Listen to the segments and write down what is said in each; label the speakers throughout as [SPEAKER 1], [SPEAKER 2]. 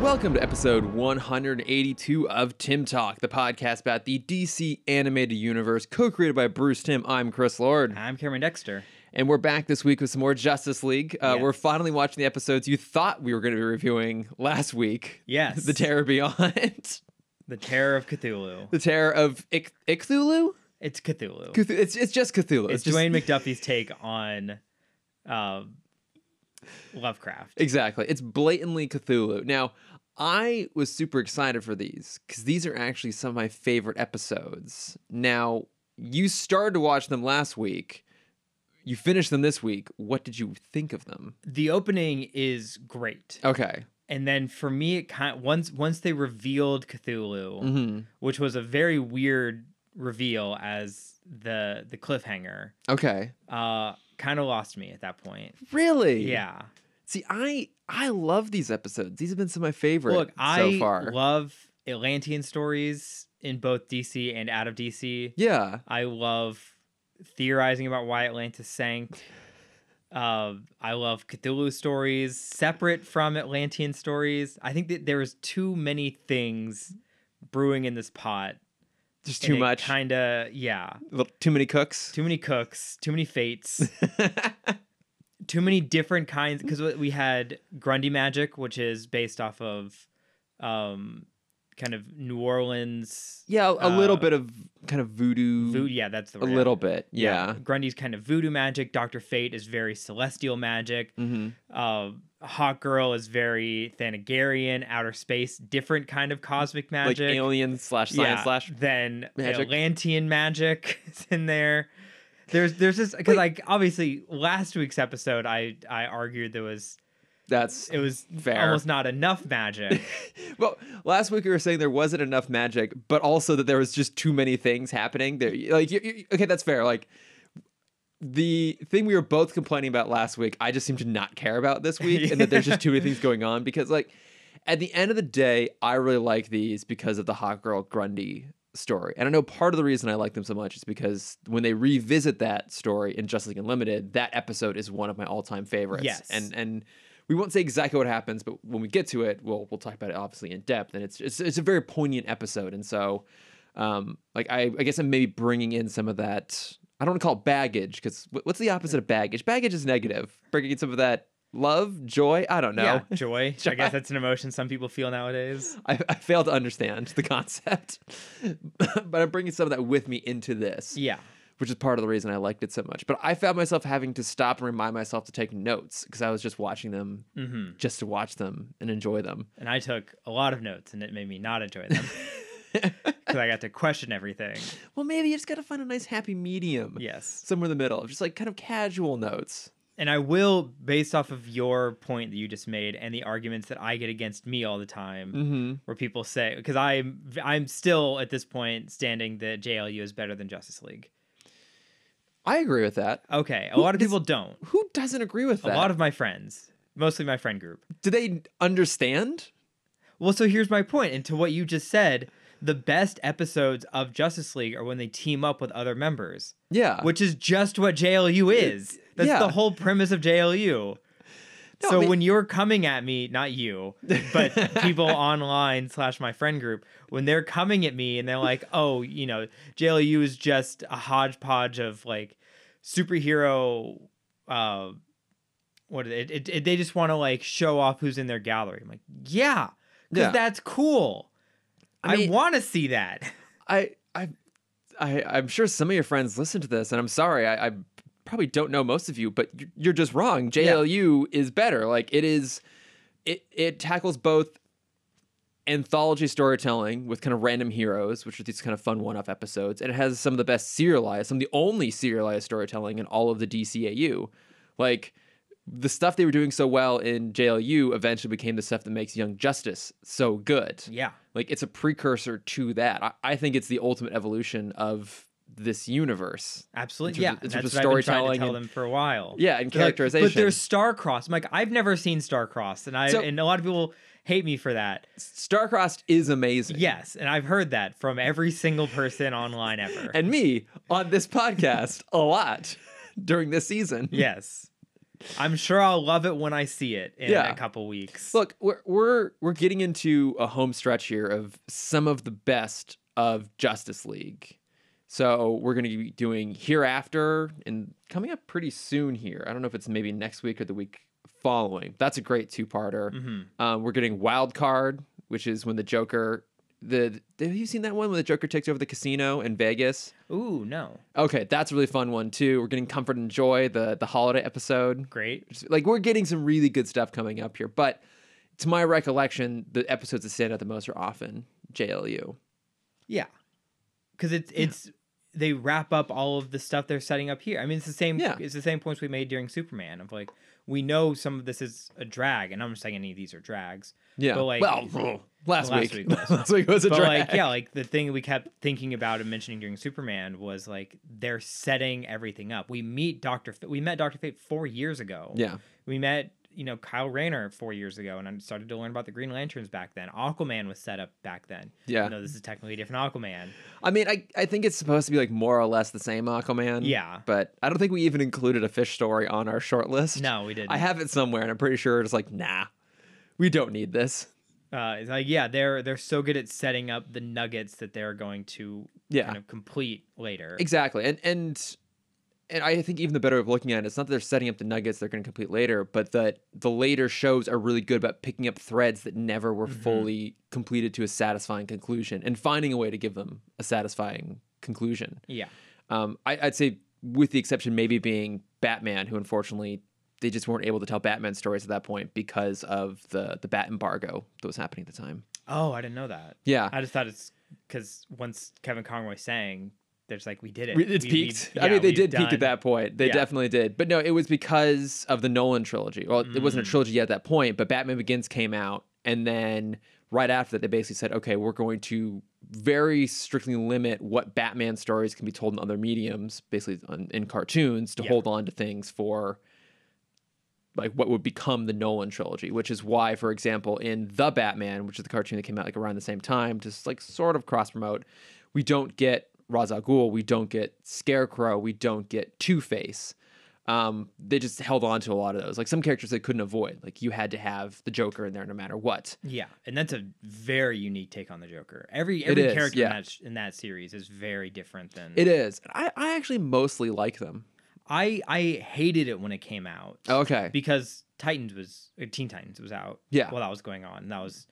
[SPEAKER 1] Welcome to episode 182 of Tim Talk, the podcast about the DC animated universe, co created by Bruce Tim. I'm Chris Lord.
[SPEAKER 2] I'm Cameron Dexter.
[SPEAKER 1] And we're back this week with some more Justice League. Uh,
[SPEAKER 2] Yes.
[SPEAKER 1] We're finally watching the episodes you thought we were going to be reviewing last week.
[SPEAKER 2] Yes.
[SPEAKER 1] The Terror Beyond,
[SPEAKER 2] The Terror of Cthulhu.
[SPEAKER 1] The Terror of Ik- Icthulu?
[SPEAKER 2] It's Cthulhu.
[SPEAKER 1] Cth- it's, it's just Cthulhu.
[SPEAKER 2] it's
[SPEAKER 1] just,
[SPEAKER 2] Dwayne McDuffie's take on um, Lovecraft.
[SPEAKER 1] Exactly. It's blatantly Cthulhu. Now, I was super excited for these because these are actually some of my favorite episodes. Now, you started to watch them last week. You finished them this week. What did you think of them?
[SPEAKER 2] The opening is great.
[SPEAKER 1] Okay.
[SPEAKER 2] And then for me it kind once once they revealed Cthulhu,
[SPEAKER 1] hmm
[SPEAKER 2] which was a very weird reveal as the the cliffhanger,
[SPEAKER 1] Okay.
[SPEAKER 2] uh kind of lost me at that point.
[SPEAKER 1] Really?
[SPEAKER 2] Yeah.
[SPEAKER 1] See, I I love these episodes. These have been some of my favorite
[SPEAKER 2] Look,
[SPEAKER 1] so
[SPEAKER 2] I
[SPEAKER 1] far.
[SPEAKER 2] love Atlantean stories in both DC and out of DC.
[SPEAKER 1] yeah.
[SPEAKER 2] I love theorizing about why Atlantis sank. Uh, I love Cthulhu stories separate from Atlantean stories. I think that there was too many things brewing in this pot.
[SPEAKER 1] Just
[SPEAKER 2] and
[SPEAKER 1] too
[SPEAKER 2] it
[SPEAKER 1] much.
[SPEAKER 2] Kinda, yeah.
[SPEAKER 1] Well, too many cooks.
[SPEAKER 2] Too many cooks. Too many fates. too many different kinds. Because we had Grundy magic, which is based off of, um, kind of New Orleans.
[SPEAKER 1] yeah, a little
[SPEAKER 2] Uh,
[SPEAKER 1] bit of kind of voodoo.
[SPEAKER 2] Voodoo, yeah, that's the
[SPEAKER 1] A
[SPEAKER 2] word.
[SPEAKER 1] little bit. Yeah.
[SPEAKER 2] Grundy's kind of voodoo magic. Doctor Fate is very celestial magic.
[SPEAKER 1] Mm-hmm.
[SPEAKER 2] Uh, Hawk Girl is very Thanagarian, outer space, different kind of cosmic magic.
[SPEAKER 1] like alien slash science
[SPEAKER 2] Yeah,
[SPEAKER 1] slash
[SPEAKER 2] then
[SPEAKER 1] magic.
[SPEAKER 2] Atlantean magic is in there. There's there's this because like obviously last week's episode I I argued there was
[SPEAKER 1] that's
[SPEAKER 2] it was
[SPEAKER 1] Fair.
[SPEAKER 2] almost not enough magic.
[SPEAKER 1] well last week we were saying there wasn't enough magic but also that there was just too many things happening there like you, you- okay that's fair like the thing we were both complaining about last week i just seem to not care about this week and that there's just too many things going on because like at the end of the day i really like these because of the hot girl grundy story and i know part of the reason i like them so much is because when they revisit that story in justice league unlimited that episode is one of my all-time favorites
[SPEAKER 2] Yes.
[SPEAKER 1] and and we won't say exactly what happens, but when we get to it, we'll we'll talk about it obviously in depth, and it's it's, it's a very poignant episode, and so, um, like I I guess I'm maybe bringing in some of that. I don't want to call it baggage because what's the opposite of baggage? Baggage is negative. Bringing in some of that love, joy. I don't know.
[SPEAKER 2] Yeah, joy. I
[SPEAKER 1] Joy.
[SPEAKER 2] guess that's an emotion some people feel nowadays.
[SPEAKER 1] I, I fail to understand the concept, but I'm bringing some of that with me into this
[SPEAKER 2] Yeah.
[SPEAKER 1] which is part of the reason I liked it so much. But I found myself having to stop and remind myself to take notes because I was just watching them
[SPEAKER 2] Mhm.
[SPEAKER 1] just to watch them and enjoy them.
[SPEAKER 2] and I took a lot of notes, and it made me not enjoy them because I got to question everything.
[SPEAKER 1] Well, maybe you just got to find a nice happy medium.
[SPEAKER 2] Yes,
[SPEAKER 1] Somewhere in the middle, just like kind of casual notes.
[SPEAKER 2] and I will, based off of your point that you just made, and the arguments that I get against me all the time,
[SPEAKER 1] Mm-hmm.
[SPEAKER 2] where people say, because I'm, I'm still at this point standing that JLU is better than Justice League.
[SPEAKER 1] I agree with that.
[SPEAKER 2] Okay, a
[SPEAKER 1] Who
[SPEAKER 2] lot of
[SPEAKER 1] is-
[SPEAKER 2] people don't.
[SPEAKER 1] Who doesn't agree with that?
[SPEAKER 2] A lot of my friends, mostly my friend group.
[SPEAKER 1] Do they understand?
[SPEAKER 2] Well, so here's my point, and to what you just said. The best episodes of Justice League are when they team up with other members.
[SPEAKER 1] Yeah.
[SPEAKER 2] which is just what JLU is. That's
[SPEAKER 1] yeah.
[SPEAKER 2] the whole premise of JLU.
[SPEAKER 1] No,
[SPEAKER 2] so
[SPEAKER 1] I mean-
[SPEAKER 2] when you're coming at me, not you, but people online slash my friend group, when they're coming at me and they're like, "Oh, you know, JLU is just a hodgepodge of like superhero." Uh, what it, it, it, they just want to like show off who's in their gallery. I'm like, yeah, because
[SPEAKER 1] Yeah.
[SPEAKER 2] that's cool.
[SPEAKER 1] I
[SPEAKER 2] I,
[SPEAKER 1] mean-
[SPEAKER 2] want to see that.
[SPEAKER 1] I, I, I, I'm sure some of your friends listen to this, and I'm sorry, I, I probably don't know most of you, but you're, you're just wrong. JLU is better. Like it is, it it tackles both anthology storytelling with kind of random heroes, which are these kind of fun one-off episodes, and it has some of the best serialized, some of the only serialized storytelling in all of the DCAU. Like the stuff they were doing so well in JLU eventually became the stuff that makes Young Justice so good
[SPEAKER 2] Yeah.
[SPEAKER 1] like it's a precursor to that I, I think it's the ultimate evolution of this universe
[SPEAKER 2] Absolutely,
[SPEAKER 1] In
[SPEAKER 2] yeah.
[SPEAKER 1] terms of-
[SPEAKER 2] and
[SPEAKER 1] in terms
[SPEAKER 2] that's
[SPEAKER 1] of
[SPEAKER 2] what I've been trying
[SPEAKER 1] storytelling
[SPEAKER 2] to tell
[SPEAKER 1] and-
[SPEAKER 2] them for a while.
[SPEAKER 1] yeah and
[SPEAKER 2] They're like,
[SPEAKER 1] characterization
[SPEAKER 2] but there's Starcrossed. I'm like, I've never seen Starcrossed, and I
[SPEAKER 1] So-
[SPEAKER 2] and a lot of people hate me for that.
[SPEAKER 1] starcrossed is amazing
[SPEAKER 2] Yes, and I've heard that from every single person online ever.
[SPEAKER 1] and me on this podcast a lot during this season
[SPEAKER 2] yes, I'm sure I'll love it when I see it in
[SPEAKER 1] Yeah.
[SPEAKER 2] a couple weeks.
[SPEAKER 1] Look, we're we're we're getting into a home stretch here of some of the best of Justice League. So we're going to be doing hereafter and coming up pretty soon here. I don't know if it's maybe next week or the week following. That's a great two-parter.
[SPEAKER 2] hmm
[SPEAKER 1] Um, we're getting Wild Card, which is when the Joker. The have you seen that one when the Joker takes over the casino in Vegas?
[SPEAKER 2] Ooh, no.
[SPEAKER 1] Okay, that's a really fun one too. We're getting Comfort and Joy, the the holiday episode.
[SPEAKER 2] Great.
[SPEAKER 1] Just- Like we're getting some really good stuff coming up here, but to my recollection, the episodes that stand out the most are often JLU.
[SPEAKER 2] Yeah. Cuz it's it's they wrap up all of the stuff they're setting up here. I mean, it's the same
[SPEAKER 1] Yeah.
[SPEAKER 2] it's the same points we made during Superman of like we know some of this is a drag and I'm not saying any of these are drags.
[SPEAKER 1] Yeah.
[SPEAKER 2] But, like-
[SPEAKER 1] well, last,
[SPEAKER 2] Last
[SPEAKER 1] week,
[SPEAKER 2] week was-
[SPEAKER 1] last week was a
[SPEAKER 2] but
[SPEAKER 1] drag.
[SPEAKER 2] like yeah, like the thing we kept thinking about and mentioning during Superman was like they're setting everything up. We meet Doctor. F- we met Doctor Fate four years ago.
[SPEAKER 1] Yeah.
[SPEAKER 2] we met you know Kyle Rayner four years ago, and I started to learn about the Green Lanterns back then. Aquaman was set up back then.
[SPEAKER 1] Yeah.
[SPEAKER 2] no, this is technically a different Aquaman.
[SPEAKER 1] I mean, I, I think it's supposed to be like more or less the same Aquaman.
[SPEAKER 2] Yeah.
[SPEAKER 1] But I don't think we even included a fish story on our short list.
[SPEAKER 2] No, we didn't.
[SPEAKER 1] I have it somewhere, and I'm pretty sure it's like, nah, we don't need this.
[SPEAKER 2] uh, it's like yeah, they're they're so good at setting up the nuggets that they're going to
[SPEAKER 1] Yeah.
[SPEAKER 2] kind of complete later.
[SPEAKER 1] Exactly. And and and I think even the better way of looking at it, it's not that they're setting up the nuggets they're going to complete later, but that the later shows are really good about picking up threads that never were
[SPEAKER 2] Mhm.
[SPEAKER 1] fully completed to a satisfying conclusion and finding a way to give them a satisfying conclusion.
[SPEAKER 2] yeah,
[SPEAKER 1] Um, I, I'd say, with the exception maybe being Batman, who unfortunately they just weren't able to tell Batman stories at that point because of the the Bat embargo that was happening at the time.
[SPEAKER 2] Oh, I didn't know that.
[SPEAKER 1] Yeah.
[SPEAKER 2] I just thought it's because once Kevin Conroy sang, there's like we did it.
[SPEAKER 1] We- It's
[SPEAKER 2] We- we-
[SPEAKER 1] peaked. I
[SPEAKER 2] yeah,
[SPEAKER 1] mean, they
[SPEAKER 2] we've
[SPEAKER 1] did peak
[SPEAKER 2] done-
[SPEAKER 1] at that point. They
[SPEAKER 2] Yeah.
[SPEAKER 1] definitely did. But no, it was because of the Nolan trilogy. Well, it wasn't a
[SPEAKER 2] Mm.
[SPEAKER 1] trilogy yet at that point, but Batman Begins came out. And then right after that, they basically said, okay, we're going to very strictly limit what Batman stories can be told in other mediums, basically on, in cartoons, to
[SPEAKER 2] Yeah.
[SPEAKER 1] hold on to things for like what would become the Nolan trilogy, which is why, for example, in The Batman, which is the cartoon that came out like around the same time, just like sort of cross promote, we don't get Ra's al Ghul, we don't get Scarecrow, we don't get Two Face. Um, they just held on to a lot of those. Like some characters they couldn't avoid. Like you had to have the Joker in there no matter what.
[SPEAKER 2] Yeah, and that's a very unique take on the Joker. Every
[SPEAKER 1] It
[SPEAKER 2] every
[SPEAKER 1] is,
[SPEAKER 2] character
[SPEAKER 1] yeah.
[SPEAKER 2] in, that, sh- in that series is very different than
[SPEAKER 1] It is. I, I actually mostly like them.
[SPEAKER 2] I I hated it when it came out
[SPEAKER 1] Okay.
[SPEAKER 2] because Titans was uh, Teen Titans was out.
[SPEAKER 1] Yeah.
[SPEAKER 2] while that was going on, and that was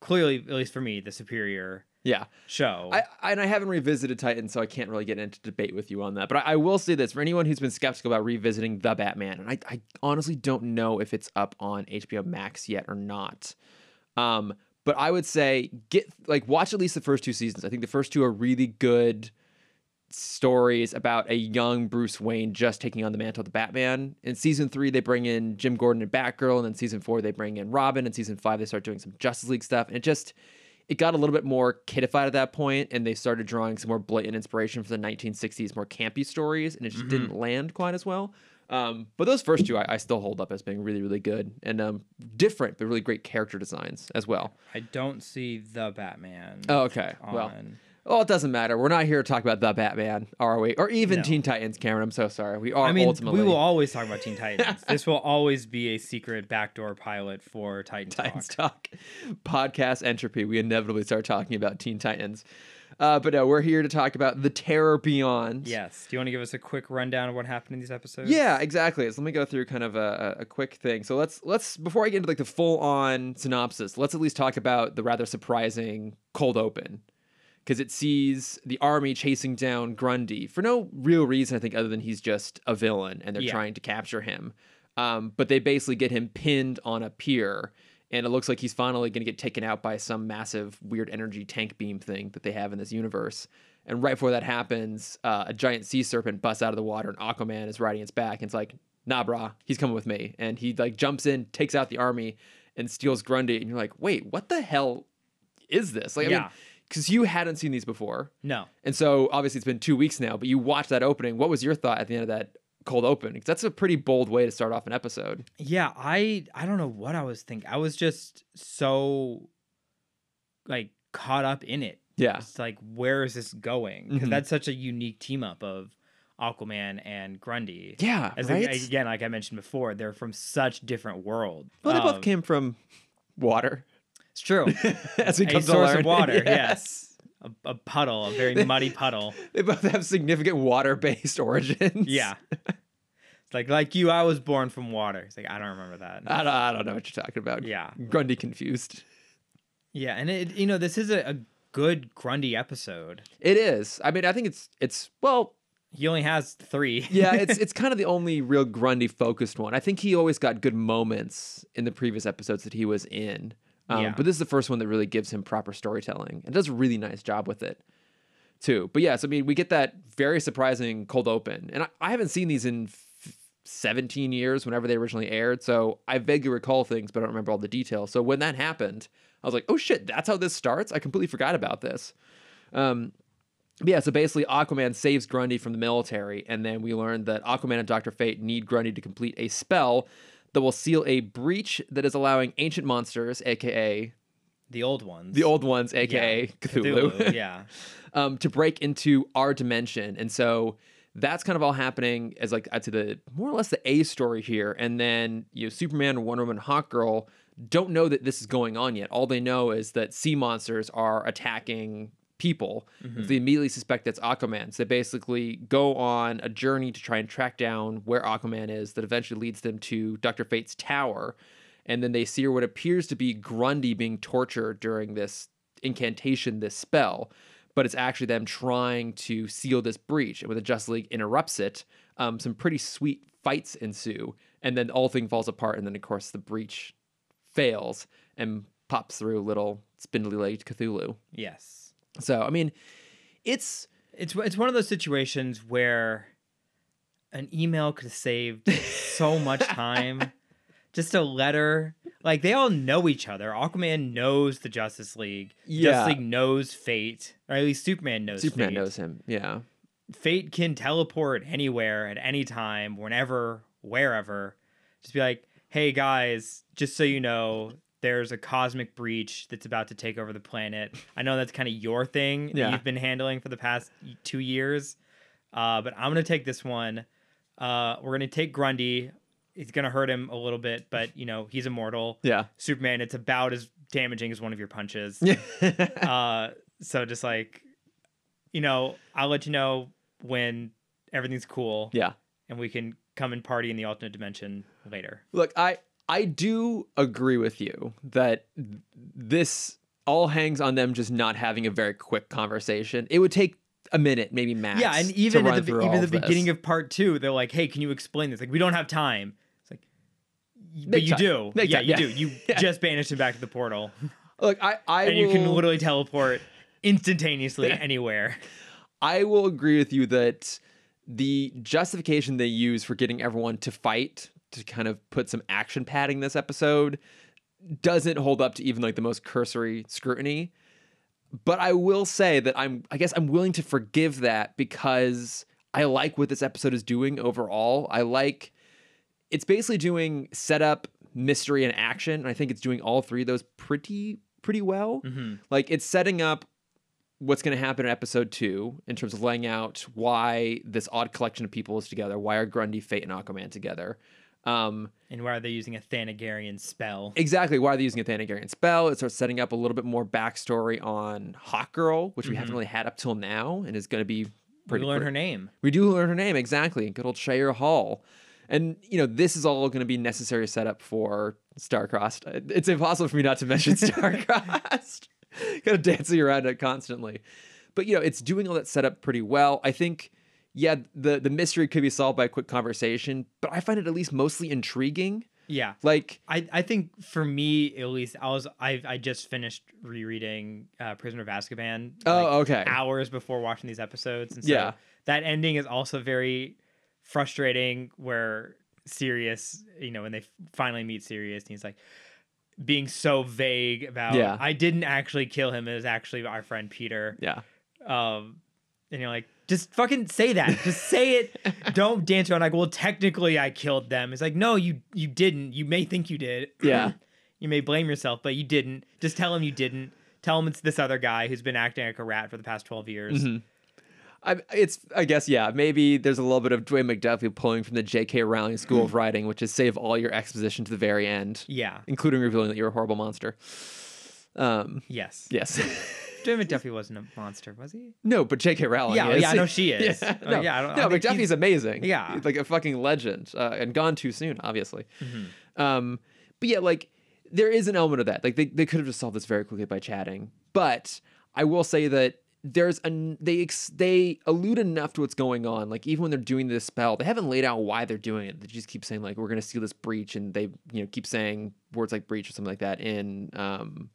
[SPEAKER 2] clearly, at least for me, the superior
[SPEAKER 1] Yeah.
[SPEAKER 2] show.
[SPEAKER 1] I, I- and I haven't revisited Titan, so I can't really get into debate with you on that. But I, I will say this for anyone who's been skeptical about revisiting The Batman, and I, I honestly don't know if it's up on HBO Max yet or not. Um, but I would say get like watch at least the first two seasons. I think the first two are really good stories about a young Bruce Wayne just taking on the mantle of the Batman. In season three, they bring in Jim Gordon and Batgirl, and then season four they bring in Robin. And season five they start doing some Justice League stuff, and it just it got a little bit more kiddified at that point, and they started drawing some more blatant inspiration for the 1960s, more campy stories, and it just didn't land quite as well. Um, but those first two, I, I still hold up as being really, really good and um, different, but really great character designs as well.
[SPEAKER 2] I don't see the Batman.
[SPEAKER 1] Okay, well, well, it doesn't matter. We're not here to talk about the Batman, are we? Or even
[SPEAKER 2] No.
[SPEAKER 1] Teen Titans, Cameron. I'm so sorry. We are
[SPEAKER 2] I mean,
[SPEAKER 1] ultimately
[SPEAKER 2] we will always talk about Teen Titans. this will always be a secret backdoor pilot for Titan
[SPEAKER 1] Titans
[SPEAKER 2] Talk.
[SPEAKER 1] talk podcast entropy. We inevitably start talking about Teen Titans, uh, but no, we're here to talk about the Terror Beyond.
[SPEAKER 2] Yes. Do you want to give us a quick rundown of what happened in these episodes?
[SPEAKER 1] Yeah, exactly. So let me go through kind of a, a a quick thing. So let's let's before I get into like the full on synopsis, let's at least talk about the rather surprising cold open because it sees the army chasing down Grundy for no real reason, I think, other than he's just a villain and they're
[SPEAKER 2] Yeah.
[SPEAKER 1] trying to capture him. Um, but they basically get him pinned on a pier. And it looks like he's finally going to get taken out by some massive weird energy tank beam thing that they have in this universe. And right before that happens, uh, a giant sea serpent busts out of the water, and Aquaman is riding its back. And it's like, nah, brah, he's coming with me. And he like jumps in, takes out the army, and steals Grundy. And you're like, wait, what the hell is this? Like, I mean,
[SPEAKER 2] Yeah.
[SPEAKER 1] because you hadn't seen these before,
[SPEAKER 2] No.
[SPEAKER 1] and so obviously it's been two weeks now. But you watched that opening. What was your thought at the end of that cold open? 'Cause that's a pretty bold way to start off an episode.
[SPEAKER 2] Yeah, I I don't know what I was thinking. I was just so like caught up in it.
[SPEAKER 1] Yeah,
[SPEAKER 2] Ah. It's like where is this going? 'Cause
[SPEAKER 1] Mhm.
[SPEAKER 2] that's such a unique team up of Aquaman and Grundy.
[SPEAKER 1] Yeah,
[SPEAKER 2] As
[SPEAKER 1] right.
[SPEAKER 2] like, again, like I mentioned before, they're from such different worlds.
[SPEAKER 1] well, they both
[SPEAKER 2] Um,
[SPEAKER 1] came from water.
[SPEAKER 2] It's true.
[SPEAKER 1] As we
[SPEAKER 2] A
[SPEAKER 1] come to
[SPEAKER 2] source of
[SPEAKER 1] learn.
[SPEAKER 2] water, a, a puddle, a very muddy puddle.
[SPEAKER 1] They both have significant water-based origins.
[SPEAKER 2] Yeah. It's like like you, I was born from water. It's like I don't remember that.
[SPEAKER 1] I don't, I don't know what you're talking about.
[SPEAKER 2] Yeah.
[SPEAKER 1] Grundy confused.
[SPEAKER 2] Yeah, and it you know this is a, a good Grundy episode.
[SPEAKER 1] It is. I mean, I think it's it's well,
[SPEAKER 2] He only has three.
[SPEAKER 1] yeah, it's it's kind of the only real Grundy focused one. I think he always got good moments in the previous episodes that he was in. Um,
[SPEAKER 2] Yeah.
[SPEAKER 1] But this is the first one that really gives him proper storytelling and does a really nice job with it, too. But yes, I mean, we get that very surprising cold open. And I, I haven't seen these in f- 17 years whenever they originally aired. So I vaguely recall things, but I don't remember all the details. So when that happened, I was like, oh shit, that's how this starts? I completely forgot about this. Um, but yeah, so basically, Aquaman saves Grundy from the military, and then we learn that Aquaman and Dr. Fate need Grundy to complete a spell that will seal a breach that is allowing ancient monsters, aka
[SPEAKER 2] the old ones.
[SPEAKER 1] the old ones, aka Cthulhu,
[SPEAKER 2] yeah.
[SPEAKER 1] um, to break into our dimension. And so that's kind of all happening as like I'd say the more or less the A story here. And then you know, Superman, Wonder Woman, Hawkgirl don't know that this is going on yet. All they know is that sea monsters are attacking people. So they immediately suspect that's Aquaman. So they basically go on a journey to try and track down where Aquaman is that eventually leads them to Dr. Fate's tower. And then they see what appears to be Grundy being tortured during this incantation, this spell but it's actually them trying to seal this breach. And when the Justice League interrupts it, um, some pretty sweet fights ensue, and then the whole thing falls apart. And then, of course, the breach fails and pops through little spindly legged Cthulhu.
[SPEAKER 2] Yes.
[SPEAKER 1] So, I mean, it's
[SPEAKER 2] It's it's one of those situations where an email could have saved so much time. Just a letter. Like they all know each other. Aquaman knows the Justice League.
[SPEAKER 1] Yeah.
[SPEAKER 2] Justice League knows Fate, or at least Superman knows.
[SPEAKER 1] Superman
[SPEAKER 2] Fate.
[SPEAKER 1] knows him. Yeah.
[SPEAKER 2] Fate can teleport anywhere at any time, whenever, wherever. Just be like, hey guys, just so you know, there's a cosmic breach that's about to take over the planet. I know that's kind of your thing that
[SPEAKER 1] Yeah.
[SPEAKER 2] you've been handling for the past y- two years, uh, but I'm gonna take this one. Uh, we're gonna take Grundy. It's gonna hurt him a little bit, but you know he's immortal.
[SPEAKER 1] Yeah.
[SPEAKER 2] Superman, it's about as damaging as one of your punches
[SPEAKER 1] yeah.
[SPEAKER 2] uh so just like you know i'll let you know when everything's cool and we can come and party in the alternate dimension later
[SPEAKER 1] Look, I I do agree with you that th- this all hangs on them just not having a very quick conversation. It would take a minute, maybe max.
[SPEAKER 2] yeah and
[SPEAKER 1] to
[SPEAKER 2] even
[SPEAKER 1] run
[SPEAKER 2] at the,
[SPEAKER 1] through
[SPEAKER 2] be- even
[SPEAKER 1] all
[SPEAKER 2] the
[SPEAKER 1] of this.
[SPEAKER 2] beginning of part two they're like hey can you explain this like we don't have time it's like "Y- but
[SPEAKER 1] Make
[SPEAKER 2] you
[SPEAKER 1] time.
[SPEAKER 2] do
[SPEAKER 1] Make
[SPEAKER 2] yeah
[SPEAKER 1] time,
[SPEAKER 2] you
[SPEAKER 1] yeah.
[SPEAKER 2] do you
[SPEAKER 1] Yeah.
[SPEAKER 2] just banished him back to the portal
[SPEAKER 1] Look, I I
[SPEAKER 2] and
[SPEAKER 1] will,
[SPEAKER 2] you can literally teleport instantaneously anywhere
[SPEAKER 1] I will agree with you that the justification they use for getting everyone to fight to kind of put some action padding this episode doesn't hold up to even like the most cursory scrutiny. But I will say that I'm I guess I'm willing to forgive that because I like what this episode is doing overall. I like it's basically doing setup, mystery, and action. And I think it's doing all three of those pretty pretty well.
[SPEAKER 2] mm-hmm.
[SPEAKER 1] Like it's setting up what's going to happen in episode two in terms of laying out why this odd collection of people is together. Why are Grundy, Fate, and Aquaman together? Um,
[SPEAKER 2] and why are they using a thanagarian spell
[SPEAKER 1] exactly why are they using a Thanagarian spell? It starts setting up a little bit more backstory on Hawkgirl, which we haven't
[SPEAKER 2] Mhm.
[SPEAKER 1] really had up till now, and is going to be
[SPEAKER 2] we
[SPEAKER 1] pretty.
[SPEAKER 2] learn
[SPEAKER 1] cru-
[SPEAKER 2] her name
[SPEAKER 1] we do learn her name exactly. Good old Shire Hall. And you know this is all going to be necessary setup for Starcrossed. It's impossible for me not to mention Starcrossed. kind of dancing around it constantly, but you know it's doing all that setup pretty well. I think, yeah, the the mystery could be solved by a quick conversation, but I find it at least mostly intriguing.
[SPEAKER 2] yeah
[SPEAKER 1] Like,
[SPEAKER 2] I, I think for me at least I was I I just finished rereading uh, Prisoner of Azkaban like,
[SPEAKER 1] oh, okay,
[SPEAKER 2] hours before watching these episodes and so
[SPEAKER 1] Yeah.
[SPEAKER 2] that ending is also very frustrating where Sirius you know when they finally meet Sirius and he's like being so vague about
[SPEAKER 1] Yeah.
[SPEAKER 2] I didn't actually kill him it was actually our friend Peter
[SPEAKER 1] yeah,
[SPEAKER 2] um and you're like just fucking say that just say it don't dance around like well technically i killed them it's like no you you didn't you may think you did
[SPEAKER 1] Yeah.
[SPEAKER 2] you may blame yourself but you didn't just tell him you didn't tell him it's this other guy who's been acting like a rat for the past 12 years
[SPEAKER 1] Mhm. I, it's I guess yeah maybe there's a little bit of Dwayne McDuffie pulling from the J.K. Rowling School of Writing, which is save all your exposition to the very end,
[SPEAKER 2] Yeah.
[SPEAKER 1] including revealing that you're a horrible monster. Um,
[SPEAKER 2] Yes.
[SPEAKER 1] yes,
[SPEAKER 2] Dwayne McDuffie wasn't a monster, was he?
[SPEAKER 1] no, but J.K. Rowling.
[SPEAKER 2] Yeah,
[SPEAKER 1] is.
[SPEAKER 2] yeah, I know she is.
[SPEAKER 1] yeah,
[SPEAKER 2] Like,
[SPEAKER 1] no,
[SPEAKER 2] yeah, I don't- I
[SPEAKER 1] no,
[SPEAKER 2] think
[SPEAKER 1] McDuffiee's
[SPEAKER 2] he's-
[SPEAKER 1] amazing.
[SPEAKER 2] Yeah.
[SPEAKER 1] He's like a fucking legend, uh, and gone too soon, obviously.
[SPEAKER 2] Mm-hmm.
[SPEAKER 1] Um, but yeah, like there is an element of that. Like they they could have just solved this very quickly by chatting. But I will say that there's an they ex, they allude enough to what's going on. Like even when they're doing this spell, they haven't laid out why they're doing it. They just keep saying like we're gonna seal this breach, and they you know keep saying words like breach or something like that in um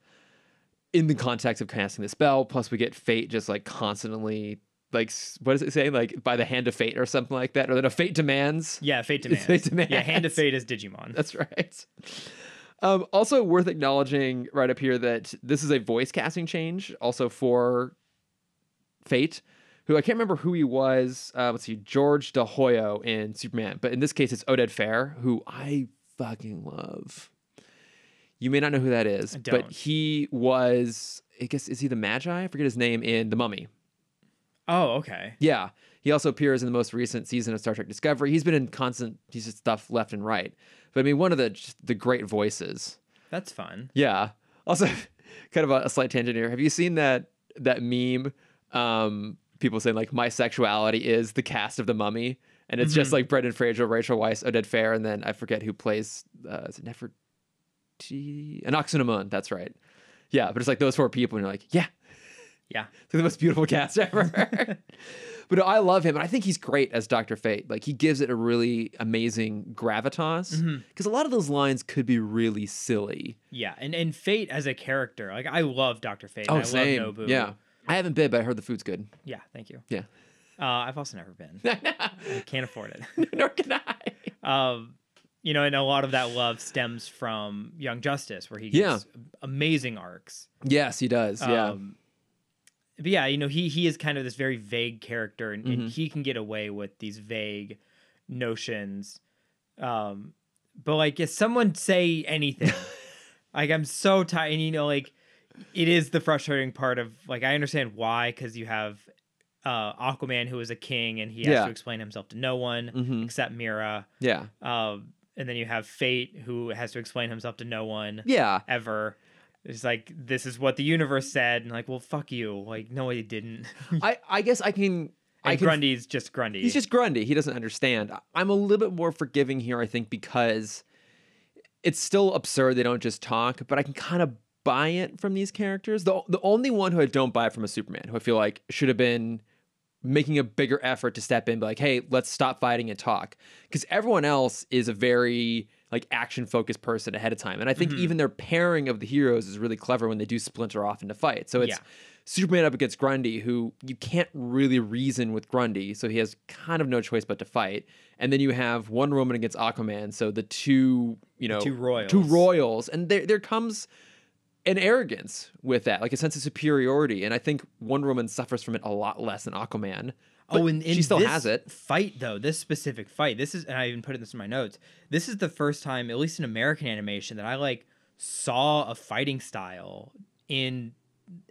[SPEAKER 1] in the context of casting the spell. Plus, we get fate just like constantly, like s- what does it say? Like by the hand of fate or something like that, or that a fate demands.
[SPEAKER 2] Yeah, Fate Demands.
[SPEAKER 1] Fate Demands.
[SPEAKER 2] Yeah, Hand of Fate is Digimon.
[SPEAKER 1] That's right. Um, also worth acknowledging right up here that this is a voice casting change, also for Fate, who I can't remember who he was. Uh, let's see, George DeHoyo in Superman, but in this case, it's Oded Fair, who I fucking love. You may not know who that is,
[SPEAKER 2] I
[SPEAKER 1] but
[SPEAKER 2] don't.
[SPEAKER 1] he was. I guess is he the Magi? I forget his name in The Mummy.
[SPEAKER 2] Oh, okay.
[SPEAKER 1] Yeah. He also appears in the most recent season of Star Trek Discovery. He's been in constant pieces of stuff left and right. But I mean, one of the just the great voices.
[SPEAKER 2] That's fun.
[SPEAKER 1] Yeah. Also, kind of a, a slight tangent here. Have you seen that that meme? Um, people saying like, "My sexuality is the cast of the Mummy," and it's just like Brendan Fraser, Rachel Weisz, Oded Fair, and then I forget who plays. Uh, is it Nefertiti? Anaxunamun. That's right. Yeah, but it's like those four people, and you're like, yeah,
[SPEAKER 2] Yeah.
[SPEAKER 1] it's the most beautiful cast ever. but no, I love him, and I think he's great as Doctor Fate. Like he gives it a really amazing gravitas because a lot of those lines could be really silly.
[SPEAKER 2] Yeah. And and Fate as a character. Like I love Dr. Fate. and I love Nobu.
[SPEAKER 1] Oh, Yeah, I haven't been, but I heard the food's good.
[SPEAKER 2] Yeah, thank you.
[SPEAKER 1] Yeah,
[SPEAKER 2] Uh, I've also never been. I can't afford it.
[SPEAKER 1] nor can I.
[SPEAKER 2] Um, you know, and a lot of that love stems from Young Justice, where he
[SPEAKER 1] Yeah.
[SPEAKER 2] gets amazing arcs.
[SPEAKER 1] Yes, he does. Yeah,
[SPEAKER 2] Um, but yeah, you know, he he is kind of this very vague character, and,
[SPEAKER 1] Mm-hmm.
[SPEAKER 2] and he can get away with these vague notions. Um, but like, if someone say anything, like I'm so tired, and you know, like it is the frustrating part of like I understand why because you have uh, Aquaman who is a king and he has
[SPEAKER 1] Yeah.
[SPEAKER 2] to explain himself to no one
[SPEAKER 1] Mhm.
[SPEAKER 2] except Mira,
[SPEAKER 1] yeah,
[SPEAKER 2] um, and then you have Fate who has to explain himself to no one
[SPEAKER 1] yeah.
[SPEAKER 2] ever. It's like this is what the universe said, and like, well, fuck you. Like, no, it didn't. and
[SPEAKER 1] I I guess I can. I can
[SPEAKER 2] Grundy's just Grundy.
[SPEAKER 1] He's just Grundy. He doesn't understand. I- I'm a little bit more forgiving here, I think, because it's still absurd they don't just talk, but I can kind of buy it from these characters. The the only one who I don't buy from a Superman, who I feel like should have been making a bigger effort to step in, be like, hey, let's stop fighting and talk. Because everyone else is a very like action focused person ahead of time. And I think
[SPEAKER 2] Mm-hmm.
[SPEAKER 1] even their pairing of the heroes is really clever when they do splinter off into fight. So it's
[SPEAKER 2] Yeah.
[SPEAKER 1] Superman up against Grundy, who you can't really reason with Grundy, so he has kind of no choice but to fight. And then you have one Woman against Aquaman, so the two, you know,
[SPEAKER 2] two royals.
[SPEAKER 1] two royals, and there there comes an arrogance with that, like a sense of superiority. And I think Wonder Woman suffers from it a lot less than Aquaman. But
[SPEAKER 2] oh, and in
[SPEAKER 1] she still
[SPEAKER 2] this
[SPEAKER 1] has it.
[SPEAKER 2] Fight though, this specific fight. This is, and I even put this in my notes. This is the first time, at least in American animation, that I like saw a fighting style in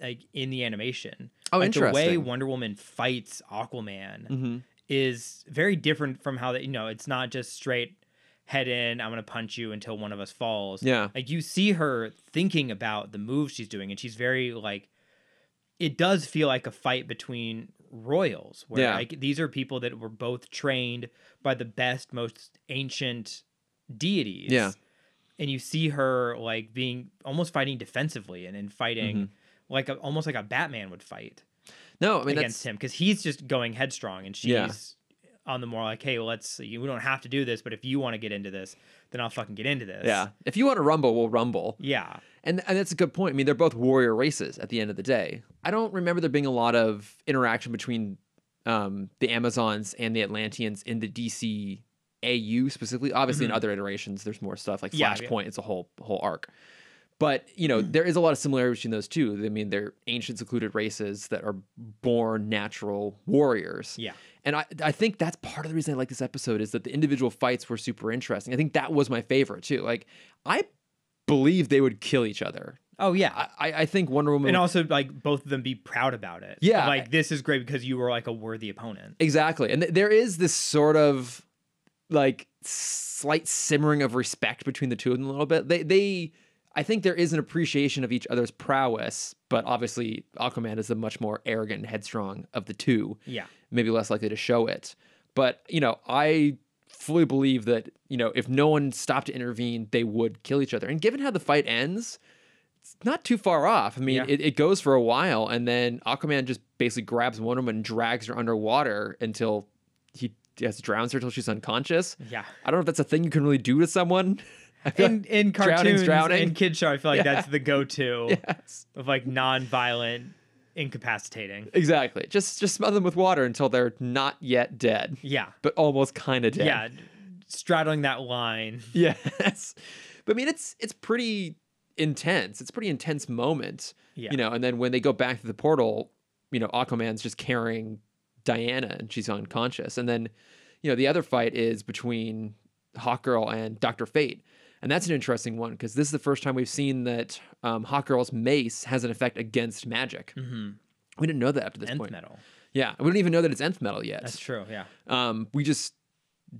[SPEAKER 2] like in the animation.
[SPEAKER 1] Oh,
[SPEAKER 2] like, The way
[SPEAKER 1] interesting.
[SPEAKER 2] Wonder Woman fights Aquaman
[SPEAKER 1] Mhm.
[SPEAKER 2] is very different from how that you know it's not just straight head in i'm gonna punch you until one of us falls
[SPEAKER 1] Yeah.
[SPEAKER 2] like you see her thinking about the moves she's doing and she's very like it does feel like a fight between royals where
[SPEAKER 1] Yeah.
[SPEAKER 2] like these are people that were both trained by the best most ancient deities
[SPEAKER 1] Yeah.
[SPEAKER 2] and you see her like being almost fighting defensively and then fighting like a, almost like a batman would fight
[SPEAKER 1] No, Mm-hmm. I mean that's
[SPEAKER 2] against him because he's just going headstrong and she's
[SPEAKER 1] Yeah.
[SPEAKER 2] on the more like, hey, let's you we don't have to do this, but if you want to get into this, then I'll fucking get into this.
[SPEAKER 1] yeah. If you want to rumble, we'll rumble.
[SPEAKER 2] Yeah.
[SPEAKER 1] And and that's a good point. I mean, they're both warrior races at the end of the day. I don't remember there being a lot of interaction between um, the Amazons and the Atlanteans in the DC AU specifically. Obviously, in other iterations, there's more stuff like
[SPEAKER 2] Mm-hmm. Yeah, Mm. yeah.
[SPEAKER 1] Flashpoint. It's a whole whole arc. But you know, there is a lot of similarity between those two. I mean, they're ancient, secluded races that are born natural warriors.
[SPEAKER 2] Yeah.
[SPEAKER 1] And I, I think that's part of the reason I like this episode is that the individual fights were super interesting. I think that was my favorite too. Like, I believe they would kill each other.
[SPEAKER 2] Oh yeah.
[SPEAKER 1] I, I I think Wonder Woman
[SPEAKER 2] and also like both of them be proud about it.
[SPEAKER 1] Yeah.
[SPEAKER 2] Like this is great because you were like a worthy opponent.
[SPEAKER 1] Exactly. And th- there is this sort of like slight simmering of respect between the two of them a little bit. They they I think there is an appreciation of each other's prowess, but obviously Aquaman is the much more arrogant and headstrong of the two.
[SPEAKER 2] Yeah.
[SPEAKER 1] Maybe less likely to show it. But, you know, I fully believe that, you know, if no one stopped to intervene, they would kill each other. And given how the fight ends, it's not too far off. I mean,
[SPEAKER 2] Yeah.
[SPEAKER 1] it, it goes for a while, and then Aquaman just basically grabs Wonder Woman and drags her underwater until he just drowns her until she's unconscious.
[SPEAKER 2] Yeah.
[SPEAKER 1] I don't know if that's a thing you can really do to someone. I feel
[SPEAKER 2] In in
[SPEAKER 1] Drowning's
[SPEAKER 2] cartoons
[SPEAKER 1] drowning.
[SPEAKER 2] and kid show, I feel like that's the go to
[SPEAKER 1] like- yes.
[SPEAKER 2] of like non-violent incapacitating.
[SPEAKER 1] Exactly. Just just smother them with water until they're not yet dead,
[SPEAKER 2] Yeah.
[SPEAKER 1] but almost kind of dead.
[SPEAKER 2] Yeah. Straddling that line.
[SPEAKER 1] Yes. But I mean, it's it's pretty intense. It's a pretty intense moment.
[SPEAKER 2] Yeah.
[SPEAKER 1] You know, and then when they go back to the portal, you know, Aquaman's just carrying Diana and she's unconscious. And then, you know, the other fight is between Hawkgirl and Dr. Fate. And that's an interesting one because this is the first time we've seen that um, Hawkgirl's mace has an effect against magic.
[SPEAKER 2] Mm-hmm.
[SPEAKER 1] We didn't know that up to this
[SPEAKER 2] Nth
[SPEAKER 1] point.
[SPEAKER 2] metal.
[SPEAKER 1] Yeah. We don't even know that it's nth metal yet.
[SPEAKER 2] That's true. Yeah.
[SPEAKER 1] Um, we just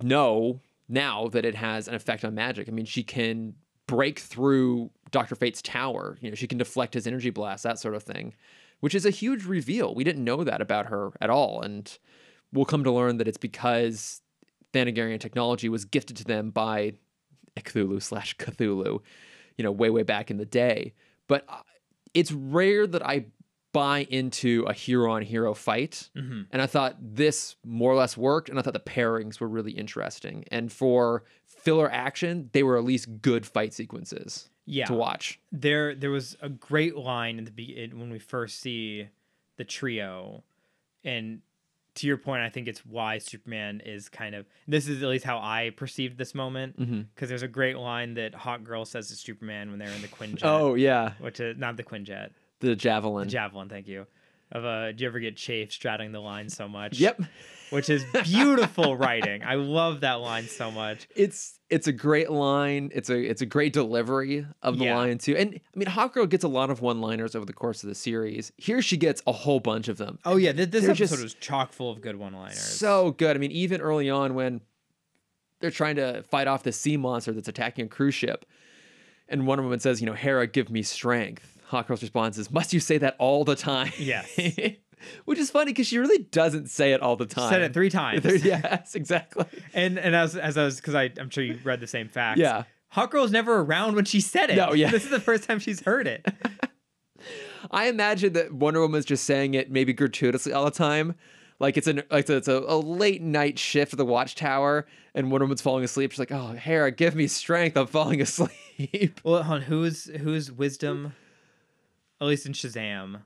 [SPEAKER 1] know now that it has an effect on magic. I mean, she can break through Doctor Fate's tower. You know, she can deflect his energy blast, that sort of thing, which is a huge reveal. We didn't know that about her at all, and we'll come to learn that it's because Thanagarian technology was gifted to them by Cthulhu slash Cthulhu, you know, way way back in the day. But I- it's rare that I buy into a hero on hero fight.
[SPEAKER 2] Mm-hmm.
[SPEAKER 1] And I thought this more or less worked. And I thought the pairings were really interesting. And for filler action, they were at least good fight sequences
[SPEAKER 2] Yeah.
[SPEAKER 1] to watch.
[SPEAKER 2] there there was a great line in the be- in- when we first see the trio and to your point i think it's why superman is kind of this is at least how i perceived this moment because
[SPEAKER 1] Mhm.
[SPEAKER 2] there's a great line that hot girl says to superman when they're in the quinjet
[SPEAKER 1] Oh, yeah.
[SPEAKER 2] which is not the quinjet
[SPEAKER 1] The
[SPEAKER 2] the
[SPEAKER 1] javelin.
[SPEAKER 2] javelin thank you of uh do you ever get chafed straddling the line so much
[SPEAKER 1] yep.
[SPEAKER 2] which is beautiful writing i love that line so much
[SPEAKER 1] It's it's a great line. It's a it's a great delivery of the
[SPEAKER 2] Yeah.
[SPEAKER 1] line too. And I mean Hawkgirl gets a lot of one-liners over the course of the series. Here she gets a whole bunch of them.
[SPEAKER 2] oh yeah th- this
[SPEAKER 1] They're
[SPEAKER 2] episode
[SPEAKER 1] just
[SPEAKER 2] was chock full of good one-liners
[SPEAKER 1] So good. I mean, even early on when they're trying to fight off the sea monster that's attacking a cruise ship, and Wonder Woman says, "You know, Hera, give me strength." Hawkgirl's response is, "Must you say that all the time?"
[SPEAKER 2] Yes.
[SPEAKER 1] Which is funny because she really doesn't say it all the time.
[SPEAKER 2] said it three times
[SPEAKER 1] yes, exactly.
[SPEAKER 2] And and as as I was because I I'm sure you read the same facts.
[SPEAKER 1] Yeah.
[SPEAKER 2] Hot Girl's never around when she said it.
[SPEAKER 1] No, yeah.
[SPEAKER 2] This is the first time she's heard it.
[SPEAKER 1] I imagine that Wonder Woman's just saying it maybe gratuitously all the time. Like it's an like it's a, a late night shift at the watchtower, and Wonder Woman's falling asleep. She's like, "Oh, Hera, give me strength. I'm falling asleep."
[SPEAKER 2] Well, hold on, who's who's wisdom? At least in Shazam.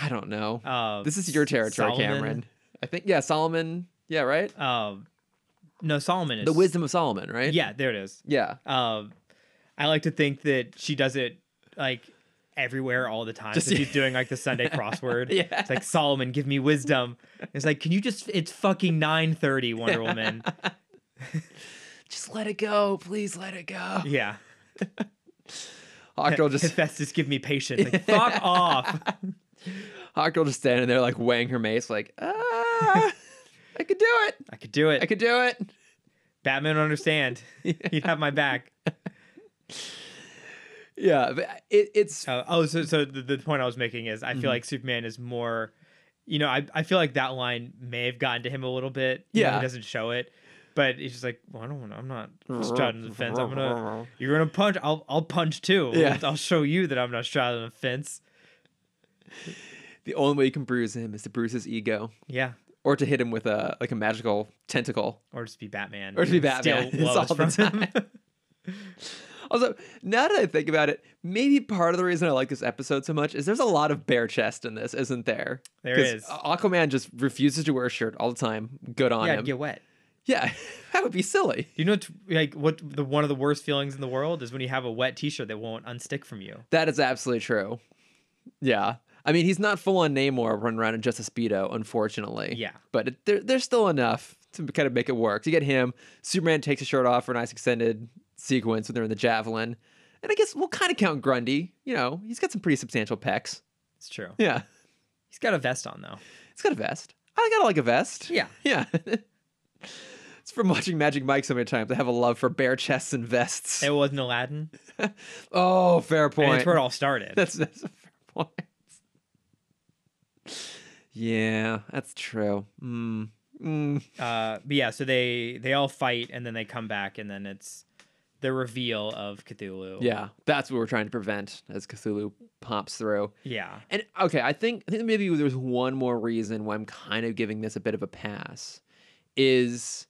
[SPEAKER 1] I don't know.
[SPEAKER 2] Uh,
[SPEAKER 1] This is your territory,
[SPEAKER 2] Solomon?
[SPEAKER 1] Cameron. I think yeah, Solomon. Yeah, right.
[SPEAKER 2] Um, no, Solomon is
[SPEAKER 1] The wisdom of Solomon, right?
[SPEAKER 2] Yeah, there it is.
[SPEAKER 1] Yeah.
[SPEAKER 2] Um, I like to think that she does it like everywhere all the time.
[SPEAKER 1] Just-
[SPEAKER 2] so she's doing like the Sunday crossword.
[SPEAKER 1] Yeah.
[SPEAKER 2] It's like Solomon, give me wisdom. It's like, can you just? It's fucking nine thirty, Wonder Woman.
[SPEAKER 1] Just let it go, please let it go.
[SPEAKER 2] Yeah.
[SPEAKER 1] Hawk girl just
[SPEAKER 2] Hephaestus, give me patience. Like, fuck off.
[SPEAKER 1] Hawk girl just standing there like weighing her mace, like ah, I could do it.
[SPEAKER 2] I could do it.
[SPEAKER 1] I could do it.
[SPEAKER 2] Batman would understand. He'd have my back.
[SPEAKER 1] Yeah, but it, it's
[SPEAKER 2] Uh, oh, so so the, the point I was making is
[SPEAKER 1] Mm-hmm.
[SPEAKER 2] I feel like Superman is more, you know, I, I feel like that line may have gotten to him a little bit. You know,
[SPEAKER 1] Yeah.
[SPEAKER 2] he doesn't show it, but he's just like, well, I don't want. I'm not straddling the fence. I'm gonna. You're gonna punch. I'll I'll punch too.
[SPEAKER 1] Yeah.
[SPEAKER 2] I'll show you that I'm not straddling the fence.
[SPEAKER 1] the only way you can bruise him is to bruise his ego,
[SPEAKER 2] Yeah.
[SPEAKER 1] or to hit him with a like a magical tentacle,
[SPEAKER 2] Or just be Batman.
[SPEAKER 1] or to be
[SPEAKER 2] and steal
[SPEAKER 1] Batman. It's all
[SPEAKER 2] blows
[SPEAKER 1] the
[SPEAKER 2] from
[SPEAKER 1] time.
[SPEAKER 2] him.
[SPEAKER 1] Also, now that I think about it, maybe part of the reason I like this episode so much is there's a lot of bare chest in this, isn't there?
[SPEAKER 2] There
[SPEAKER 1] 'Cause
[SPEAKER 2] is.
[SPEAKER 1] Aquaman just refuses to wear a shirt all the time. Good on
[SPEAKER 2] yeah,
[SPEAKER 1] him.
[SPEAKER 2] get wet.
[SPEAKER 1] Yeah, that would be silly.
[SPEAKER 2] Do you know t- like what the one of the worst feelings in the world is when you have a wet T-shirt that won't unstick from you?
[SPEAKER 1] That is absolutely true. Yeah. I mean, he's not full on Namor running around in just a Speedo, unfortunately.
[SPEAKER 2] Yeah.
[SPEAKER 1] But it, there, there's still enough to kind of make it work. So you get him. Superman takes his shirt off for a nice extended sequence when they're in the Javelin. And I guess we'll kind of count Grundy. You know, he's got some pretty substantial pecs.
[SPEAKER 2] It's true.
[SPEAKER 1] Yeah.
[SPEAKER 2] He's got a vest on though.
[SPEAKER 1] He's got a vest. I gotta like a vest.
[SPEAKER 2] Yeah.
[SPEAKER 1] Yeah. it's from watching Magic Mike so many times. I have a love for bare chests and vests.
[SPEAKER 2] It wasn't Aladdin.
[SPEAKER 1] oh, fair
[SPEAKER 2] And
[SPEAKER 1] point.
[SPEAKER 2] it's where it all started.
[SPEAKER 1] That's that's a fair point. Yeah, that's true. Mm. Mm.
[SPEAKER 2] uh but yeah so they they all fight and then they come back and then it's the reveal of cthulhu
[SPEAKER 1] Yeah, that's what we're trying to prevent as Cthulhu pops through.
[SPEAKER 2] yeah
[SPEAKER 1] And okay, I think I think maybe there's one more reason why I'm kind of giving this a bit of a pass is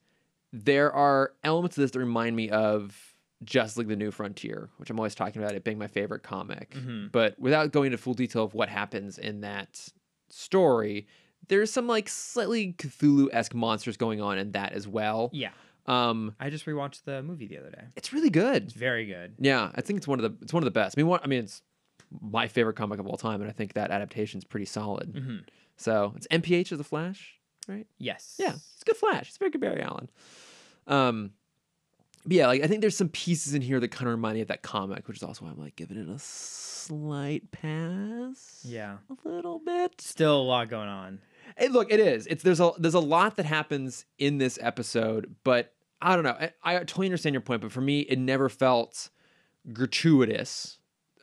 [SPEAKER 1] there are elements of this that remind me of just like the New Frontier, which I'm always talking about it being my favorite comic.
[SPEAKER 2] Mhm.
[SPEAKER 1] But without going into full detail of what happens in that story, there's some like slightly Cthulhu-esque monsters going on in that as well.
[SPEAKER 2] yeah
[SPEAKER 1] Um,
[SPEAKER 2] i just rewatched the movie the other day
[SPEAKER 1] it's really good.
[SPEAKER 2] it's very good
[SPEAKER 1] Yeah, I think it's one of the it's one of the best. I mean, one, I mean, it's my favorite comic of all time, and I think that adaptation's pretty solid.
[SPEAKER 2] hmm
[SPEAKER 1] So it's MPH of the Flash, right?
[SPEAKER 2] yes
[SPEAKER 1] Yeah, it's a good Flash. It's a very good Barry Allen. Um, but yeah, like I think there's some pieces in here that kind of remind me of that comic, which is also why I'm like giving it a slight pass.
[SPEAKER 2] yeah
[SPEAKER 1] a little bit.
[SPEAKER 2] still a lot going on
[SPEAKER 1] Hey, look, it is. It's there's a there's a lot that happens in this episode, but I don't know. I, I totally understand your point, but for me, it never felt gratuitous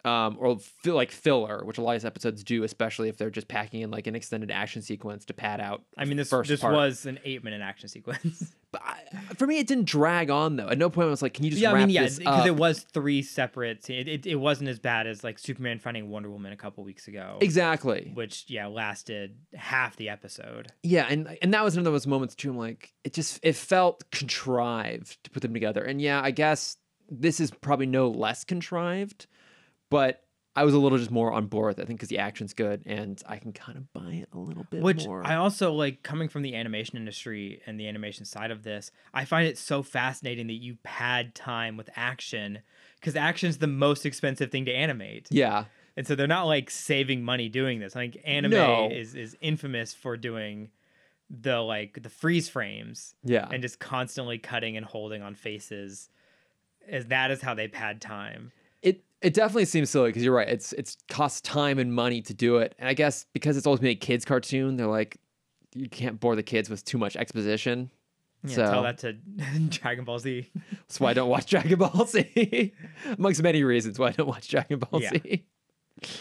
[SPEAKER 1] um, or feel like filler, which a lot of these episodes do, especially if they're just packing in like an extended action sequence to pad out.
[SPEAKER 2] i mean this
[SPEAKER 1] First
[SPEAKER 2] this
[SPEAKER 1] part.
[SPEAKER 2] was an eight minute action sequence
[SPEAKER 1] But I, for me, it didn't drag on though. At no point I was like, "Can you just
[SPEAKER 2] yeah i
[SPEAKER 1] wrap
[SPEAKER 2] mean yeah
[SPEAKER 1] this
[SPEAKER 2] because
[SPEAKER 1] up?"
[SPEAKER 2] it was three separate se- it, it, it wasn't as bad as like superman fighting wonder woman a couple weeks ago
[SPEAKER 1] exactly.
[SPEAKER 2] which yeah lasted half the episode
[SPEAKER 1] Yeah, and and that was another one of those moments too. I'm like, it just it felt contrived to put them together. And yeah, I guess this is probably no less contrived, but I was a little just more on board with it, I think because the action's good and I can kind of buy it a little bit
[SPEAKER 2] which
[SPEAKER 1] more.
[SPEAKER 2] i also like coming from the animation industry and the animation side of this i find it so fascinating that you pad time with action because action's the most expensive thing to animate
[SPEAKER 1] yeah,
[SPEAKER 2] and so they're not like saving money doing this i think anime
[SPEAKER 1] No.
[SPEAKER 2] is, is infamous for doing the like the freeze frames
[SPEAKER 1] yeah,
[SPEAKER 2] and just constantly cutting and holding on faces as that is how they pad time
[SPEAKER 1] it it definitely seems silly because you're right. It's it's costs time and money to do it, and I guess because it's always been a kids cartoon, they're like, you can't bore the kids with too much exposition.
[SPEAKER 2] yeah,
[SPEAKER 1] so
[SPEAKER 2] tell that to dragon ball z
[SPEAKER 1] That's why I don't watch Dragon Ball Z. Amongst many reasons why I don't watch Dragon Ball
[SPEAKER 2] Yeah.
[SPEAKER 1] Z.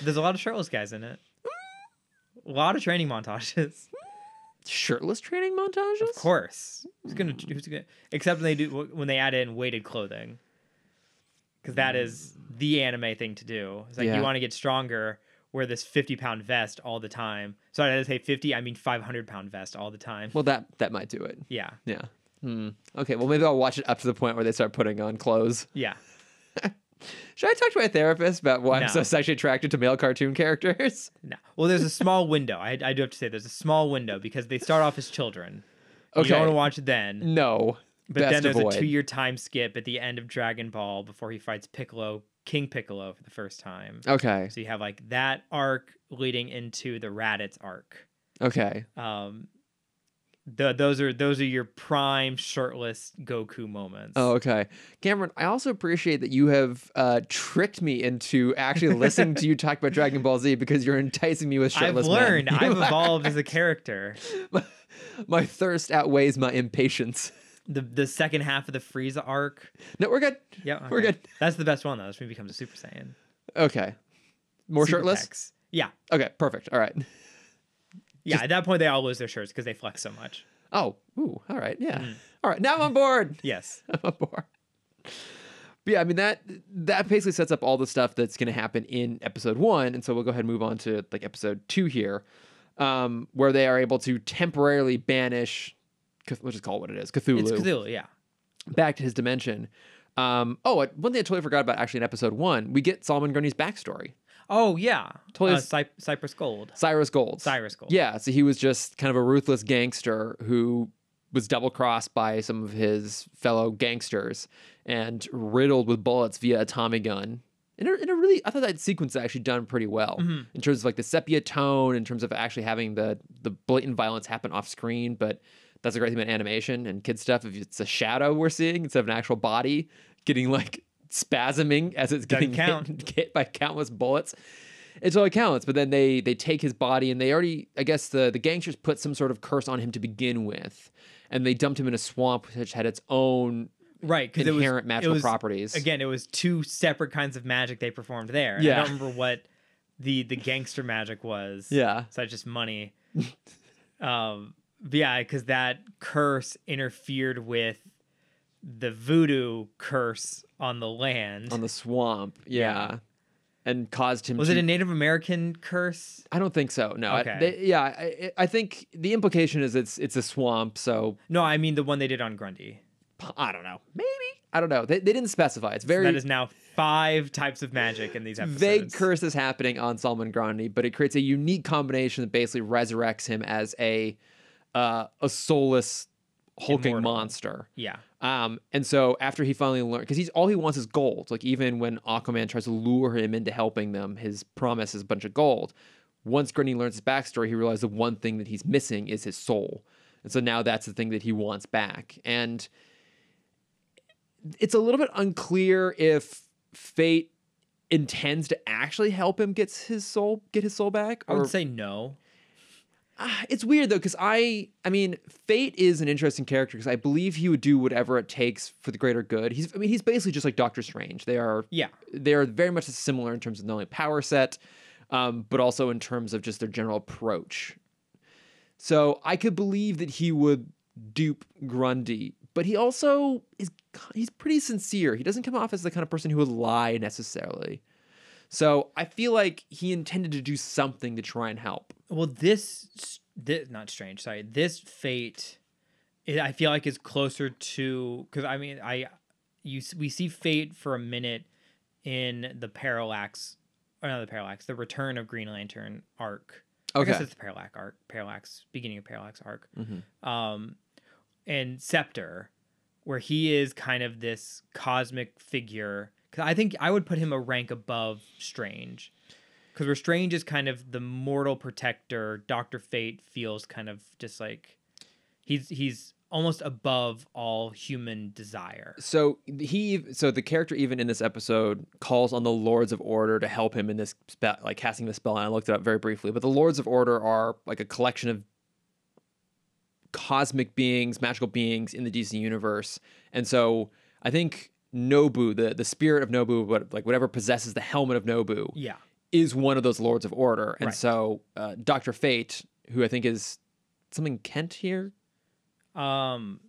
[SPEAKER 2] there's a lot of shirtless guys in it a lot of training montages
[SPEAKER 1] Shirtless training montages?
[SPEAKER 2] Of course. Who's gonna? Who's gonna? Except when they do when they add in weighted clothing, because that is the anime thing to do. It's like
[SPEAKER 1] Yeah.
[SPEAKER 2] you want to get stronger. Wear this fifty pound vest all the time. Sorry, I didn't say fifty. I mean five hundred pound vest all the time.
[SPEAKER 1] Well, that that might do it.
[SPEAKER 2] Yeah,
[SPEAKER 1] Yeah. Hmm. Okay. Well, maybe I'll watch it up to the point where they start putting on clothes.
[SPEAKER 2] yeah.
[SPEAKER 1] Should I talk to my therapist about why
[SPEAKER 2] No.
[SPEAKER 1] I'm so sexually attracted to male cartoon characters?
[SPEAKER 2] No. Well, there's a small window. I, I do have to say there's a small window because they start off as children. You
[SPEAKER 1] Okay.
[SPEAKER 2] don't want to watch it then.
[SPEAKER 1] No.
[SPEAKER 2] But
[SPEAKER 1] Best
[SPEAKER 2] then there's
[SPEAKER 1] avoid.
[SPEAKER 2] a two year time skip at the end of Dragon Ball before he fights Piccolo, King Piccolo for the first time.
[SPEAKER 1] Okay.
[SPEAKER 2] So you have like that arc leading into the Raditz arc.
[SPEAKER 1] Okay.
[SPEAKER 2] Um, the, those are those are your prime shirtless Goku moments.
[SPEAKER 1] Oh, okay. Cameron, I also appreciate that you have uh, tricked me into actually listening to you talk about Dragon Ball Z because you're enticing me with
[SPEAKER 2] I've
[SPEAKER 1] shirtless men.
[SPEAKER 2] learned.
[SPEAKER 1] You
[SPEAKER 2] I've
[SPEAKER 1] are-
[SPEAKER 2] evolved as a character.
[SPEAKER 1] my thirst outweighs my impatience.
[SPEAKER 2] The the second half of the Frieza arc.
[SPEAKER 1] No, we're good.
[SPEAKER 2] Yeah,
[SPEAKER 1] We're
[SPEAKER 2] okay.
[SPEAKER 1] good.
[SPEAKER 2] That's the best one though. That's when he becomes a Super Saiyan.
[SPEAKER 1] Okay. More
[SPEAKER 2] Super
[SPEAKER 1] shirtless?
[SPEAKER 2] pecs. Yeah,
[SPEAKER 1] Okay, perfect. All right.
[SPEAKER 2] yeah. At that point, they all lose their shirts because they flex so much.
[SPEAKER 1] Oh, ooh, all right. Yeah.
[SPEAKER 2] Hmm.
[SPEAKER 1] All right. Now I'm on board.
[SPEAKER 2] Yes.
[SPEAKER 1] I'm on board. But yeah, I mean that that basically sets up all the stuff that's going to happen in episode 1, and so we'll go ahead and move on to like episode 2 here. Um, where they are able to temporarily banish Cth- let's just call it what it is, Cthulhu.
[SPEAKER 2] It's Cthulhu. Yeah. one
[SPEAKER 1] back to his dimension. Um, oh, I- one thing I totally forgot about actually in episode one, we get Solomon Grundy's backstory.
[SPEAKER 2] Oh yeah.
[SPEAKER 1] Totally
[SPEAKER 2] Uh,
[SPEAKER 1] s-
[SPEAKER 2] Cy- Cypress Gold.
[SPEAKER 1] Cyrus Gold.
[SPEAKER 2] Cyrus Gold.
[SPEAKER 1] Yeah, so he was just kind of a ruthless gangster who was double crossed by some of his fellow gangsters and riddled with bullets via a Tommy gun. In a, in a really, I thought that sequence was actually done pretty well in terms of like the sepia tone, in terms of actually having the the blatant violence happen off screen. But that's a great thing about animation and kid stuff. If it's a shadow we're seeing instead of an actual body, getting like spasming as it's
[SPEAKER 2] Doesn't
[SPEAKER 1] getting hit,
[SPEAKER 2] count.
[SPEAKER 1] hit by countless bullets. It totally counts, but then they they take his body and they already I guess the the gangsters put some sort of curse on him to begin with, and they dumped him in a swamp which had its own
[SPEAKER 2] right because it was
[SPEAKER 1] inherent magical
[SPEAKER 2] it was,
[SPEAKER 1] properties.
[SPEAKER 2] Again, it was two separate kinds of magic they performed there. I
[SPEAKER 1] Yeah.
[SPEAKER 2] don't remember what the the gangster magic was.
[SPEAKER 1] Yeah.
[SPEAKER 2] so that's just money. um, but yeah, because that curse interfered with the voodoo curse on the land.
[SPEAKER 1] on the swamp, yeah, and caused him.
[SPEAKER 2] was
[SPEAKER 1] to,
[SPEAKER 2] it a Native American curse?
[SPEAKER 1] I don't think so. No. I-
[SPEAKER 2] Okay.
[SPEAKER 1] they- yeah, I, I think the implication is it's it's a swamp, so
[SPEAKER 2] No, I mean the one they did on Grundy.
[SPEAKER 1] I don't know. Maybe I don't know. They, they didn't specify. It's very
[SPEAKER 2] that is now five types of magic in these episodes.
[SPEAKER 1] vague curse is happening on Salman Grandi, but it creates a unique combination that basically resurrects him as a uh, a soulless hulking
[SPEAKER 2] Immortal.
[SPEAKER 1] monster.
[SPEAKER 2] Yeah.
[SPEAKER 1] Um, and so after he finally learned, because he's all he wants is gold. Like even when Aquaman tries to lure him into helping them, his promise is a bunch of gold. Once Grundy learns his backstory, he realizes the one thing that he's missing is his soul, and so now that's the thing that he wants back. And it's a little bit unclear if fate intends to actually help him get his soul get his soul back
[SPEAKER 2] I
[SPEAKER 1] or
[SPEAKER 2] would say no.
[SPEAKER 1] Ah, it's weird though because i i mean fate is an interesting character because i believe he would do whatever it takes for the greater good he's i mean he's basically just like doctor strange they are
[SPEAKER 2] Yeah.
[SPEAKER 1] they are very much similar in terms of not only power set um, but also in terms of just their general approach so i could believe that he would dupe grundy but he also is he's pretty sincere he doesn't come off as the kind of person who would lie necessarily so i feel like he intended to do something to try and help
[SPEAKER 2] Well, this, this not strange. Sorry, this fate, it, I feel like is closer to because I mean I, you s- we see fate for a minute in the parallax, or not the parallax, the return of Green Lantern arc. I guess it's the parallax arc, parallax beginning of parallax arc,
[SPEAKER 1] Mhm.
[SPEAKER 2] um, and scepter, where he is kind of this cosmic figure. Because I think I would put him a rank above Strange, because where Strange is kind of the mortal protector, Doctor Fate feels kind of just like he's he's almost above all human desire.
[SPEAKER 1] so he so the character even in this episode calls on the lords of order to help him in this spell like casting the spell and i looked it up very briefly but the lords of order are like a collection of cosmic beings magical beings in the dc universe and so i think nobu the the spirit of nobu but like whatever possesses the helmet of nobu
[SPEAKER 2] Yeah,
[SPEAKER 1] is one of those lords of order and
[SPEAKER 2] Right.
[SPEAKER 1] so uh, dr fate who i think is something kent here
[SPEAKER 2] um,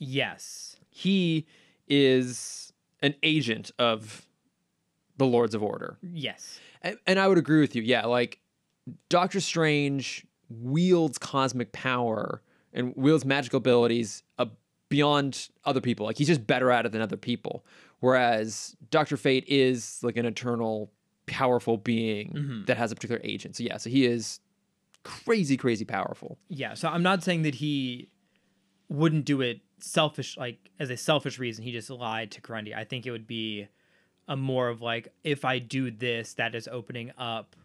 [SPEAKER 2] yes,
[SPEAKER 1] he is an agent of the Lords of Order.
[SPEAKER 2] yes,
[SPEAKER 1] And, and I would agree with you. Yeah, like Doctor Strange wields cosmic power and wields magical abilities uh, beyond other people. Like he's just better at it than other people. Whereas Doctor Fate is like an eternal, powerful being
[SPEAKER 2] Mhm.
[SPEAKER 1] that has a particular agent. So yeah, so he is crazy, crazy powerful.
[SPEAKER 2] Yeah, so I'm not saying that he wouldn't do it selfish, like as a selfish reason. He just lied to Grundy. I think it would be a more of like, if I do this, that is opening up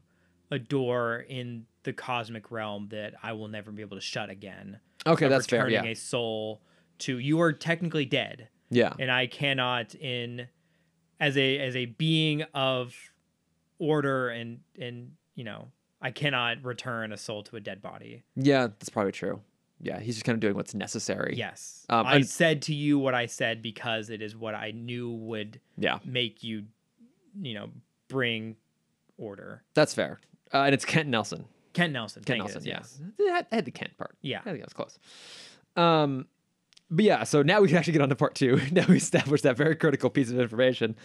[SPEAKER 2] a door in the cosmic realm that I will never be able to shut again.
[SPEAKER 1] Okay,
[SPEAKER 2] Of
[SPEAKER 1] that's fair.
[SPEAKER 2] returning
[SPEAKER 1] Yeah,
[SPEAKER 2] a soul to you are technically dead,
[SPEAKER 1] yeah.
[SPEAKER 2] and I cannot in as a as a being of order and and you know I cannot return a soul to a dead body.
[SPEAKER 1] Yeah, that's probably true. Yeah, he's just kind of doing what's necessary.
[SPEAKER 2] Yes.
[SPEAKER 1] Um,
[SPEAKER 2] I
[SPEAKER 1] and-
[SPEAKER 2] said to you what I said because it is what I knew would
[SPEAKER 1] Yeah,
[SPEAKER 2] make you, you know, bring order.
[SPEAKER 1] that's fair. Uh, and it's Kent Nelson.
[SPEAKER 2] Kent Nelson.
[SPEAKER 1] Kent
[SPEAKER 2] thank you,
[SPEAKER 1] Nelson. Yeah,
[SPEAKER 2] yes,
[SPEAKER 1] I had- I had the Kent part.
[SPEAKER 2] yes.
[SPEAKER 1] I
[SPEAKER 2] Yeah.
[SPEAKER 1] think that was close. Um, but yeah, so now we can actually get on to part two. Now we established that very critical piece of information.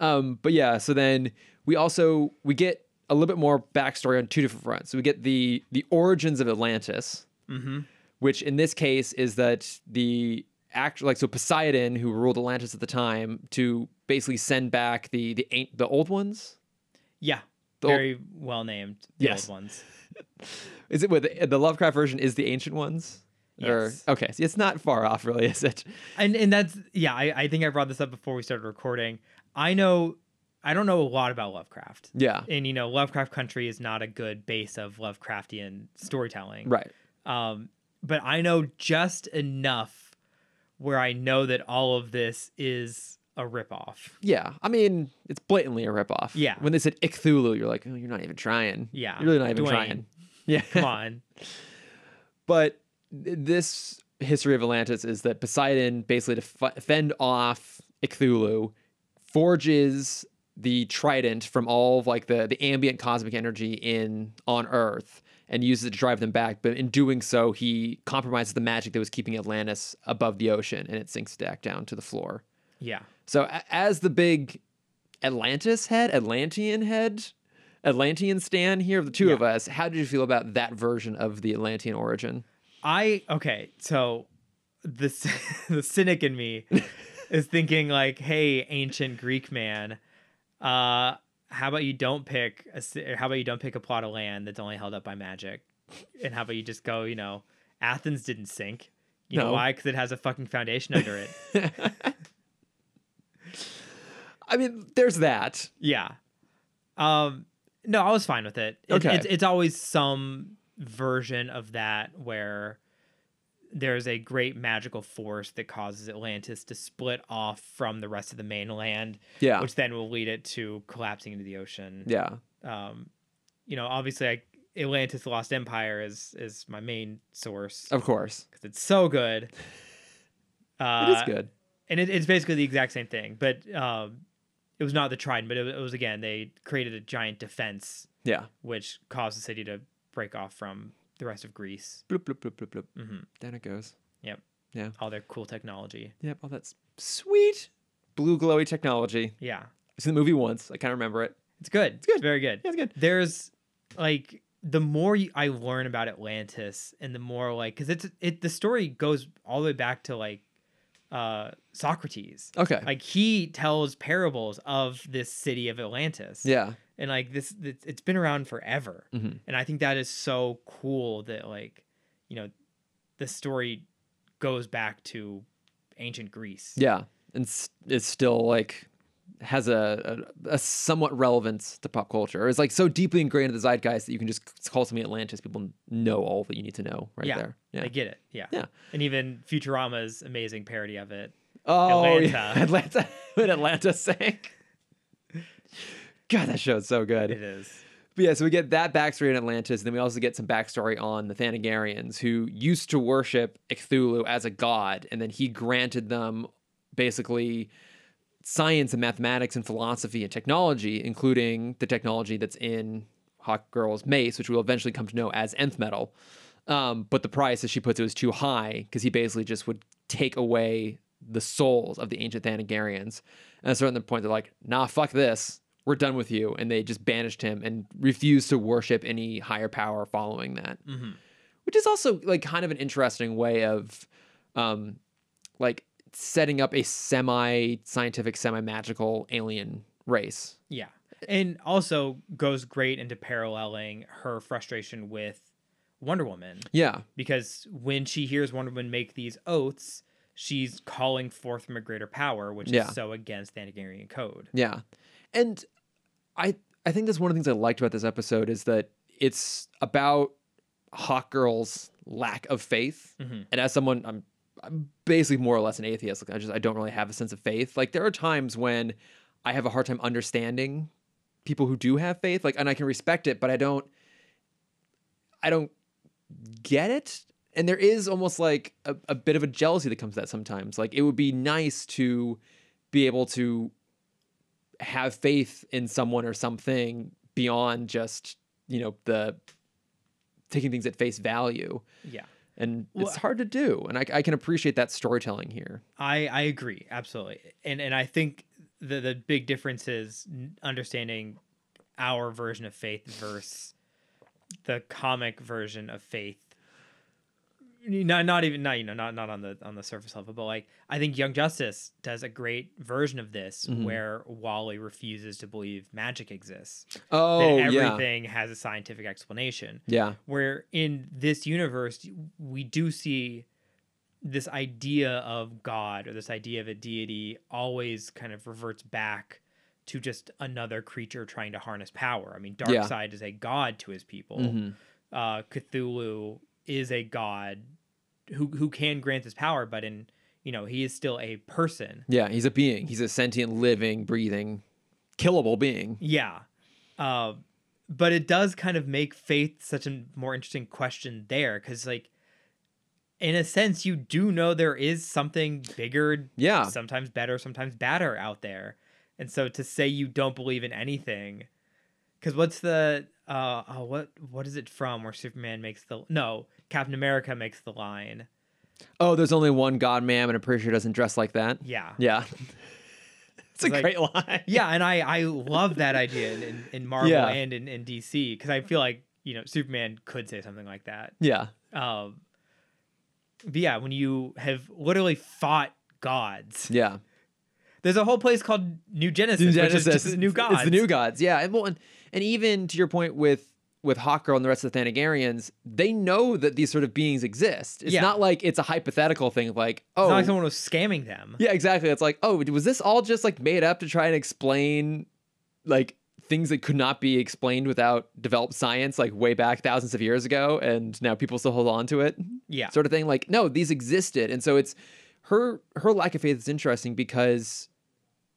[SPEAKER 1] Um, but yeah, so then we also we get a little bit more backstory on two different fronts. So we get the the origins of Atlantis,
[SPEAKER 2] Mm-hmm.
[SPEAKER 1] which in this case is that the act like so Poseidon, who ruled Atlantis at the time, to basically send back the the ain't the old ones.
[SPEAKER 2] Yeah.
[SPEAKER 1] The old-
[SPEAKER 2] Very well named. The
[SPEAKER 1] Yes.
[SPEAKER 2] old ones.
[SPEAKER 1] Is it with the Lovecraft version? Is the ancient ones?
[SPEAKER 2] Yes.
[SPEAKER 1] Or okay, so it's not far off, really, is it?
[SPEAKER 2] And and that's yeah, I, I think I brought this up before we started recording. I know I don't know a lot about Lovecraft.
[SPEAKER 1] Yeah.
[SPEAKER 2] And you know, Lovecraft Country is not a good base of Lovecraftian storytelling.
[SPEAKER 1] Right.
[SPEAKER 2] Um, but I know just enough where I know that all of this is a ripoff.
[SPEAKER 1] Yeah, I mean, it's blatantly a ripoff.
[SPEAKER 2] Yeah.
[SPEAKER 1] When they said Icthulu, you're like, oh, you're not even trying.
[SPEAKER 2] Yeah.
[SPEAKER 1] You're really not even
[SPEAKER 2] Dwayne.
[SPEAKER 1] trying. Yeah.
[SPEAKER 2] Come on.
[SPEAKER 1] But th- this history of Atlantis is that Poseidon, basically to f- fend off Icthulu, forges the trident from all of like the, the ambient cosmic energy in on Earth and uses it to drive them back. But in doing so, he compromises the magic that was keeping Atlantis above the ocean and it sinks back down to the floor.
[SPEAKER 2] Yeah.
[SPEAKER 1] So a- as the big Atlantis head, Atlantean head, Atlantean stan here of the two of us, how did you feel about that version of the Atlantean origin?
[SPEAKER 2] I okay, so the c- the cynic in me is thinking like, "Hey, ancient Greek man, uh, how about you don't pick a ci- or how about you don't pick a plot of land that's only held up by magic, and how about you just go, you know, Athens didn't sink, you know
[SPEAKER 1] No.
[SPEAKER 2] why? Because it has a fucking foundation under it.
[SPEAKER 1] I mean, there's that.
[SPEAKER 2] yeah, um, no, I was fine with it. It-
[SPEAKER 1] Okay.
[SPEAKER 2] it's it's always some version of that where there's a great magical force that causes Atlantis to split off from the rest of the mainland,
[SPEAKER 1] Yeah.
[SPEAKER 2] which then will lead it to collapsing into the ocean.
[SPEAKER 1] yeah.
[SPEAKER 2] Um, you know, obviously, I, Atlantis: The Lost Empire is is my main source
[SPEAKER 1] Of course.
[SPEAKER 2] because it's so good. Uh,
[SPEAKER 1] it is good.
[SPEAKER 2] and it, it's basically the exact same thing, but um, it was not the Trident, but it, it was again they created a giant defense
[SPEAKER 1] Yeah.
[SPEAKER 2] which caused the city to break off from the rest of Greece.
[SPEAKER 1] Bloop, bloop, bloop, bloop, bloop.
[SPEAKER 2] hmm
[SPEAKER 1] Down it goes.
[SPEAKER 2] All their cool technology.
[SPEAKER 1] Yep. All that's sweet blue glowy technology.
[SPEAKER 2] Yeah,
[SPEAKER 1] I've seen the movie once. I can't remember it.
[SPEAKER 2] it's good. It's
[SPEAKER 1] good.
[SPEAKER 2] very good.
[SPEAKER 1] Yeah, it's good.
[SPEAKER 2] There's like the more you, I learn about Atlantis, and the more like because it's it the story goes all the way back to like uh Socrates.
[SPEAKER 1] Okay.
[SPEAKER 2] Like he tells parables of this city of Atlantis.
[SPEAKER 1] yeah.
[SPEAKER 2] and like this th- it's been around forever
[SPEAKER 1] Mhm.
[SPEAKER 2] and i think that is so cool that like you know the story goes back to ancient greece
[SPEAKER 1] Yeah. And s- is still like has a, a a somewhat relevance to pop culture. It's like so deeply ingrained in the zeitgeist that you can just call something Atlantis. People know all that you need to know right
[SPEAKER 2] Yeah.
[SPEAKER 1] there. Yeah.
[SPEAKER 2] i get it yeah
[SPEAKER 1] Yeah.
[SPEAKER 2] and even futurama's amazing parody of it
[SPEAKER 1] Oh,
[SPEAKER 2] Atlanta.
[SPEAKER 1] yeah. Atlanta. when Atlanta sank. God, that show's so good.
[SPEAKER 2] it is
[SPEAKER 1] But yeah, so we get that backstory in Atlantis, and then we also get some backstory on the Thanagarians, who used to worship Cthulhu as a god, and then he granted them basically science and mathematics and philosophy and technology, including the technology that's in Hawkgirl's mace, which we'll eventually come to know as nth metal. Um, but the price, as she puts it, was too high because he basically just would take away the souls of the ancient Thanagarians. And at a certain point, they're like, nah, fuck this. We're done with you. And they just banished him and refused to worship any higher power following that,
[SPEAKER 2] Mhm.
[SPEAKER 1] which is also like kind of an interesting way of um, like setting up a semi scientific, semi magical alien race.
[SPEAKER 2] yeah and also goes great into paralleling her frustration with wonder woman
[SPEAKER 1] Yeah.
[SPEAKER 2] because when she hears Wonder Woman make these oaths, she's calling forth from a greater power, which
[SPEAKER 1] Yeah.
[SPEAKER 2] is so against the Antigarian code.
[SPEAKER 1] Yeah. And I I think that's one of the things I liked about this episode is that it's about Hawkgirl's lack of faith.
[SPEAKER 2] Mhm.
[SPEAKER 1] And as someone I'm I'm basically more or less an atheist. Like I just I don't really have a sense of faith. Like there are times when I have a hard time understanding people who do have faith. Like and I can respect it, but I don't I don't get it. And there is almost like a, a bit of a jealousy that comes to that sometimes. Like it would be nice to be able to have faith in someone or something beyond just, you know, the taking things at face value.
[SPEAKER 2] Yeah,
[SPEAKER 1] And
[SPEAKER 2] Well,
[SPEAKER 1] it's hard to do. And I, I can appreciate that storytelling here.
[SPEAKER 2] I I agree absolutely, and and I think the the big difference is n- understanding our version of faith versus the comic version of faith. Not not even not you know not not on the on the surface level, but like I think Young Justice does a great version of this
[SPEAKER 1] Mhm.
[SPEAKER 2] where Wally refuses to believe magic exists.
[SPEAKER 1] Oh,
[SPEAKER 2] that
[SPEAKER 1] yeah.
[SPEAKER 2] everything has a scientific explanation.
[SPEAKER 1] Yeah.
[SPEAKER 2] Where in this universe, we do see this idea of God or this idea of a deity always kind of reverts back to just another creature trying to harness power. I mean,
[SPEAKER 1] Yeah.
[SPEAKER 2] Darkseid is a god to his people.
[SPEAKER 1] Mhm.
[SPEAKER 2] Uh, Cthulhu is a god who who can grant this power, but in you know, he is still a person.
[SPEAKER 1] Yeah, he's a being. He's a sentient, living, breathing, killable being.
[SPEAKER 2] Yeah. Uh, but it does kind of make faith such a more interesting question there because, like, in a sense, you do know there is something bigger,
[SPEAKER 1] Yeah.
[SPEAKER 2] sometimes better, sometimes badder out there. And so to say you don't believe in anything, because what's the uh oh, what what is it from where Superman makes the no Captain America makes the line
[SPEAKER 1] Oh, there's only one God, ma'am, and I'm pretty sure doesn't dress like that.
[SPEAKER 2] yeah
[SPEAKER 1] Yeah. it's a
[SPEAKER 2] It's like-
[SPEAKER 1] great line.
[SPEAKER 2] yeah and i i love that idea in in, in marvel
[SPEAKER 1] Yeah.
[SPEAKER 2] and in, in dc because i feel like you know superman could say something like that
[SPEAKER 1] Yeah.
[SPEAKER 2] um but yeah when you have literally fought gods
[SPEAKER 1] Yeah.
[SPEAKER 2] there's a whole place called new genesis, which is just new
[SPEAKER 1] It's-
[SPEAKER 2] gods
[SPEAKER 1] It's the new gods. Yeah. And, well, and, and even to your point with with Hawkgirl and the rest of the Thanagarians, they know that these sort of beings exist. It's
[SPEAKER 2] Yeah.
[SPEAKER 1] not like it's a hypothetical thing of like,
[SPEAKER 2] it's
[SPEAKER 1] oh,
[SPEAKER 2] not like someone was scamming them
[SPEAKER 1] yeah, exactly. It's like, oh, was this all just like made up to try and explain like things that could not be explained without developed science like way back thousands of years ago and now people still hold on to it?
[SPEAKER 2] yeah
[SPEAKER 1] sort of thing like no these existed and so it's her her lack of faith is interesting because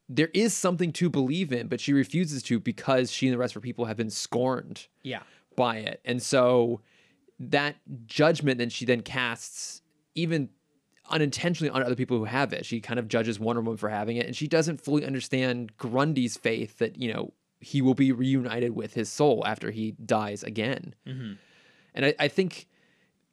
[SPEAKER 1] there is something to believe in but she refuses to because she and the rest of her people have been scorned
[SPEAKER 2] yeah
[SPEAKER 1] by it and so that judgment that she then casts even unintentionally on other people who have it she kind of judges wonder woman for having it and she doesn't fully understand grundy's faith that you know he will be reunited with his soul after he dies again
[SPEAKER 2] Mhm.
[SPEAKER 1] and I, I think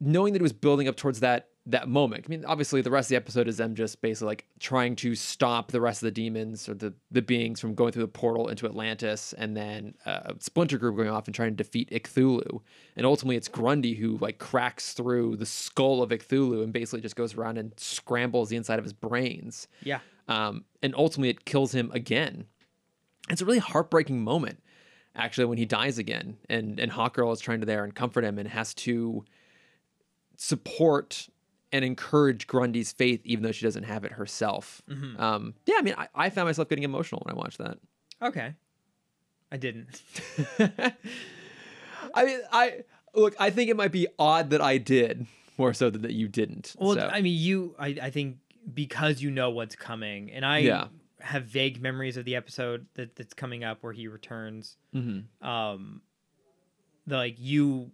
[SPEAKER 1] knowing that it was building up towards that that moment. I mean, obviously the rest of the episode is them just basically like trying to stop the rest of the demons or the the beings from going through the portal into Atlantis, and then uh, a splinter group going off and trying to defeat Icthulu. And ultimately, it's Grundy who like cracks through the skull of Icthulu and basically just goes around and scrambles the inside of his brains.
[SPEAKER 2] yeah
[SPEAKER 1] Um, and ultimately, it kills him again. It's a really heartbreaking moment, actually, when he dies again, and and Hawkgirl is trying to there and comfort him, and has to support and encourage Grundy's faith, even though she doesn't have it herself.
[SPEAKER 2] Mm-hmm.
[SPEAKER 1] Um, yeah, I mean, I, I found myself getting emotional when I watched that.
[SPEAKER 2] okay i didn't
[SPEAKER 1] I mean, I look, I think it might be odd that I did more so than that you didn't.
[SPEAKER 2] Well,
[SPEAKER 1] so.
[SPEAKER 2] I mean, you, I, I think because you know what's coming, and I
[SPEAKER 1] Yeah.
[SPEAKER 2] have vague memories of the episode that, that's coming up where he returns.
[SPEAKER 1] Mhm.
[SPEAKER 2] Um, the, like you,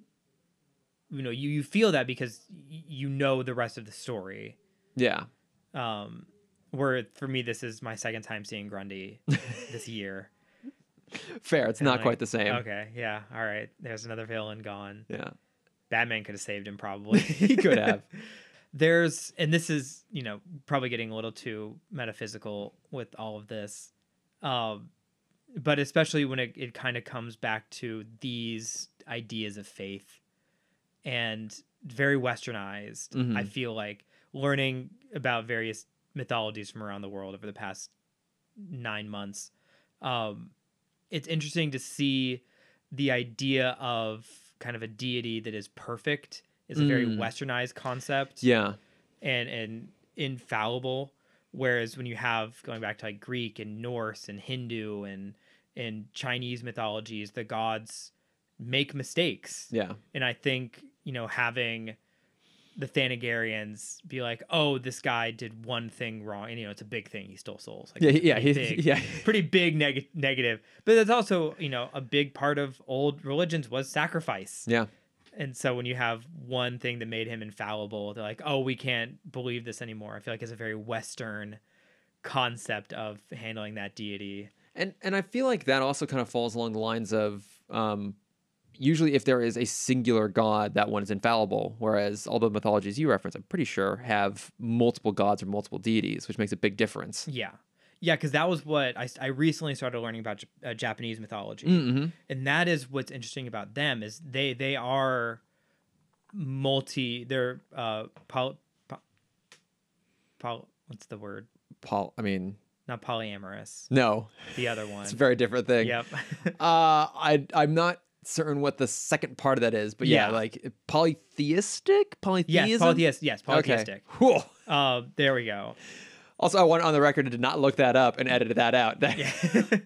[SPEAKER 2] you know, you you feel that because y- you know the rest of the story.
[SPEAKER 1] yeah,
[SPEAKER 2] Um, where for me, this is my second time seeing Grundy this year.
[SPEAKER 1] fair. It's
[SPEAKER 2] And
[SPEAKER 1] not
[SPEAKER 2] like,
[SPEAKER 1] quite the same.
[SPEAKER 2] Okay, yeah, all right. There's another villain gone.
[SPEAKER 1] Yeah,
[SPEAKER 2] Batman could have saved him probably.
[SPEAKER 1] he could have.
[SPEAKER 2] there's and this is you know probably getting a little too metaphysical with all of this um but especially when it, it kind of comes back to these ideas of faith and very westernized
[SPEAKER 1] Mhm.
[SPEAKER 2] i feel like learning about various mythologies from around the world over the past nine months um it's interesting to see the idea of kind of a deity that is perfect is a very
[SPEAKER 1] Mm.
[SPEAKER 2] westernized concept
[SPEAKER 1] Yeah.
[SPEAKER 2] and and infallible whereas when you have going back to like greek and norse and hindu and and chinese mythologies the gods make mistakes
[SPEAKER 1] Yeah.
[SPEAKER 2] and i think you know having the Thanagarians be like, oh, this guy did one thing wrong, and you know it's a big thing. He stole souls. Like,
[SPEAKER 1] Yeah.
[SPEAKER 2] it's
[SPEAKER 1] Yeah. he-
[SPEAKER 2] a pretty big-
[SPEAKER 1] Yeah.
[SPEAKER 2] pretty big neg- negative but that's also you know a big part of old religions was sacrifice
[SPEAKER 1] Yeah.
[SPEAKER 2] and so when you have one thing that made him infallible they're like oh we can't believe this anymore i feel like it's a very western concept of handling that deity
[SPEAKER 1] And and I feel like that also kind of falls along the lines of um, usually if there is a singular god, that one is infallible. Whereas all the mythologies you reference, I'm pretty sure, have multiple gods or multiple deities, which makes a big difference.
[SPEAKER 2] yeah yeah because that was what I, I recently started learning about J- uh, japanese mythology
[SPEAKER 1] Mm-hmm.
[SPEAKER 2] and that is what's interesting about them is they they are multi they're uh poly, po- poly, what's the word
[SPEAKER 1] Paul, I mean,
[SPEAKER 2] not polyamorous
[SPEAKER 1] no,
[SPEAKER 2] the other one
[SPEAKER 1] it's a very different thing.
[SPEAKER 2] yep
[SPEAKER 1] Uh, I I'm not certain what the second part of that is, but yeah,
[SPEAKER 2] Yeah.
[SPEAKER 1] like polytheistic, polytheism.
[SPEAKER 2] yes polytheist yes
[SPEAKER 1] Okay.
[SPEAKER 2] polytheistic
[SPEAKER 1] Whew.
[SPEAKER 2] uh, there we go
[SPEAKER 1] Also, I went on the record and did not look that up and edited that out.
[SPEAKER 2] yeah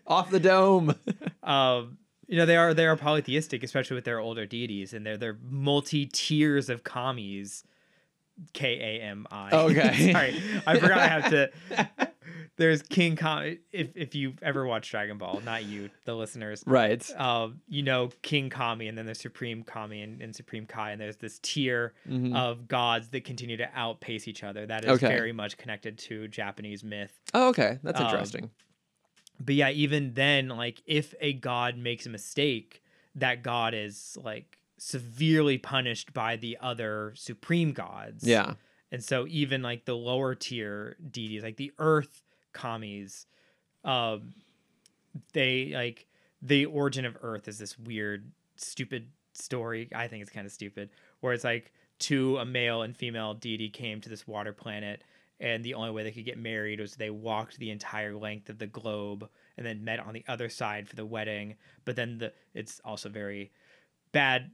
[SPEAKER 1] Off the dome.
[SPEAKER 2] um you know they are they are polytheistic especially with their older deities and they're they're multi tiers of commies K A M I.
[SPEAKER 1] Oh, Okay.
[SPEAKER 2] Sorry, I forgot I have to. There's King Kong. If if you've ever watched Dragon Ball, not you, the listeners,
[SPEAKER 1] Right.
[SPEAKER 2] uh, you know King Kami, and then there's Supreme Kami and, and Supreme Kai, and there's this tier
[SPEAKER 1] Mhm.
[SPEAKER 2] of gods that continue to outpace each other. That is
[SPEAKER 1] Okay.
[SPEAKER 2] very much connected to Japanese myth.
[SPEAKER 1] Oh, okay. That's
[SPEAKER 2] Um,
[SPEAKER 1] interesting.
[SPEAKER 2] But yeah, even then, like if a god makes a mistake, that god is like severely punished by the other supreme gods.
[SPEAKER 1] Yeah.
[SPEAKER 2] And so even like the lower tier deities, like the earth commies, um, they like the origin of earth is this weird, stupid story. I think it's kind of stupid, where it's like two a male and female deity came to this water planet, and the only way they could get married was they walked the entire length of the globe and then met on the other side for the wedding. But then the it's also very bad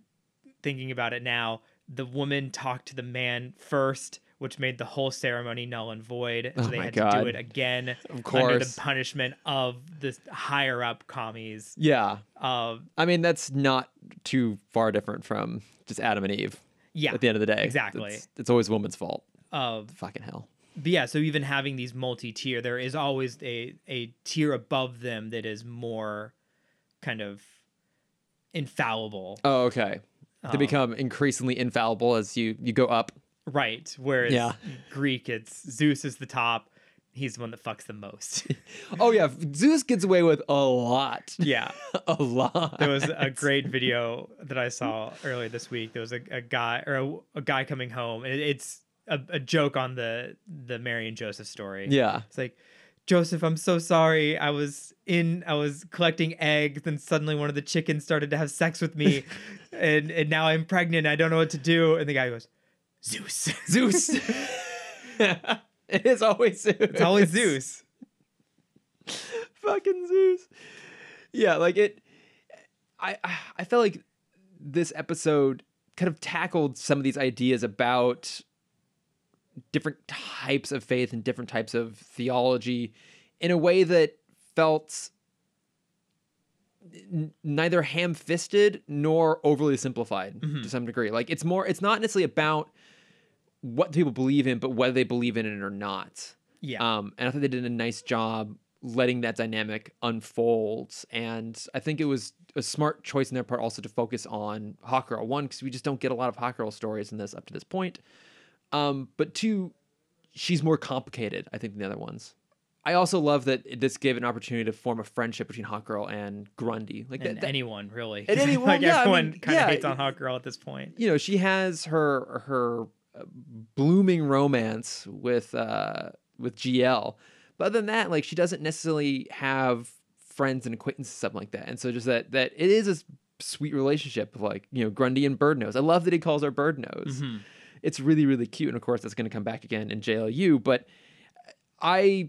[SPEAKER 2] thinking about it now, the woman talked to the man first, which made the whole ceremony null and void. and
[SPEAKER 1] Oh
[SPEAKER 2] So they
[SPEAKER 1] my
[SPEAKER 2] had to
[SPEAKER 1] God.
[SPEAKER 2] do it again
[SPEAKER 1] Of
[SPEAKER 2] under the
[SPEAKER 1] course.
[SPEAKER 2] punishment of the higher up commies.
[SPEAKER 1] Yeah.
[SPEAKER 2] Uh,
[SPEAKER 1] I mean, that's not too far different from just Adam and Eve
[SPEAKER 2] yeah.
[SPEAKER 1] at the end of the day.
[SPEAKER 2] exactly.
[SPEAKER 1] It's, it's always a woman's fault.
[SPEAKER 2] Uh,
[SPEAKER 1] Fucking hell.
[SPEAKER 2] but yeah, so even having these multi tier, there is always a, a tier above them that is more kind of infallible.
[SPEAKER 1] Oh, okay. They
[SPEAKER 2] Um,
[SPEAKER 1] become increasingly infallible as you you go up.
[SPEAKER 2] Right. Whereas
[SPEAKER 1] Yeah.
[SPEAKER 2] Greek, it's Zeus is the top. He's the one that fucks the most.
[SPEAKER 1] Oh yeah, Zeus gets away with a lot.
[SPEAKER 2] yeah.
[SPEAKER 1] a lot.
[SPEAKER 2] there was a great video that I saw earlier this week. There was a, a guy or a, a guy coming home, and it- it's a, a joke on the the Mary and Joseph story.
[SPEAKER 1] Yeah.
[SPEAKER 2] it's like Joseph, I'm so sorry. I was in, I was collecting eggs, and suddenly one of the chickens started to have sex with me, and and now I'm pregnant. I don't know what to do. And the guy goes, Zeus.
[SPEAKER 1] Zeus. it is always Zeus.
[SPEAKER 2] it's always Zeus.
[SPEAKER 1] Fucking Zeus. Yeah, like it I I- I felt like this episode kind of tackled some of these ideas about different types of faith and different types of theology in a way that felt n- neither ham-fisted nor overly simplified to some degree. Like it's more it's not necessarily about what people believe in, but whether they believe in it or not.
[SPEAKER 2] Yeah,
[SPEAKER 1] Um, and I think they did a nice job letting that dynamic unfold. And I think it was a smart choice on their part also to focus on Hawk Girl. One, because we just don't get a lot of Hawk Girl stories in this up to this point. Um, but two, she's more complicated, I think, than the other ones. I also love that it- this gave an opportunity to form a friendship between Hawk Girl and Grundy. Like
[SPEAKER 2] and
[SPEAKER 1] that, that-
[SPEAKER 2] anyone really.
[SPEAKER 1] and anyone,
[SPEAKER 2] like
[SPEAKER 1] yeah, I
[SPEAKER 2] everyone
[SPEAKER 1] mean,
[SPEAKER 2] kind of
[SPEAKER 1] yeah,
[SPEAKER 2] hates on Hot Girl at this point.
[SPEAKER 1] you know, she has her her uh, blooming romance with uh with GL. But other than that, like she doesn't necessarily have friends and acquaintances something like that. And so just that that it is a s- sweet relationship of like, you know, Grundy and Bird Nose. I love that he calls her Bird Nose.
[SPEAKER 2] Mhm.
[SPEAKER 1] It's really really cute and of course that's going to come back again in JLU, but I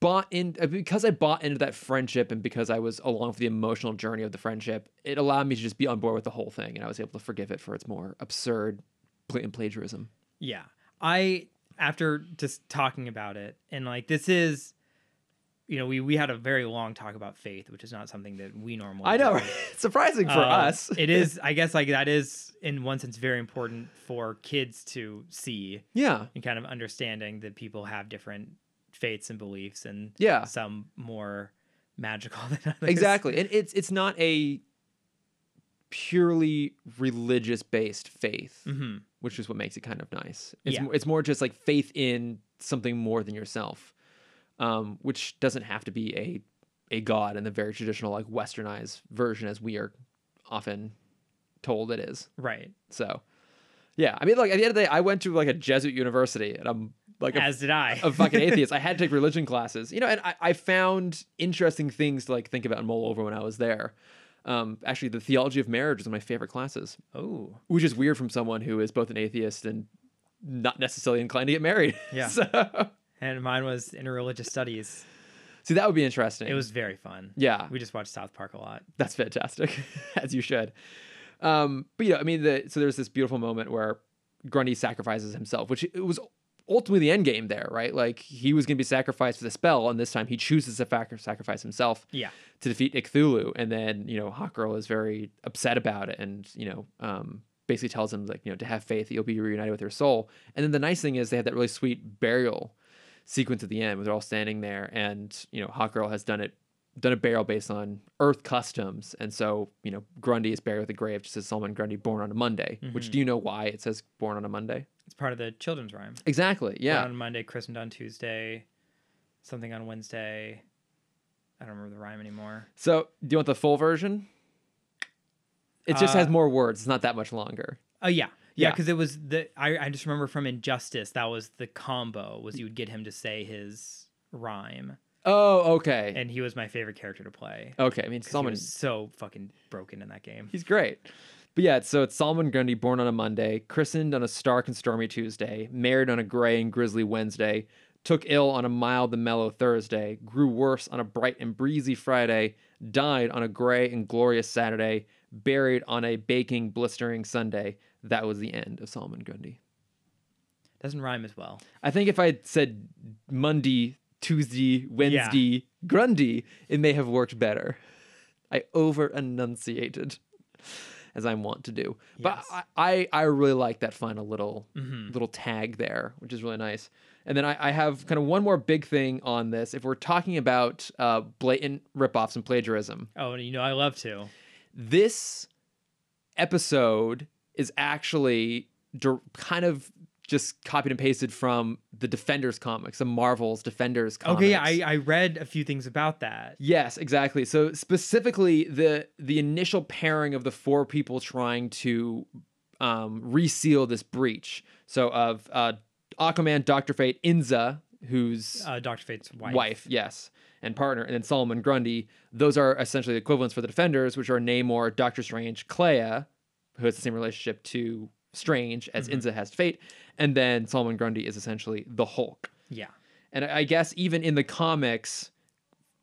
[SPEAKER 1] bought in uh, because I bought into that friendship and because I was along for the emotional journey of the friendship, it allowed me to just be on board with the whole thing and I was able to forgive it for its more absurd blatant plagiarism.
[SPEAKER 2] Yeah. I after just talking about it and like this is you know, we we had a very long talk about faith, which is not something that we normally
[SPEAKER 1] I know,
[SPEAKER 2] do.
[SPEAKER 1] right? surprising for
[SPEAKER 2] Uh,
[SPEAKER 1] us.
[SPEAKER 2] it is I guess like that is in one sense very important for kids to see
[SPEAKER 1] Yeah,
[SPEAKER 2] and kind of understanding that people have different faiths and beliefs and
[SPEAKER 1] yeah,
[SPEAKER 2] some more magical than others.
[SPEAKER 1] exactly. And it's it's not a purely religious based faith,
[SPEAKER 2] hmm
[SPEAKER 1] which is what makes it kind of nice. It's
[SPEAKER 2] Yeah.
[SPEAKER 1] more, it's more just like faith in something more than yourself, um, which doesn't have to be a a god in the very traditional like westernized version as we are often told it is.
[SPEAKER 2] Right.
[SPEAKER 1] So, yeah, I mean, like at the end of the day, I went to like a Jesuit university, and I'm like a
[SPEAKER 2] As did I.
[SPEAKER 1] a fucking atheist. I had to take religion classes, you know, and I, I found interesting things to like think about and mull over when I was there. Um, actually, the theology of marriage was one of my favorite classes,
[SPEAKER 2] oh.
[SPEAKER 1] which is weird from someone who is both an atheist and not necessarily inclined to get married.
[SPEAKER 2] Yeah.
[SPEAKER 1] so,
[SPEAKER 2] And mine was interreligious studies.
[SPEAKER 1] see, that would be interesting.
[SPEAKER 2] It was very fun.
[SPEAKER 1] yeah,
[SPEAKER 2] We just watched South Park a lot.
[SPEAKER 1] that's fantastic, as you should. Um, but you know, I mean, the, so there's this beautiful moment where Grundy sacrifices himself, which it was ultimately the end game there, right? Like he was going to be sacrificed for the spell, and this time he chooses to fac- sacrifice himself.
[SPEAKER 2] Yeah.
[SPEAKER 1] to defeat Cthulhu. And then, you know, Hawkgirl is very upset about it and, you know, um, basically tells him like you know to have faith that you'll be reunited with your soul. And then the nice thing is they have that really sweet burial sequence at the end where they're all standing there, and you know Hawk Girl has done it done a burial based on Earth customs, and so you know Grundy is buried with a grave just as Solomon Grundy born on a Monday.
[SPEAKER 2] Mm-hmm.
[SPEAKER 1] Which do you know why it says born on a Monday?
[SPEAKER 2] It's part of the children's rhyme.
[SPEAKER 1] Exactly.
[SPEAKER 2] Born
[SPEAKER 1] Yeah.
[SPEAKER 2] On Monday, christened on Tuesday, something on Wednesday. I don't remember the rhyme anymore.
[SPEAKER 1] So do you want the full version? It just
[SPEAKER 2] Uh,
[SPEAKER 1] has more words. It's not that much longer.
[SPEAKER 2] Oh yeah. Yeah,
[SPEAKER 1] Yeah.
[SPEAKER 2] because it was the I, I just remember from Injustice that was the combo was you would get him to say his rhyme,
[SPEAKER 1] Oh, okay.
[SPEAKER 2] and he was my favorite character to play.
[SPEAKER 1] Okay, I mean
[SPEAKER 2] 'Cause he
[SPEAKER 1] Solomon,
[SPEAKER 2] was so fucking broken in that game.
[SPEAKER 1] he's great. But yeah, so it's Solomon Grundy, born on a Monday, christened on a stark and stormy Tuesday, married on a gray and grisly Wednesday, took ill on a mild and mellow Thursday, grew worse on a bright and breezy Friday, died on a gray and glorious Saturday, buried on a baking, blistering Sunday. That was the end of Solomon Grundy.
[SPEAKER 2] Doesn't rhyme as well.
[SPEAKER 1] I think if I had said Monday, Tuesday, Wednesday, Grundy, it may have worked better. I over enunciated, as I'm wont to do.
[SPEAKER 2] Yes.
[SPEAKER 1] But I, I, I really like that final little
[SPEAKER 2] Mhm.
[SPEAKER 1] little tag there, which is really nice. And then I, I have kind of one more big thing on this. If we're talking about uh, blatant ripoffs and plagiarism,
[SPEAKER 2] Oh, and you know I love to.
[SPEAKER 1] this episode is actually dir- kind of just copied and pasted from the Defenders comics, the Marvel's Defenders comics.
[SPEAKER 2] Okay, yeah, I, I read a few things about that.
[SPEAKER 1] Yes, exactly. So specifically, the the initial pairing of the four people trying to um, reseal this breach. So of uh, Aquaman, Doctor Fate, Inza, who's
[SPEAKER 2] Uh, Doctor Fate's wife.
[SPEAKER 1] wife. yes, and partner, and then Solomon Grundy. Those are essentially the equivalents for the Defenders, which are Namor, Doctor Strange, Clea, who has the same relationship to Strange as Inza has to Fate, and then Solomon Grundy is essentially the Hulk.
[SPEAKER 2] Yeah.
[SPEAKER 1] And I I guess even in the comics,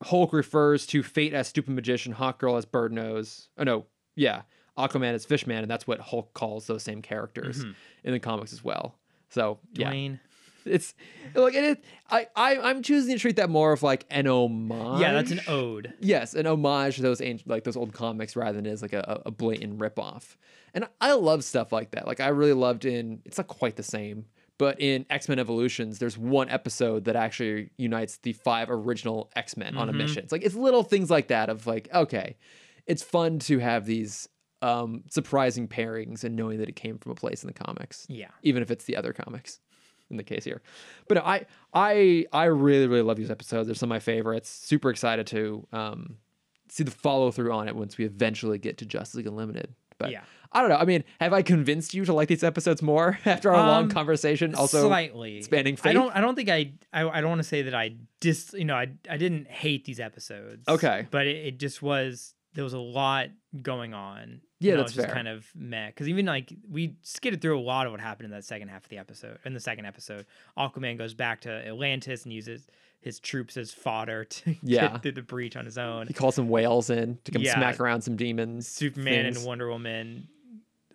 [SPEAKER 1] Hulk refers to Fate as Stupid Magician, Hawkgirl as Bird Nose. Oh no, yeah, Aquaman as Fishman, and that's what Hulk calls those same characters in the comics as well. So yeah,
[SPEAKER 2] Dwayne.
[SPEAKER 1] it's like and it. I, I I'm choosing to treat that more of like an homage.
[SPEAKER 2] Yeah, that's an ode.
[SPEAKER 1] Yes, an homage to those ancient, like those old comics, rather than as like a, a blatant ripoff. And I love stuff like that. Like I really loved in. It's not quite the same, but in X Men Evolutions, there's one episode that actually unites the five original X Men
[SPEAKER 2] Mm-hmm.
[SPEAKER 1] on a mission. It's like it's little things like that. Of like, okay, it's fun to have these um, surprising pairings and knowing that it came from a place in the comics
[SPEAKER 2] Yeah.
[SPEAKER 1] even if it's the other comics in the case here. But no, I I I really really love these episodes. They're some of my favorites. Super excited to um, see the follow through on it once we eventually get to Justice League Unlimited. But
[SPEAKER 2] Yeah.
[SPEAKER 1] I don't know. I mean, have I convinced you to like these episodes more after our long
[SPEAKER 2] Um,
[SPEAKER 1] conversation? Also,
[SPEAKER 2] slightly
[SPEAKER 1] spanning
[SPEAKER 2] I
[SPEAKER 1] faith?
[SPEAKER 2] don't. I don't think I. I, I don't want to say that I dis. You know, I. I didn't hate these episodes.
[SPEAKER 1] Okay.
[SPEAKER 2] But it, it just was. There was a lot going on.
[SPEAKER 1] Yeah,
[SPEAKER 2] and I
[SPEAKER 1] that's
[SPEAKER 2] was just
[SPEAKER 1] fair.
[SPEAKER 2] kind of meh. Because even like we skidded through a lot of what happened in that second half of the episode. In the second episode, Aquaman goes back to Atlantis and uses his troops as fodder to
[SPEAKER 1] Yeah.
[SPEAKER 2] get through the breach on his own.
[SPEAKER 1] he calls some whales in to come
[SPEAKER 2] Yeah.
[SPEAKER 1] smack around some demons.
[SPEAKER 2] Superman
[SPEAKER 1] things.
[SPEAKER 2] and Wonder Woman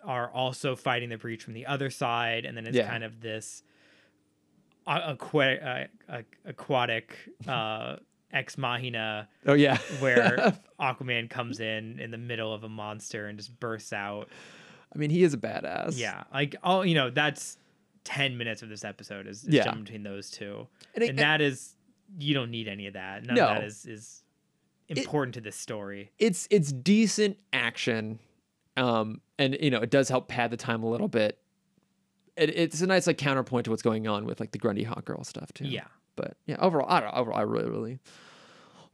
[SPEAKER 2] are also fighting the breach from the other side, and then it's
[SPEAKER 1] Yeah.
[SPEAKER 2] kind of this a- aqua- uh, uh, aquatic uh, ex machina
[SPEAKER 1] Oh yeah,
[SPEAKER 2] where Aquaman comes in in the middle of a monster and just bursts out.
[SPEAKER 1] I mean, he is a badass.
[SPEAKER 2] Yeah, like all you know, that's ten minutes of this episode is, is
[SPEAKER 1] Yeah.
[SPEAKER 2] jumping between those two,
[SPEAKER 1] And
[SPEAKER 2] and,
[SPEAKER 1] it-
[SPEAKER 2] that is you don't need any of that. None of that
[SPEAKER 1] No.
[SPEAKER 2] is is important to this story.
[SPEAKER 1] it's it's decent action um and you know it does help pad the time a little bit it, it's a nice like counterpoint to what's going on with like the grundy hot girl stuff too
[SPEAKER 2] Yeah.
[SPEAKER 1] but yeah overall i don't overall i really really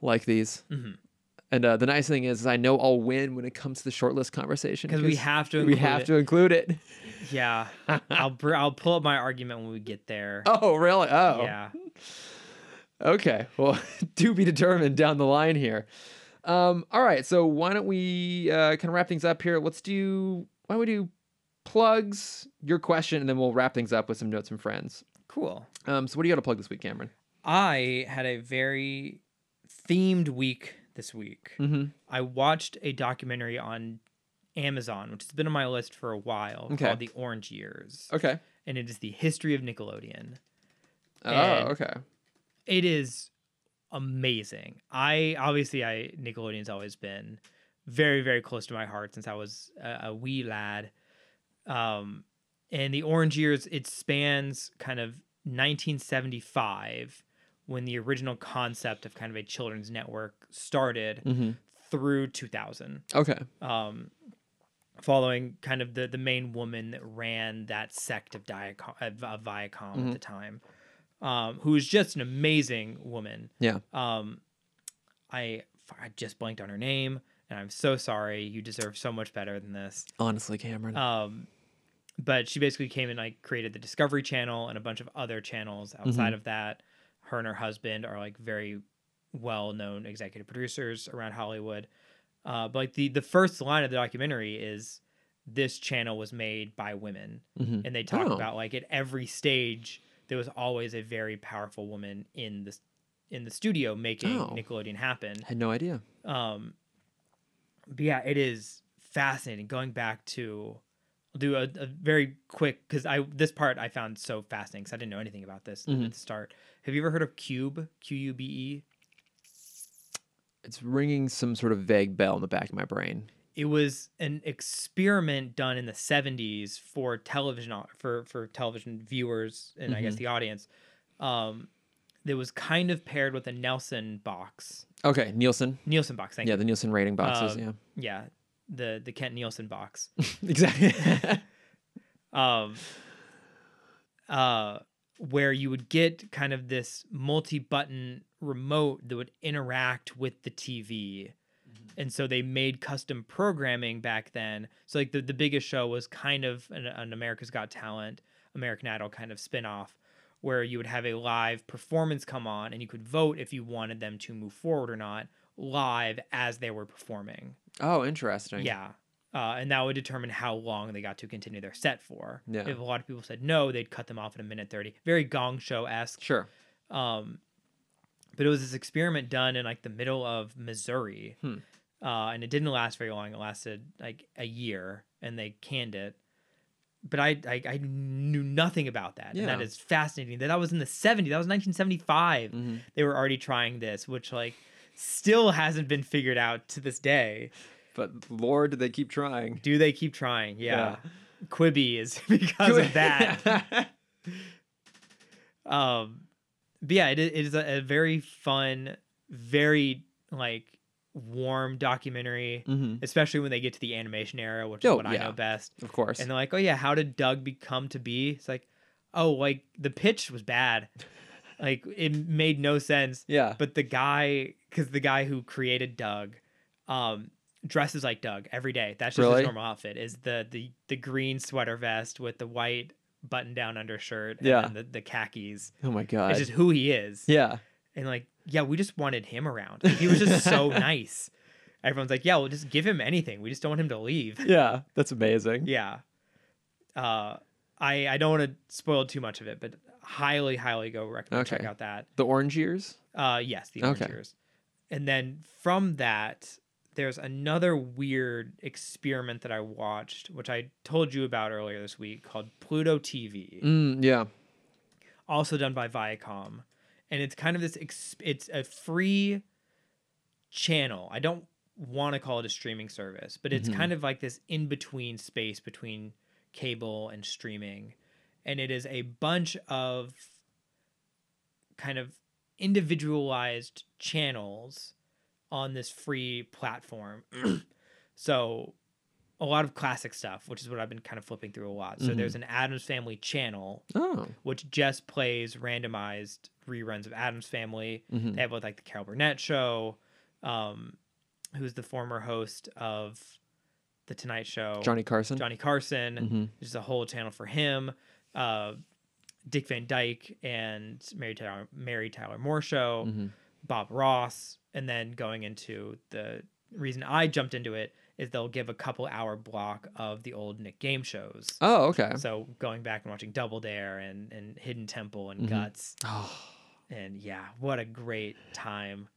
[SPEAKER 1] like these
[SPEAKER 2] Mhm.
[SPEAKER 1] and uh, the nice thing is, is i know i'll win when it comes to the shortlist conversation
[SPEAKER 2] 'Cause we have to
[SPEAKER 1] we
[SPEAKER 2] include
[SPEAKER 1] have
[SPEAKER 2] it.
[SPEAKER 1] to include it
[SPEAKER 2] Yeah, I'll br- I'll pull up my argument when we get there.
[SPEAKER 1] oh really oh
[SPEAKER 2] Yeah,
[SPEAKER 1] Okay. Well, to be determined down the line here. Um, all right. So why don't we uh, kind of wrap things up here? Let's do. Why don't we do plugs? Your question, and then we'll wrap things up with some notes from friends.
[SPEAKER 2] cool.
[SPEAKER 1] Um, so what do you got to plug this week, Cameron?
[SPEAKER 2] I had a very themed week this week.
[SPEAKER 1] Mm-hmm.
[SPEAKER 2] I watched a documentary on Amazon, which has been on my list for a while,
[SPEAKER 1] Okay. Oh.
[SPEAKER 2] called The Orange Years,
[SPEAKER 1] Okay.
[SPEAKER 2] and it is the history of Nickelodeon.
[SPEAKER 1] Oh,
[SPEAKER 2] And-
[SPEAKER 1] okay.
[SPEAKER 2] It is amazing. I obviously I Nickelodeon's always been very very close to my heart since I was a, a wee lad. Um, and the Orange Years, it spans kind of 1975 when the original concept of kind of a children's network started
[SPEAKER 1] Mhm.
[SPEAKER 2] through 2000
[SPEAKER 1] Okay.
[SPEAKER 2] um, following kind of the the main woman that ran that sect of Diacom, of, of Viacom at the time, um, who was just an amazing woman.
[SPEAKER 1] Yeah.
[SPEAKER 2] Um, I I just blanked on her name, and I'm so sorry. You deserve so much better than this.
[SPEAKER 1] Honestly, Cameron.
[SPEAKER 2] Um, but she basically came and like created the Discovery Channel and a bunch of other channels
[SPEAKER 1] Mm-hmm.
[SPEAKER 2] outside of that. Her and her husband are like very well known executive producers around Hollywood. Uh, but like the the first line of the documentary is this channel was made by women,
[SPEAKER 1] Mhm.
[SPEAKER 2] and they talk
[SPEAKER 1] Oh.
[SPEAKER 2] about like at every stage there was always a very powerful woman in this in the studio making
[SPEAKER 1] Oh.
[SPEAKER 2] Nickelodeon happen.
[SPEAKER 1] Had no idea.
[SPEAKER 2] Um, but yeah, it is fascinating. Going back to I'll do a, a very quick because I this part I found so fascinating because I didn't know anything about this
[SPEAKER 1] Mhm.
[SPEAKER 2] at the start. Have you ever heard of Cube? Q U B E.
[SPEAKER 1] It's ringing some sort of vague bell in the back of my brain.
[SPEAKER 2] It was an experiment done in the '70s for television au- for for television viewers and I guess the audience. Um, that was kind of paired with a Nelson box,
[SPEAKER 1] Okay, Nielsen.
[SPEAKER 2] Nielsen box. Thank
[SPEAKER 1] Yeah,
[SPEAKER 2] you.
[SPEAKER 1] the Nielsen rating boxes.
[SPEAKER 2] Um,
[SPEAKER 1] yeah,
[SPEAKER 2] yeah, the the Kent Nielsen box.
[SPEAKER 1] exactly.
[SPEAKER 2] um, uh, where you would get kind of this multi-button remote that would interact with the TV. And so they made custom programming back then. So like the, the biggest show was kind of an, an America's Got Talent, American Idol kind of spin-off where you would have a live performance come on and you could vote if you wanted them to move forward or not live as they were performing.
[SPEAKER 1] oh, interesting.
[SPEAKER 2] Yeah. Uh, and that would determine how long they got to continue their set for.
[SPEAKER 1] Yeah.
[SPEAKER 2] If a lot of people said no, they'd cut them off at a minute 30. Very gong show esque.
[SPEAKER 1] sure.
[SPEAKER 2] Um, but it was this experiment done in like the middle of Missouri.
[SPEAKER 1] Hmm.
[SPEAKER 2] Uh, and it didn't last very long. It lasted like a year and they canned it. But I, I, I knew nothing about that. And that
[SPEAKER 1] Yeah.
[SPEAKER 2] is fascinating. That that was in the 70s. That was 1975.
[SPEAKER 1] Mhm.
[SPEAKER 2] They were already trying this, which like still hasn't been figured out to this day.
[SPEAKER 1] But Lord, did they keep trying?
[SPEAKER 2] Do they keep trying? Yeah. Quibi is because of that. Um, but yeah, it, i- it is a, a very fun, very like warm documentary,
[SPEAKER 1] hmm
[SPEAKER 2] especially when they get to the animation era, which is
[SPEAKER 1] Oh,
[SPEAKER 2] what I
[SPEAKER 1] yeah.
[SPEAKER 2] know best.
[SPEAKER 1] Of course.
[SPEAKER 2] And they're like, oh yeah, how did Doug become to be? It's like, oh, like the pitch was bad. Like it made no sense.
[SPEAKER 1] yeah.
[SPEAKER 2] But the guy, because the guy who created Doug, um, dresses like Doug every day. That's just
[SPEAKER 1] Really?
[SPEAKER 2] his normal outfit. Is the the the green sweater vest with the white button down undershirt and
[SPEAKER 1] Yeah.
[SPEAKER 2] then the, the khakis.
[SPEAKER 1] oh my god.
[SPEAKER 2] It's just who he is.
[SPEAKER 1] yeah.
[SPEAKER 2] And like, yeah, we just wanted him around. He was just so nice. Everyone's like, yeah, we'll just give him anything. We just don't want him to leave.
[SPEAKER 1] Yeah. That's amazing.
[SPEAKER 2] Yeah. Uh I I don't want to spoil too much of it, but highly, highly go recommend check
[SPEAKER 1] Okay.
[SPEAKER 2] out that.
[SPEAKER 1] The orange years.
[SPEAKER 2] Uh, yes, the orange
[SPEAKER 1] Okay.
[SPEAKER 2] years. And then from that, there's another weird experiment that I watched, which I told you about earlier this week, called Pluto TV,
[SPEAKER 1] Mm, yeah.
[SPEAKER 2] also done by Viacom, and it's kind of this. Ex- it's a free channel. I don't want to call it a streaming service, but it's
[SPEAKER 1] Mhm.
[SPEAKER 2] kind of like this in between space between cable and streaming, and it is a bunch of kind of individualized channels on this free platform. so a lot of classic stuff, which is what I've been kind of flipping through a lot. So
[SPEAKER 1] Mhm.
[SPEAKER 2] there's an Adams Family channel
[SPEAKER 1] Oh.
[SPEAKER 2] which just plays randomized reruns of Adams Family.
[SPEAKER 1] Mhm.
[SPEAKER 2] They have like the Carol Burnett show, um, who's the former host of the Tonight Show,
[SPEAKER 1] Johnny Carson.
[SPEAKER 2] Johnny Carson.
[SPEAKER 1] hmm
[SPEAKER 2] There's a whole channel for him. Uh, Dick Van Dyke and Mary Tyler Mary Tyler Moore show,
[SPEAKER 1] hmm
[SPEAKER 2] Bob Ross, and then going into the reason I jumped into it is they'll give a couple hour block of the old Nick game shows.
[SPEAKER 1] Oh. Okay.
[SPEAKER 2] So going back and watching Double Dare and and Hidden Temple and
[SPEAKER 1] Mhm.
[SPEAKER 2] Guts
[SPEAKER 1] Oh.
[SPEAKER 2] and yeah, what a great time.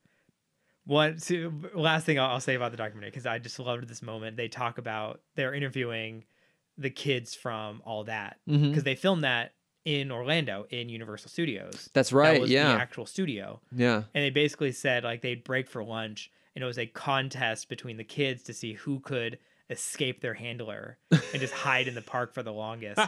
[SPEAKER 2] One so last thing I'll, I'll say about the documentary because I just loved this moment. They talk about they're interviewing the kids from all that
[SPEAKER 1] Mhm.
[SPEAKER 2] because they filmed that in Orlando in Universal Studios.
[SPEAKER 1] That's
[SPEAKER 2] that
[SPEAKER 1] right.
[SPEAKER 2] was
[SPEAKER 1] yeah.
[SPEAKER 2] the actual studio,
[SPEAKER 1] yeah.
[SPEAKER 2] and they basically said like they'd break for lunch and it was a contest between the kids to see who could escape their handler and just hide in the park for the longest.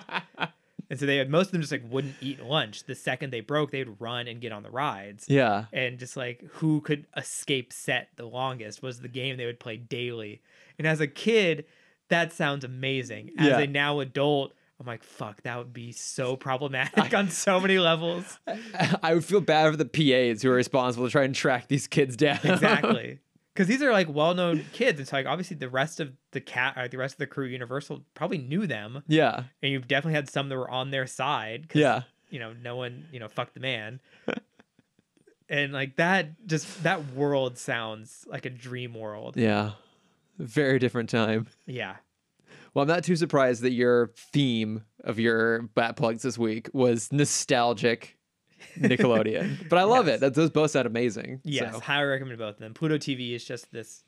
[SPEAKER 2] And so they had most of them just like wouldn't eat lunch. The second they broke, they'd run and get on the rides.
[SPEAKER 1] Yeah.
[SPEAKER 2] And just like who could escape set the longest was the game they would play daily. And as a kid, that sounds amazing. As
[SPEAKER 1] Yeah.
[SPEAKER 2] a now adult, I'm like, fuck, that would be so problematic on so many levels.
[SPEAKER 1] I would feel bad for the PAs who are responsible to try and track these kids down.
[SPEAKER 2] Exactly. Because these are like well-known kids, it's like obviously the rest of the cat, or the rest of the crew, Universal probably knew them,
[SPEAKER 1] yeah.
[SPEAKER 2] and you've definitely had some that were on their side. 'cause
[SPEAKER 1] Yeah.
[SPEAKER 2] you know, no one, you know, fuck the man. and like that just that world sounds like a dream world. Yeah.
[SPEAKER 1] Yeah. Very different time. Well, I'm not too surprised that your theme of your bat plugs this week was nostalgic Nickelodeon. but I love
[SPEAKER 2] Yes.
[SPEAKER 1] it. That those both sound amazing.
[SPEAKER 2] Yes.
[SPEAKER 1] so.
[SPEAKER 2] Highly recommend both of them. Pluto TV is just this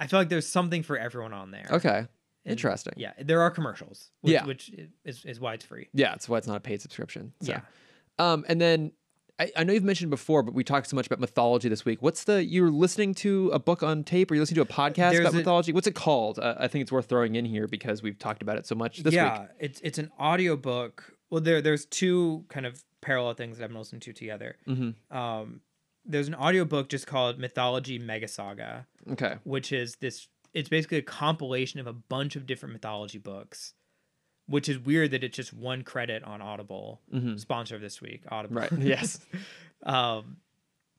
[SPEAKER 2] I feel like there's something for everyone on there.
[SPEAKER 1] Okay.
[SPEAKER 2] And,
[SPEAKER 1] Interesting.
[SPEAKER 2] Yeah. There are commercials. Which,
[SPEAKER 1] Yeah.
[SPEAKER 2] Which is, is why it's free.
[SPEAKER 1] Yeah, that's why it's not a paid subscription. So.
[SPEAKER 2] Yeah.
[SPEAKER 1] Um, and then I, I know you've mentioned before, but we talked so much about mythology this week. What's the you're listening to a book on tape or you're listening to a podcast
[SPEAKER 2] There's
[SPEAKER 1] about
[SPEAKER 2] a-
[SPEAKER 1] mythology? What's it called? Uh, I think it's worth throwing in here because we've talked about it so much this
[SPEAKER 2] yeah,
[SPEAKER 1] week.
[SPEAKER 2] it's it's an audiobook. Well, there there's two kind of parallel things that I've been listening to together.
[SPEAKER 1] Mhm.
[SPEAKER 2] Um, there's an audiobook just called Mythology Megasaga,
[SPEAKER 1] Okay.
[SPEAKER 2] which is this it's basically a compilation of a bunch of different mythology books which is weird that it's just one credit on audible
[SPEAKER 1] Mhm.
[SPEAKER 2] sponsor of this week audible
[SPEAKER 1] Right. yes.
[SPEAKER 2] um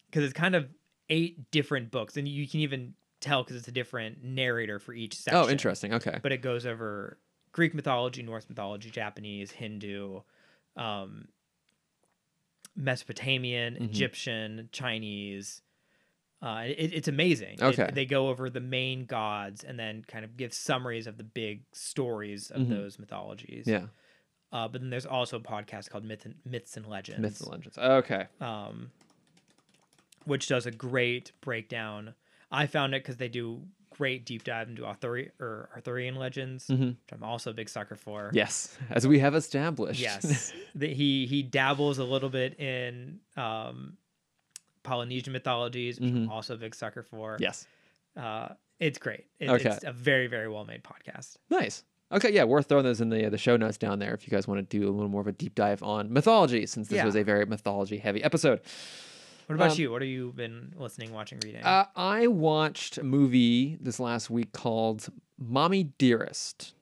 [SPEAKER 2] because it's kind of eight different books and you can even tell because it's a different narrator for each section
[SPEAKER 1] Oh, interesting. Okay.
[SPEAKER 2] but it goes over greek mythology norse mythology japanese hindu um mesopotamian
[SPEAKER 1] Mhm.
[SPEAKER 2] egyptian chinese uh, it, it's amazing. It-
[SPEAKER 1] Okay.
[SPEAKER 2] they go over the main gods and then kind of give summaries of the big stories of
[SPEAKER 1] Mhm.
[SPEAKER 2] those mythologies.
[SPEAKER 1] Yeah.
[SPEAKER 2] Uh, but then there's also a podcast called Myth and, Myths and Legends,
[SPEAKER 1] Myths and legends. Okay.
[SPEAKER 2] um, which does a great breakdown. I found it because they do great deep dive into Arthurian or Arthurian legends,
[SPEAKER 1] Mhm.
[SPEAKER 2] which I'm also a big sucker for.
[SPEAKER 1] Yes. As we have established.
[SPEAKER 2] Yes, that he he dabbles a little bit in um, Polynesian mythologies, which I'm
[SPEAKER 1] Mhm.
[SPEAKER 2] also a big sucker for.
[SPEAKER 1] yes.
[SPEAKER 2] Uh, it's great. It,
[SPEAKER 1] Okay.
[SPEAKER 2] It's a very, very well made podcast.
[SPEAKER 1] Nice. Okay, yeah, worth throwing those in the the show notes down there if you guys want to do a little more of a deep dive on mythology, since this
[SPEAKER 2] Yeah.
[SPEAKER 1] was a very mythology heavy episode.
[SPEAKER 2] What about
[SPEAKER 1] Um,
[SPEAKER 2] you? What have you been listening, watching, reading?
[SPEAKER 1] Uh, I watched a movie this last week called Mommy Dearest,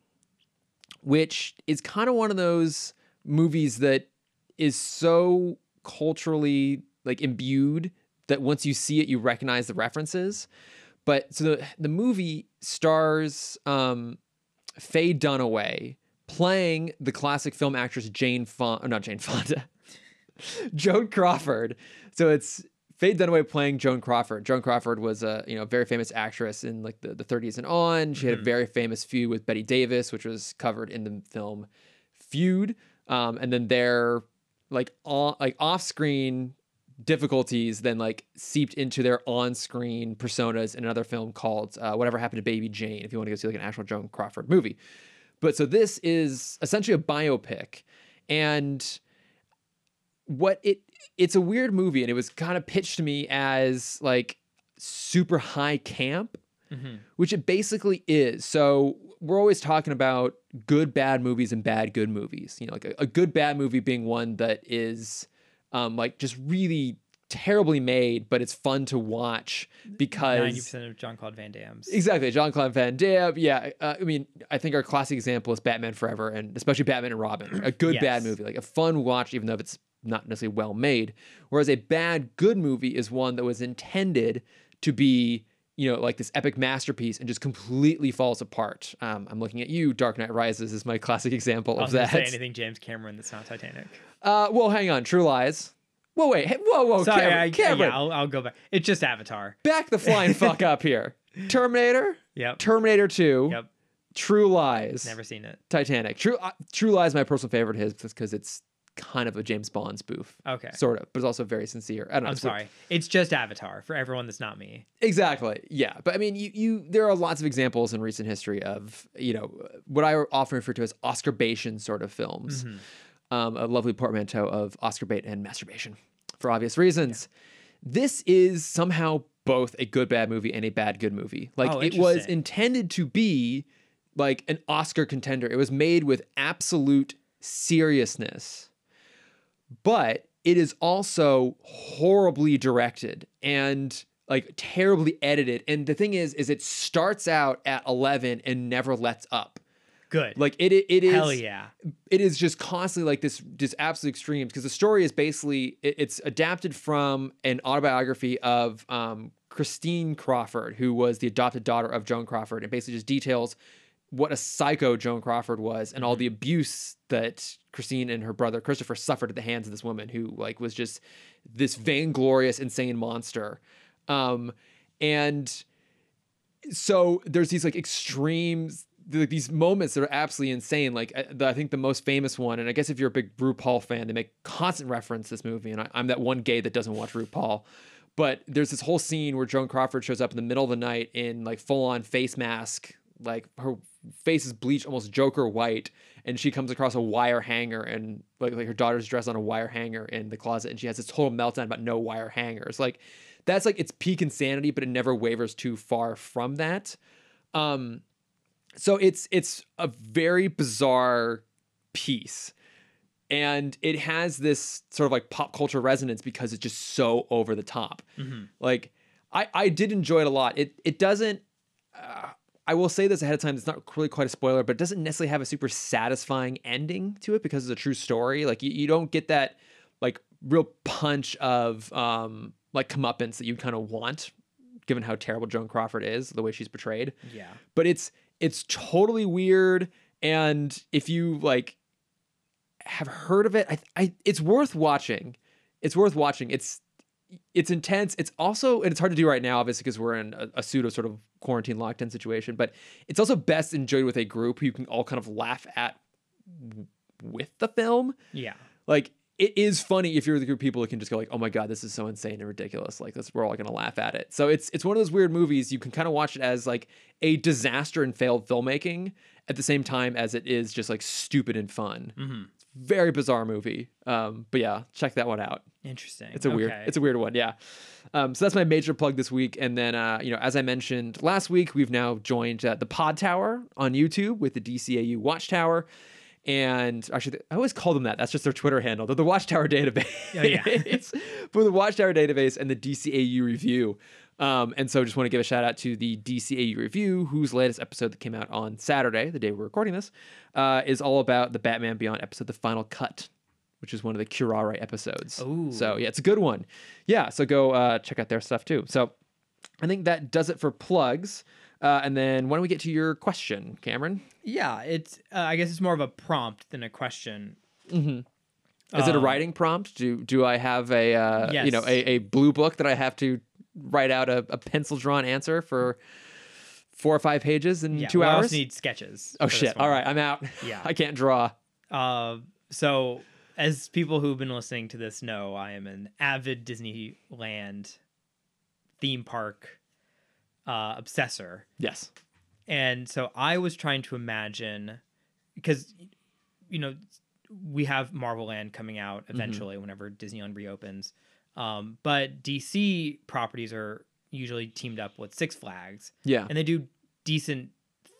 [SPEAKER 1] which is kind of one of those movies that is so culturally like imbued that once you see it, you recognize the references. But so the, the movie stars um, Faye Dunaway playing the classic film actress Jane Fonda, not Jane Fonda, Joan Crawford. So it's Faye Dunaway playing Joan Crawford. Joan Crawford was a you know very famous actress in like the, the 30s and on. She had a
[SPEAKER 2] Mhm.
[SPEAKER 1] very famous feud with Betty Davis, which was covered in the film Feud. Um, and then their like on like off screen difficulties then like seeped into their on screen personas in another film called uh, Whatever Happened to Baby Jane. If you want to go see like an actual Joan Crawford movie, but so this is essentially a biopic, and what it it's a weird movie and it was kind of pitched to me as like super high camp
[SPEAKER 2] Mhm.
[SPEAKER 1] which it basically is so we're always talking about good bad movies and bad good movies you know like a, a good bad movie being one that is um like just really terribly made but it's fun to watch
[SPEAKER 2] Ninety
[SPEAKER 1] because
[SPEAKER 2] percent of John Claude Van Damme's.
[SPEAKER 1] Exactly, John Claude Van Damme. Yeah, uh, I mean, I think our classic example is Batman Forever, and especially Batman and Robin. A good bad
[SPEAKER 2] Yes.
[SPEAKER 1] movie, like a fun watch, even though it's not necessarily well made. Whereas a bad good movie is one that was intended to be, you know, like this epic masterpiece and just completely falls apart. Um, I'm looking at you. Dark Knight Rises is my classic example
[SPEAKER 2] I
[SPEAKER 1] of
[SPEAKER 2] was gonna
[SPEAKER 1] that.
[SPEAKER 2] say anything James Cameron that's not Titanic.
[SPEAKER 1] Uh, well, hang on, True Lies. Whoa, wait, hey, whoa, whoa,
[SPEAKER 2] Sorry,
[SPEAKER 1] Cameron,
[SPEAKER 2] I,
[SPEAKER 1] Oh, Cameron,
[SPEAKER 2] yeah, I'll, I'll go back. It's just Avatar.
[SPEAKER 1] back the flying fuck up here. Terminator,
[SPEAKER 2] Yep.
[SPEAKER 1] Terminator Two,
[SPEAKER 2] Yep.
[SPEAKER 1] True Lies.
[SPEAKER 2] Never seen it.
[SPEAKER 1] Titanic. True uh, True Lies, my personal favorite of his because it's kind of a James Bond spoof,
[SPEAKER 2] Okay.
[SPEAKER 1] sort of, but it's also very sincere. I don't know.
[SPEAKER 2] I'm
[SPEAKER 1] it's weird.
[SPEAKER 2] sorry. It's just Avatar for everyone that's not me.
[SPEAKER 1] Exactly. Yeah, but I mean, you you there are lots of examples in recent history of you know what I often refer to as Oscar Bation sort of films,
[SPEAKER 2] Mhm.
[SPEAKER 1] um, a lovely portmanteau of Oscar bait and masturbation, for obvious reasons. This is somehow both a good bad movie and a bad good movie. Like
[SPEAKER 2] Oh,
[SPEAKER 1] it was
[SPEAKER 2] interesting.
[SPEAKER 1] intended to be like an Oscar contender. It was made with absolute seriousness, but it is also horribly directed and like terribly edited. And the thing is, is it starts out at 11 and never lets up.
[SPEAKER 2] Good.
[SPEAKER 1] Like it, it, it is
[SPEAKER 2] Hell yeah.
[SPEAKER 1] it is just constantly like this just absolute extremes because the story is basically it- it's adapted from an autobiography of um, christine crawford who was the adopted daughter of joan crawford and basically just details what a psycho joan crawford was and all the abuse that christine and her brother christopher suffered at the hands of this woman who like was just this vainglorious insane monster um, and so there's these like extremes like these moments that are absolutely insane like uh, the, i think the most famous one and i guess if you're a big rupaul fan they make constant reference to this movie and I, i'm that one gay that doesn't watch rupaul but there's this whole scene where joan crawford shows up in the middle of the night in like full-on face mask like her face is bleached almost joker white and she comes across a wire hanger and like, like her daughter's dressed on a wire hanger in the closet and she has this total meltdown about no wire hangers like that's like its peak insanity but it never wavers too far from that um so it's it's a very bizarre piece and it has this sort of like pop culture resonance because it's just so over the top
[SPEAKER 2] Mhm.
[SPEAKER 1] like i i did enjoy it a lot it it doesn't uh, i will say this ahead of time it's not really quite a spoiler but it doesn't necessarily have a super satisfying ending to it because it's a true story like you, you don't get that like real punch of um like comeuppance that you kind of want given how terrible joan crawford is the way she's portrayed
[SPEAKER 2] Yeah.
[SPEAKER 1] but it's it's totally weird and if you like have heard of it I, I it's worth watching it's worth watching it's it's intense it's also and it's hard to do right now obviously because we're in a, a pseudo sort of quarantine locked in situation but it's also best enjoyed with a group who you can all kind of laugh at w- with the film
[SPEAKER 2] Yeah.
[SPEAKER 1] like it is funny if you're the group of people who can just go like, oh my god, this is so insane and ridiculous. Like this, we're all gonna laugh at it. So it's it's one of those weird movies you can kind of watch it as like a disaster and failed filmmaking at the same time as it is just like stupid and fun.
[SPEAKER 2] hmm
[SPEAKER 1] Very bizarre movie. Um, but yeah, check that one out.
[SPEAKER 2] Interesting.
[SPEAKER 1] It's a weird
[SPEAKER 2] Okay.
[SPEAKER 1] it's a weird one. Yeah. Um, so that's my major plug this week. And then uh, you know, as I mentioned last week, we've now joined uh, the Pod Tower on YouTube with the DCAU Watchtower. And actually, I always call them that. That's just their Twitter handle. They're the Watchtower database.
[SPEAKER 2] Oh, yeah.
[SPEAKER 1] it's for the Watchtower database and the DCAU review. Um, and so just want to give a shout out to the DCAU review, whose latest episode that came out on Saturday, the day we're recording this, uh, is all about the Batman Beyond episode, The Final Cut, which is one of the Curare episodes.
[SPEAKER 2] Ooh.
[SPEAKER 1] So yeah, it's a good one. Yeah, so go uh, check out their stuff too. So I think that does it for plugs. Uh, and then why don't we get to your question, Cameron?
[SPEAKER 2] Yeah, it's. Uh, I guess it's more of a prompt than a question.
[SPEAKER 1] Is it a
[SPEAKER 2] Um,
[SPEAKER 1] writing prompt? Do do I have a uh, you know
[SPEAKER 2] Yes.
[SPEAKER 1] a, a blue book that I have to write out a, a pencil drawn answer for four or five pages in
[SPEAKER 2] Yeah,
[SPEAKER 1] two
[SPEAKER 2] well, I also
[SPEAKER 1] hours?
[SPEAKER 2] need sketches.
[SPEAKER 1] oh
[SPEAKER 2] for this
[SPEAKER 1] shit!
[SPEAKER 2] one.
[SPEAKER 1] All right, I'm out.
[SPEAKER 2] Yeah.
[SPEAKER 1] I can't draw.
[SPEAKER 2] Uh, so, as people who've been listening to this know, I am an avid Disneyland theme park uh, obsessor.
[SPEAKER 1] Yes.
[SPEAKER 2] And so I was trying to imagine because you know we have Marvel Land coming out eventually whenever Disneyland reopens. Um, but DC properties are usually teamed up with Six Flags
[SPEAKER 1] Yeah.
[SPEAKER 2] and they do decent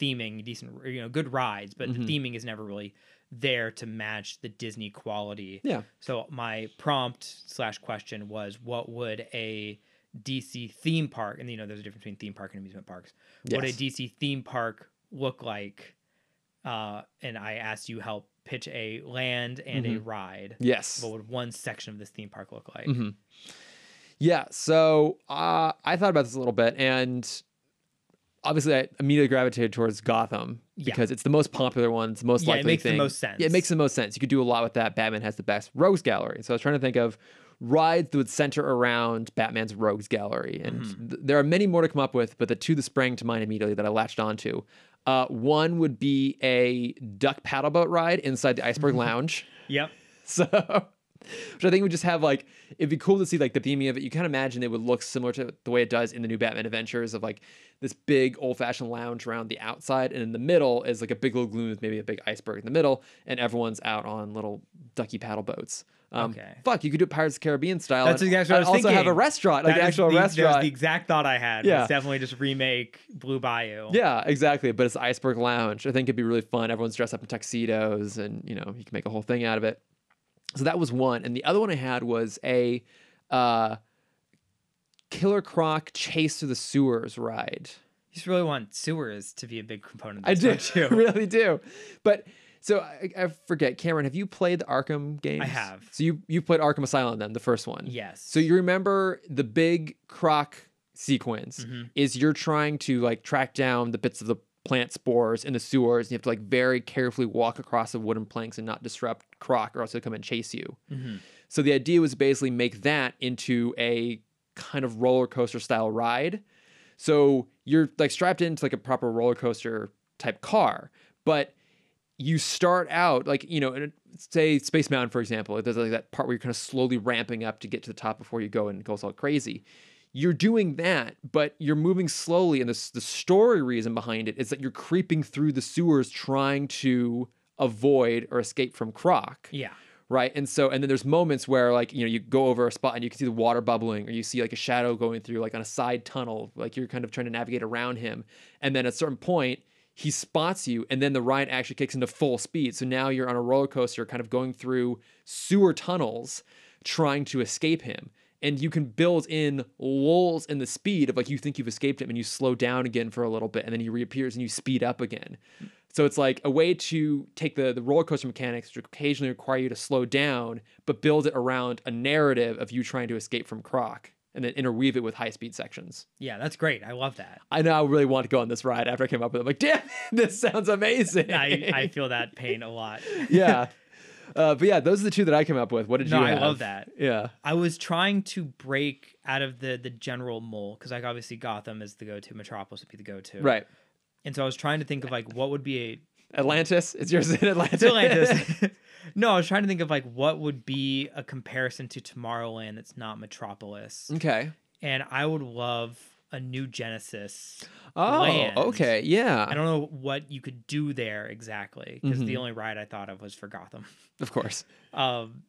[SPEAKER 2] theming, decent you know good rides, but
[SPEAKER 1] Mhm.
[SPEAKER 2] the theming is never really there to match the Disney quality.
[SPEAKER 1] Yeah.
[SPEAKER 2] So my prompt slash question was, what would a DC theme park, and you know, there's a difference between theme park and amusement parks. Would a
[SPEAKER 1] Yes.
[SPEAKER 2] DC theme park look like? Uh, and I asked you help pitch a land and
[SPEAKER 1] Mm-hmm.
[SPEAKER 2] a ride.
[SPEAKER 1] Yes.
[SPEAKER 2] What would one section of this theme park look like?
[SPEAKER 1] Mhm. Yeah. So uh, I thought about this a little bit, and obviously I immediately gravitated towards Gotham
[SPEAKER 2] Yeah.
[SPEAKER 1] because it's the most popular one. It's the most
[SPEAKER 2] Yeah, it
[SPEAKER 1] likely
[SPEAKER 2] makes the
[SPEAKER 1] thing.
[SPEAKER 2] most sense.
[SPEAKER 1] Yeah, it makes the most sense. You could do a lot with that. Batman has the best Rogues Gallery. So I was trying to think of rides that would center around Batman's Rogues Gallery, and
[SPEAKER 2] Hmm.
[SPEAKER 1] th- there are many more to come up with, but the two that sprang to mind immediately that I latched onto. Uh, one would be a duck paddle boat ride inside the Iceberg Lounge.
[SPEAKER 2] Yep.
[SPEAKER 1] So, which I think would just have like, it'd be cool to see like the theming of it. You can imagine it would look similar to the way it does in the new Batman Adventures of like this big old fashioned lounge around the outside. And in the middle is like a big little gloom with maybe a big iceberg in the middle. And everyone's out on little ducky paddle boats. Um,
[SPEAKER 2] Okay.
[SPEAKER 1] Fuck, you could do it Pirates of the Caribbean style.
[SPEAKER 2] That's
[SPEAKER 1] and
[SPEAKER 2] exactly what I was
[SPEAKER 1] also have a
[SPEAKER 2] thinking.
[SPEAKER 1] restaurant, like
[SPEAKER 2] That
[SPEAKER 1] an
[SPEAKER 2] is
[SPEAKER 1] actual
[SPEAKER 2] the, That was
[SPEAKER 1] restaurant.
[SPEAKER 2] the exact thought I had.
[SPEAKER 1] Yeah.
[SPEAKER 2] Yeah. definitely just remake Blue Bayou.
[SPEAKER 1] yeah, exactly. But it's the Iceberg Lounge. I think it'd be really fun. Everyone's dressed up in tuxedos, and you know you can make a whole thing out of it. So that was one, and the other one I had was a uh, Killer Croc chase through the sewers ride.
[SPEAKER 2] You just really want sewers to be a big component.
[SPEAKER 1] I
[SPEAKER 2] Of
[SPEAKER 1] do,
[SPEAKER 2] this, don't you?
[SPEAKER 1] really do. But so I, I forget, Cameron, have you played the Arkham games?
[SPEAKER 2] have.
[SPEAKER 1] So you you played Arkham Asylum then, the first one.
[SPEAKER 2] Yes.
[SPEAKER 1] So you remember the big croc sequence
[SPEAKER 2] Mm-hmm.
[SPEAKER 1] is you're trying to like track down the bits of the plant spores in the sewers and you have to like very carefully walk across the wooden planks and not disrupt croc or else he'll come and chase you.
[SPEAKER 2] Mm-hmm.
[SPEAKER 1] So the idea was basically make that into a kind of roller coaster style ride. So you're like strapped into like a proper roller coaster type car, but you start out like you know, in a- say Space Mountain for example. There's like that part where you're kind of slowly ramping up to get to the top before you go and it goes all crazy. You're doing that, but you're moving slowly, and the s- the story reason behind it is that you're creeping through the sewers trying to avoid or escape from Croc
[SPEAKER 2] yeah.
[SPEAKER 1] right and so and then there's moments where like you know you go over a spot and you can see the water bubbling or you see like a shadow going through like on a side tunnel like you're kind of trying to navigate around him and then at a certain point he spots you and then the ride actually kicks into full speed so now you're on a roller coaster kind of going through sewer tunnels trying to escape him and you can build in lulls in the speed of like you think you've escaped him and you slow down again for a little bit and then he reappears and you speed up again so it's like a way to take the, the roller coaster mechanics, which occasionally require you to slow down, but build it around a narrative of you trying to escape from Croc and then interweave it with high speed sections.
[SPEAKER 2] Yeah, that's great. I love that.
[SPEAKER 1] I know I really want to go on this ride after I came up with it. I'm like, damn, this sounds amazing.
[SPEAKER 2] I, I feel that pain a lot.
[SPEAKER 1] yeah. Uh, but yeah, those are the two that I came up with. What did
[SPEAKER 2] No,
[SPEAKER 1] you
[SPEAKER 2] I
[SPEAKER 1] have?
[SPEAKER 2] love that.
[SPEAKER 1] Yeah.
[SPEAKER 2] I was trying to break out of the the general mole because like obviously Gotham is the go to, Metropolis would be the go to,
[SPEAKER 1] Right.
[SPEAKER 2] And so I was trying to think of like what would be a
[SPEAKER 1] Atlantis. Is yours in Atlantis?
[SPEAKER 2] It's Atlantis. no, I was trying to think of like what would be a comparison to Tomorrowland that's not Metropolis,
[SPEAKER 1] okay.
[SPEAKER 2] and I would love a new Genesis.
[SPEAKER 1] Oh,
[SPEAKER 2] Land.
[SPEAKER 1] okay. Yeah.
[SPEAKER 2] I don't know what you could do there exactly because
[SPEAKER 1] Mhm.
[SPEAKER 2] the only ride I thought of was for Gotham.
[SPEAKER 1] Of course.
[SPEAKER 2] Um,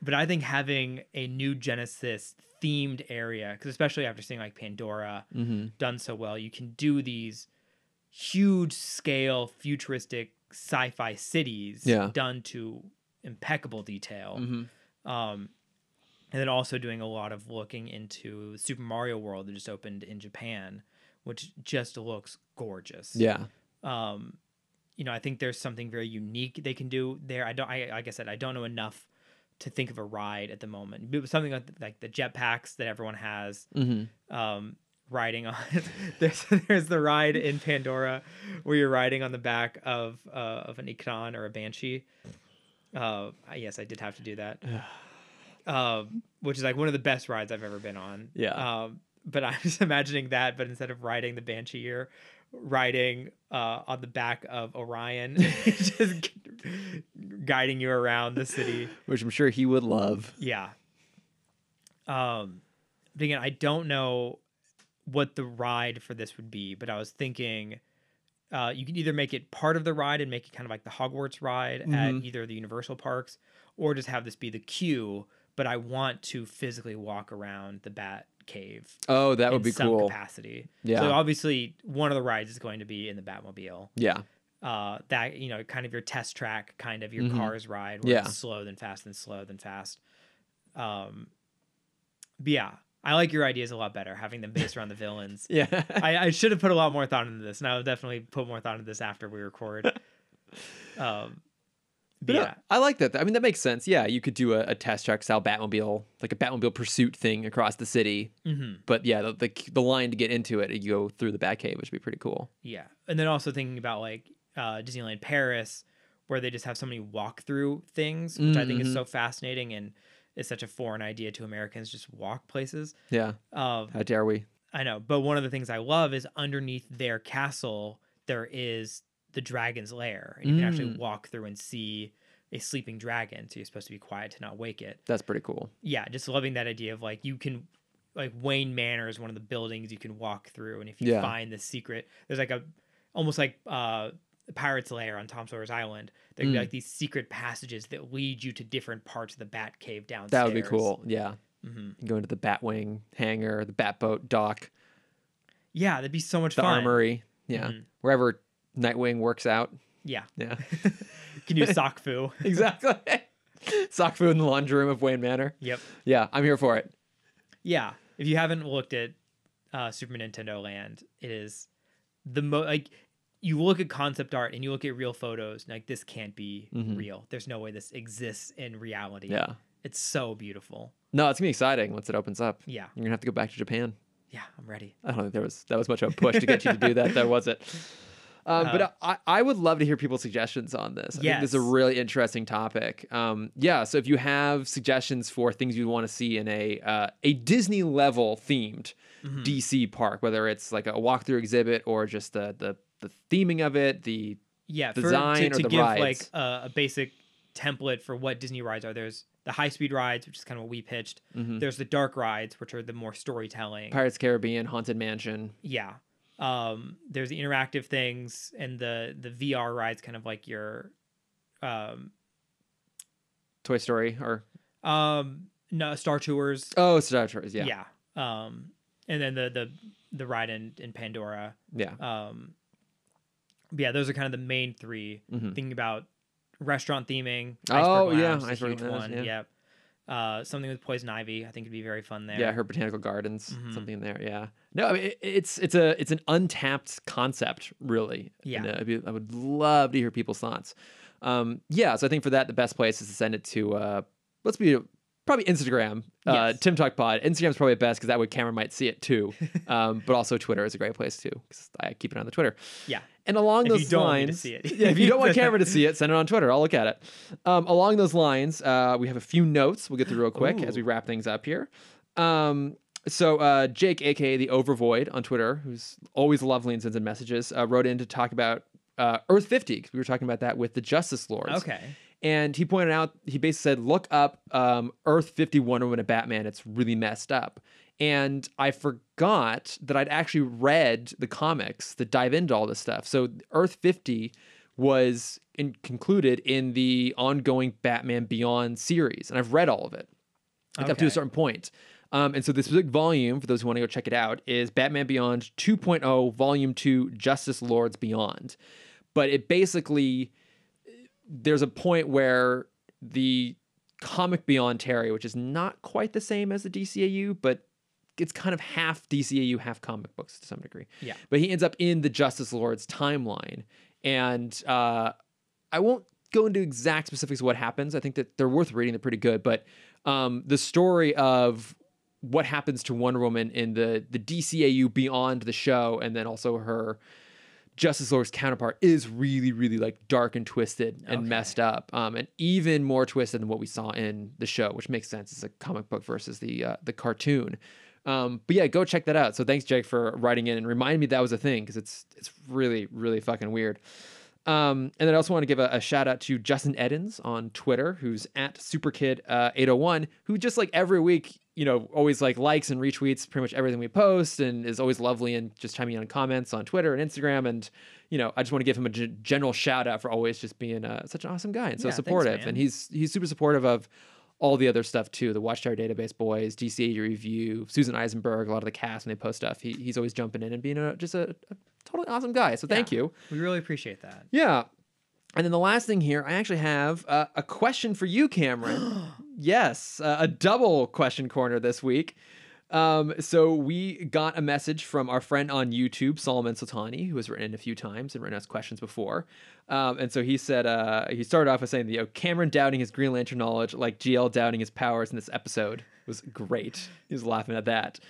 [SPEAKER 2] but I think having a new Genesis themed area, because especially after seeing like Pandora
[SPEAKER 1] Mm-hmm.
[SPEAKER 2] done so well, you can do these huge scale futuristic sci-fi cities
[SPEAKER 1] Yeah.
[SPEAKER 2] done to impeccable detail.
[SPEAKER 1] Mm-hmm.
[SPEAKER 2] Um, and then also doing a lot of looking into Super Mario World that just opened in Japan, which just looks gorgeous.
[SPEAKER 1] Yeah.
[SPEAKER 2] Um, you know, I think there's something very unique they can do there. I don't, I, like I said, I don't know enough to think of a ride at the moment. But something like, like the jetpacks that everyone has,
[SPEAKER 1] Mm-hmm.
[SPEAKER 2] um, riding on. there's there's the ride in Pandora where you're riding on the back of uh, of an Ikon or a Banshee. Uh, yes, I did have to do that, um, which is like one of the best rides I've ever been on.
[SPEAKER 1] Yeah.
[SPEAKER 2] Um, but I'm just imagining that, but instead of riding the Banshee, you're riding uh, on the back of Orion, just gu- guiding you around the city.
[SPEAKER 1] Which I'm sure he would love.
[SPEAKER 2] Yeah. Um, but again, I don't know what the ride for this would be, but I was thinking uh, you could either make it part of the ride and make it kind of like the Hogwarts ride
[SPEAKER 1] Mhm.
[SPEAKER 2] at either of the Universal parks, or just have this be the queue. But I want to physically walk around the Bat Cave.
[SPEAKER 1] Oh, that would
[SPEAKER 2] in
[SPEAKER 1] be
[SPEAKER 2] some
[SPEAKER 1] cool.
[SPEAKER 2] Capacity.
[SPEAKER 1] Yeah.
[SPEAKER 2] So obviously, one of the rides is going to be in the Batmobile.
[SPEAKER 1] Yeah.
[SPEAKER 2] Uh, that you know, kind of your test track, kind of your
[SPEAKER 1] Mhm.
[SPEAKER 2] cars ride, where
[SPEAKER 1] Yeah.
[SPEAKER 2] it's slow then fast, then slow then fast. Um, but yeah, I like your ideas a lot better, having them based around the villains.
[SPEAKER 1] Yeah.
[SPEAKER 2] I, I should have put a lot more thought into this, and I'll definitely put more thought into this after we record. Um, but
[SPEAKER 1] But uh,
[SPEAKER 2] yeah,
[SPEAKER 1] yeah. I like that. I mean, that makes sense. Yeah, you could do a, a test track style Batmobile, like a Batmobile pursuit thing across the city.
[SPEAKER 2] hmm
[SPEAKER 1] But yeah, the, the, the line to get into it, you go through the Batcave, which would be pretty cool.
[SPEAKER 2] yeah, and then also thinking about like uh, Disneyland Paris, where they just have so many walkthrough things, which I think
[SPEAKER 1] Mhm.
[SPEAKER 2] is so fascinating and is such a foreign idea to Americans, just walk places.
[SPEAKER 1] Yeah.
[SPEAKER 2] Um,
[SPEAKER 1] How dare we?
[SPEAKER 2] I know, but one of the things I love is underneath their castle there is the dragon's lair, and you can actually
[SPEAKER 1] Mm.
[SPEAKER 2] walk through and see a sleeping dragon. So you're supposed to be quiet to not wake it.
[SPEAKER 1] That's pretty cool.
[SPEAKER 2] Yeah, just loving that idea of like you can, like Wayne Manor is one of the buildings you can walk through, and if you
[SPEAKER 1] Yeah.
[SPEAKER 2] find the secret, there's like a almost like uh pirate's lair on Tom Sawyer's Island. There'd
[SPEAKER 1] Mm.
[SPEAKER 2] be like these secret passages that lead you to different parts of the Bat Cave downstairs.
[SPEAKER 1] That would be cool. Yeah.
[SPEAKER 2] hmm
[SPEAKER 1] You go into the Batwing hangar, the Batboat dock,
[SPEAKER 2] Yeah, that'd be so much
[SPEAKER 1] the
[SPEAKER 2] fun.
[SPEAKER 1] armory. Yeah.
[SPEAKER 2] Mhm.
[SPEAKER 1] Wherever Nightwing works out.
[SPEAKER 2] Yeah,
[SPEAKER 1] Yeah.
[SPEAKER 2] can use sock foo.
[SPEAKER 1] exactly. Sock food in the laundry room of Wayne Manor.
[SPEAKER 2] yep.
[SPEAKER 1] Yeah, I'm here for it.
[SPEAKER 2] Yeah. If you haven't looked at uh, Super Nintendo Land, it is the mo like you look at concept art and you look at real photos and like this can't be
[SPEAKER 1] Mhm.
[SPEAKER 2] real. There's no way this exists in reality.
[SPEAKER 1] Yeah.
[SPEAKER 2] It's so beautiful.
[SPEAKER 1] No, it's gonna be exciting once it opens up.
[SPEAKER 2] Yeah.
[SPEAKER 1] You're gonna have to go back to Japan.
[SPEAKER 2] Yeah, I'm ready.
[SPEAKER 1] I don't think there was that was much of a push to get you to do that, though, was it? Um,
[SPEAKER 2] Uh,
[SPEAKER 1] but I, I would love to hear people's suggestions on this. I think this is a
[SPEAKER 2] Yes.
[SPEAKER 1] really interesting topic. Um, yeah, so if you have suggestions for things you want to see in a uh, a Disney level themed DC park, whether it's like a walkthrough exhibit or just the the the theming of it, the
[SPEAKER 2] Yeah,
[SPEAKER 1] Design
[SPEAKER 2] for, to,
[SPEAKER 1] or
[SPEAKER 2] to
[SPEAKER 1] the
[SPEAKER 2] give
[SPEAKER 1] rides?
[SPEAKER 2] like a, a basic template for what Disney rides are. There's the high speed rides, which is kind of what we pitched.
[SPEAKER 1] mhm.
[SPEAKER 2] There's the dark rides, which are the more storytelling.
[SPEAKER 1] Pirates of the Caribbean, Haunted Mansion.
[SPEAKER 2] yeah um there's the interactive things and the the vr rides kind of like your um
[SPEAKER 1] Toy Story or
[SPEAKER 2] um no star tours
[SPEAKER 1] oh Star Tours, yeah, yeah,
[SPEAKER 2] yeah. um and then the the the ride in in pandora um but yeah those are kind of the main 3
[SPEAKER 1] Mhm.
[SPEAKER 2] thinking about restaurant theming
[SPEAKER 1] Oh,
[SPEAKER 2] Iceberg
[SPEAKER 1] yeah,
[SPEAKER 2] Lounge is a
[SPEAKER 1] Iceberg
[SPEAKER 2] huge
[SPEAKER 1] Lounge,
[SPEAKER 2] one
[SPEAKER 1] yeah.
[SPEAKER 2] yep uh something with poison ivy i think it'd be very fun there
[SPEAKER 1] yeah, her botanical gardens,
[SPEAKER 2] Mhm.
[SPEAKER 1] something in there. Yeah, no, I mean, it, it's it's a it's an untapped concept, really.
[SPEAKER 2] Yeah.
[SPEAKER 1] and, uh, I'd be, I would love to hear people's thoughts. Um, yeah, so I think for that the best place is to send it to uh, let's be probably Instagram, uh,
[SPEAKER 2] Yes.
[SPEAKER 1] Tim Talk Pod. Instagram's probably best because that way Cameron might see it too. um, but also Twitter is a great place too because I keep it on the Twitter.
[SPEAKER 2] yeah
[SPEAKER 1] And along
[SPEAKER 2] If you
[SPEAKER 1] those
[SPEAKER 2] don't want me to
[SPEAKER 1] lines,
[SPEAKER 2] see it.
[SPEAKER 1] yeah, if you don't want Cameron to see it, send it on Twitter. I'll look at it. Um, along those lines, uh, we have a few notes. We'll get through real quick as we
[SPEAKER 2] Ooh.
[SPEAKER 1] wrap things up here. Um, so uh, Jake, aka the Overvoid on Twitter, who's always lovely and sends in messages, uh, wrote in to talk about uh, Earth 50 because we were talking about that with the Justice Lords.
[SPEAKER 2] okay
[SPEAKER 1] And he pointed out, he basically said, look up um, Earth 50 Wonder Woman and Batman. It's really messed up. And I forgot that I'd actually read the comics that dive into all this stuff. So Earth 50 was in, concluded in the ongoing Batman Beyond series. And I've read all of it like up to a
[SPEAKER 2] Okay.
[SPEAKER 1] certain point. Um, and so this specific volume, for those who want to go check it out, is Batman Beyond 2.0, Volume 2, Justice Lords Beyond. But it basically, there's a point where the comic Beyond Terry, which is not quite the same as the DCAU, but it's kind of half DCAU, half comic books to some degree.
[SPEAKER 2] Yeah.
[SPEAKER 1] But he ends up in the Justice Lords timeline. And uh, I won't go into exact specifics of what happens. I think that they're worth reading. They're pretty good. But um, the story of what happens to Wonder Woman in the the DCAU beyond the show, and then also her Justice Lord's counterpart is really, really like dark and twisted and
[SPEAKER 2] Okay.
[SPEAKER 1] messed up, um, and even more twisted than what we saw in the show, which makes sense. It's a comic book versus the uh, the cartoon. Um, but yeah, go check that out. So thanks, Jake, for writing in and remind me that was a thing because it's it's really really fucking weird. Um, and then I also want to give a, a shout out to Justin Edens on Twitter, who's at uh, SuperKid801, who just like every week, you know, always like likes and retweets pretty much everything we post and is always lovely and just chiming in on comments on Twitter and Instagram. And, you know, I just want to give him a g- general shout out for always just being uh, such an awesome guy and so
[SPEAKER 2] Yeah, thanks,
[SPEAKER 1] supportive.
[SPEAKER 2] man.
[SPEAKER 1] and he's he's super supportive of all the other stuff too the Watchtower Database Boys, DCA Review, Susan Eisenberg, a lot of the cast when they post stuff. He, he's always jumping in and being a, just a, a totally awesome guy. So thank
[SPEAKER 2] Yeah.
[SPEAKER 1] you.
[SPEAKER 2] we really appreciate that
[SPEAKER 1] Yeah. And then the last thing here, I actually have uh, a question for you, Cameron. yes, uh, a double question corner this week. Um, so we got a message from our friend on YouTube, Solomon Sultani, who has written in a few times and written us questions before. Um, and so he said uh, he started off with saying, "You know, Cameron doubting his Green Lantern knowledge, like GL doubting his powers in this episode, was great. he was laughing at that."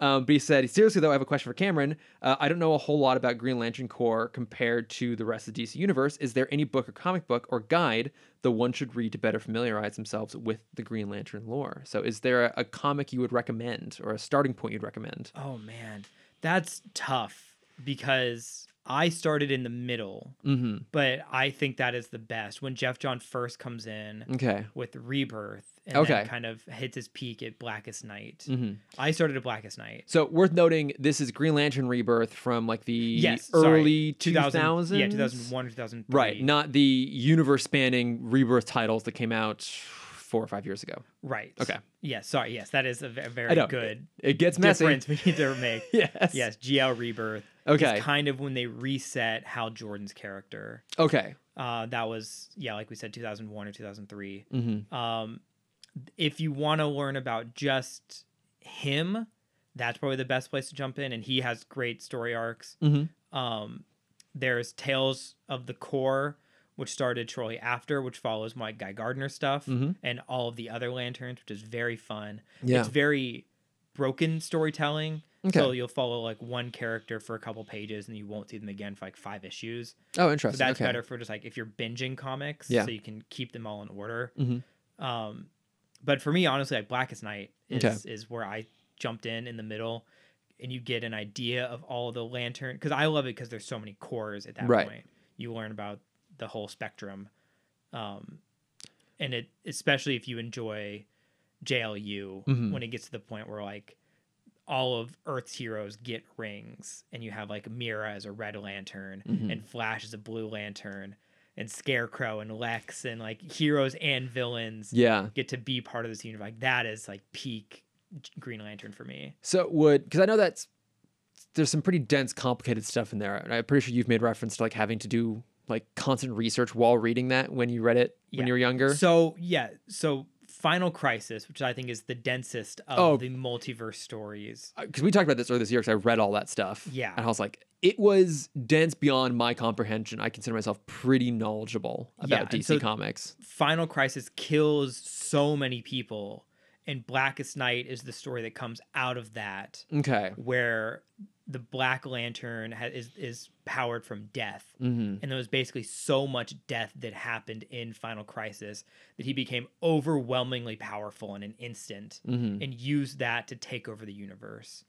[SPEAKER 1] Um, but he said, seriously though, I have a question for Cameron. Uh, I don't know a whole lot about Green Lantern Corps compared to the rest of the DC universe. Is there any book or comic book or guide that one should read to better familiarize themselves with the Green Lantern lore? So, is there a, a comic you would recommend or a starting point you'd recommend?
[SPEAKER 2] Oh man, that's tough because I started in the middle,
[SPEAKER 1] Mm-hmm.
[SPEAKER 2] but I think that is the best when Jeff John first comes in
[SPEAKER 1] Okay.
[SPEAKER 2] with Rebirth and
[SPEAKER 1] Mm. Okay.
[SPEAKER 2] then kind of hits his peak at Blackest Night.
[SPEAKER 1] Mm-hmm.
[SPEAKER 2] I started at Blackest Night.
[SPEAKER 1] So worth noting, this is Green Lantern Rebirth from like the
[SPEAKER 2] Yes, sorry.
[SPEAKER 1] early 2000s.
[SPEAKER 2] Yeah, 2001 or 2003.
[SPEAKER 1] Right, not the universe spanning Rebirth titles that came out four or five years ago.
[SPEAKER 2] Right.
[SPEAKER 1] Okay.
[SPEAKER 2] Yes. Sorry. Yes, that is a ve- very
[SPEAKER 1] know.
[SPEAKER 2] good
[SPEAKER 1] It gets messy.
[SPEAKER 2] difference we need to make.
[SPEAKER 1] Yes.
[SPEAKER 2] Yes, GL Rebirth.
[SPEAKER 1] Okay.
[SPEAKER 2] Is kind of when they reset Hal Jordan's character.
[SPEAKER 1] Okay.
[SPEAKER 2] Uh, that was yeah, like we said, 2001 or 2003.
[SPEAKER 1] Mm-hmm.
[SPEAKER 2] Um, if you want to learn about just him, that's probably the best place to jump in, and he has great story arcs.
[SPEAKER 1] Mhm.
[SPEAKER 2] Um, there's Tales of the Core, which started shortly after, which follows my Guy Gardner stuff
[SPEAKER 1] Mhm.
[SPEAKER 2] and all of the other lanterns, which is very fun.
[SPEAKER 1] Yeah.
[SPEAKER 2] It's very broken storytelling. So
[SPEAKER 1] Okay.
[SPEAKER 2] you'll follow like one character for a couple pages and you won't see them again for like five issues.
[SPEAKER 1] Oh,
[SPEAKER 2] So
[SPEAKER 1] interesting.
[SPEAKER 2] that's
[SPEAKER 1] okay.
[SPEAKER 2] better for just like if you're binging comics,
[SPEAKER 1] Yeah.
[SPEAKER 2] so you can keep them all in order.
[SPEAKER 1] Mhm.
[SPEAKER 2] Um, but for me, honestly, like Blackest Night is
[SPEAKER 1] Okay.
[SPEAKER 2] is where I jumped in in the middle, and you get an idea of all the lantern because I love it because there's so many cores at that
[SPEAKER 1] Right.
[SPEAKER 2] point. You learn about the whole spectrum, um, and it especially if you enjoy JLU
[SPEAKER 1] Mhm.
[SPEAKER 2] when it gets to the point where like all of Earth's heroes get rings, and you have like Mira as a Red Lantern,
[SPEAKER 1] Mhm.
[SPEAKER 2] and Flash as a Blue Lantern, and Scarecrow and Lex, and like heroes and villains
[SPEAKER 1] Yeah.
[SPEAKER 2] get to be part of this universe. Like that is like peak G- Green Lantern for me.
[SPEAKER 1] So would because I know that's there's some pretty dense, complicated stuff in there. and I'm pretty sure you've made reference to like having to do like constant research while reading that when you read it when
[SPEAKER 2] Yeah.
[SPEAKER 1] you were younger.
[SPEAKER 2] So yeah, so Final Crisis, which I think is the densest of
[SPEAKER 1] Oh.
[SPEAKER 2] the multiverse stories.
[SPEAKER 1] because Uh, we talked about this earlier this year because I read all that stuff.
[SPEAKER 2] Yeah.
[SPEAKER 1] And I was like, it was dense beyond my comprehension. I consider myself pretty knowledgeable
[SPEAKER 2] Yeah,
[SPEAKER 1] about
[SPEAKER 2] and
[SPEAKER 1] DC
[SPEAKER 2] so-
[SPEAKER 1] comics.
[SPEAKER 2] Final Crisis kills so many people, and Blackest Night is the story that comes out of that,
[SPEAKER 1] Okay.
[SPEAKER 2] where the Black Lantern ha- is is powered from death.
[SPEAKER 1] Mm-hmm.
[SPEAKER 2] and there was basically so much death that happened in Final Crisis that he became overwhelmingly powerful in an instant
[SPEAKER 1] Mm-hmm.
[SPEAKER 2] and used that to take over the universe.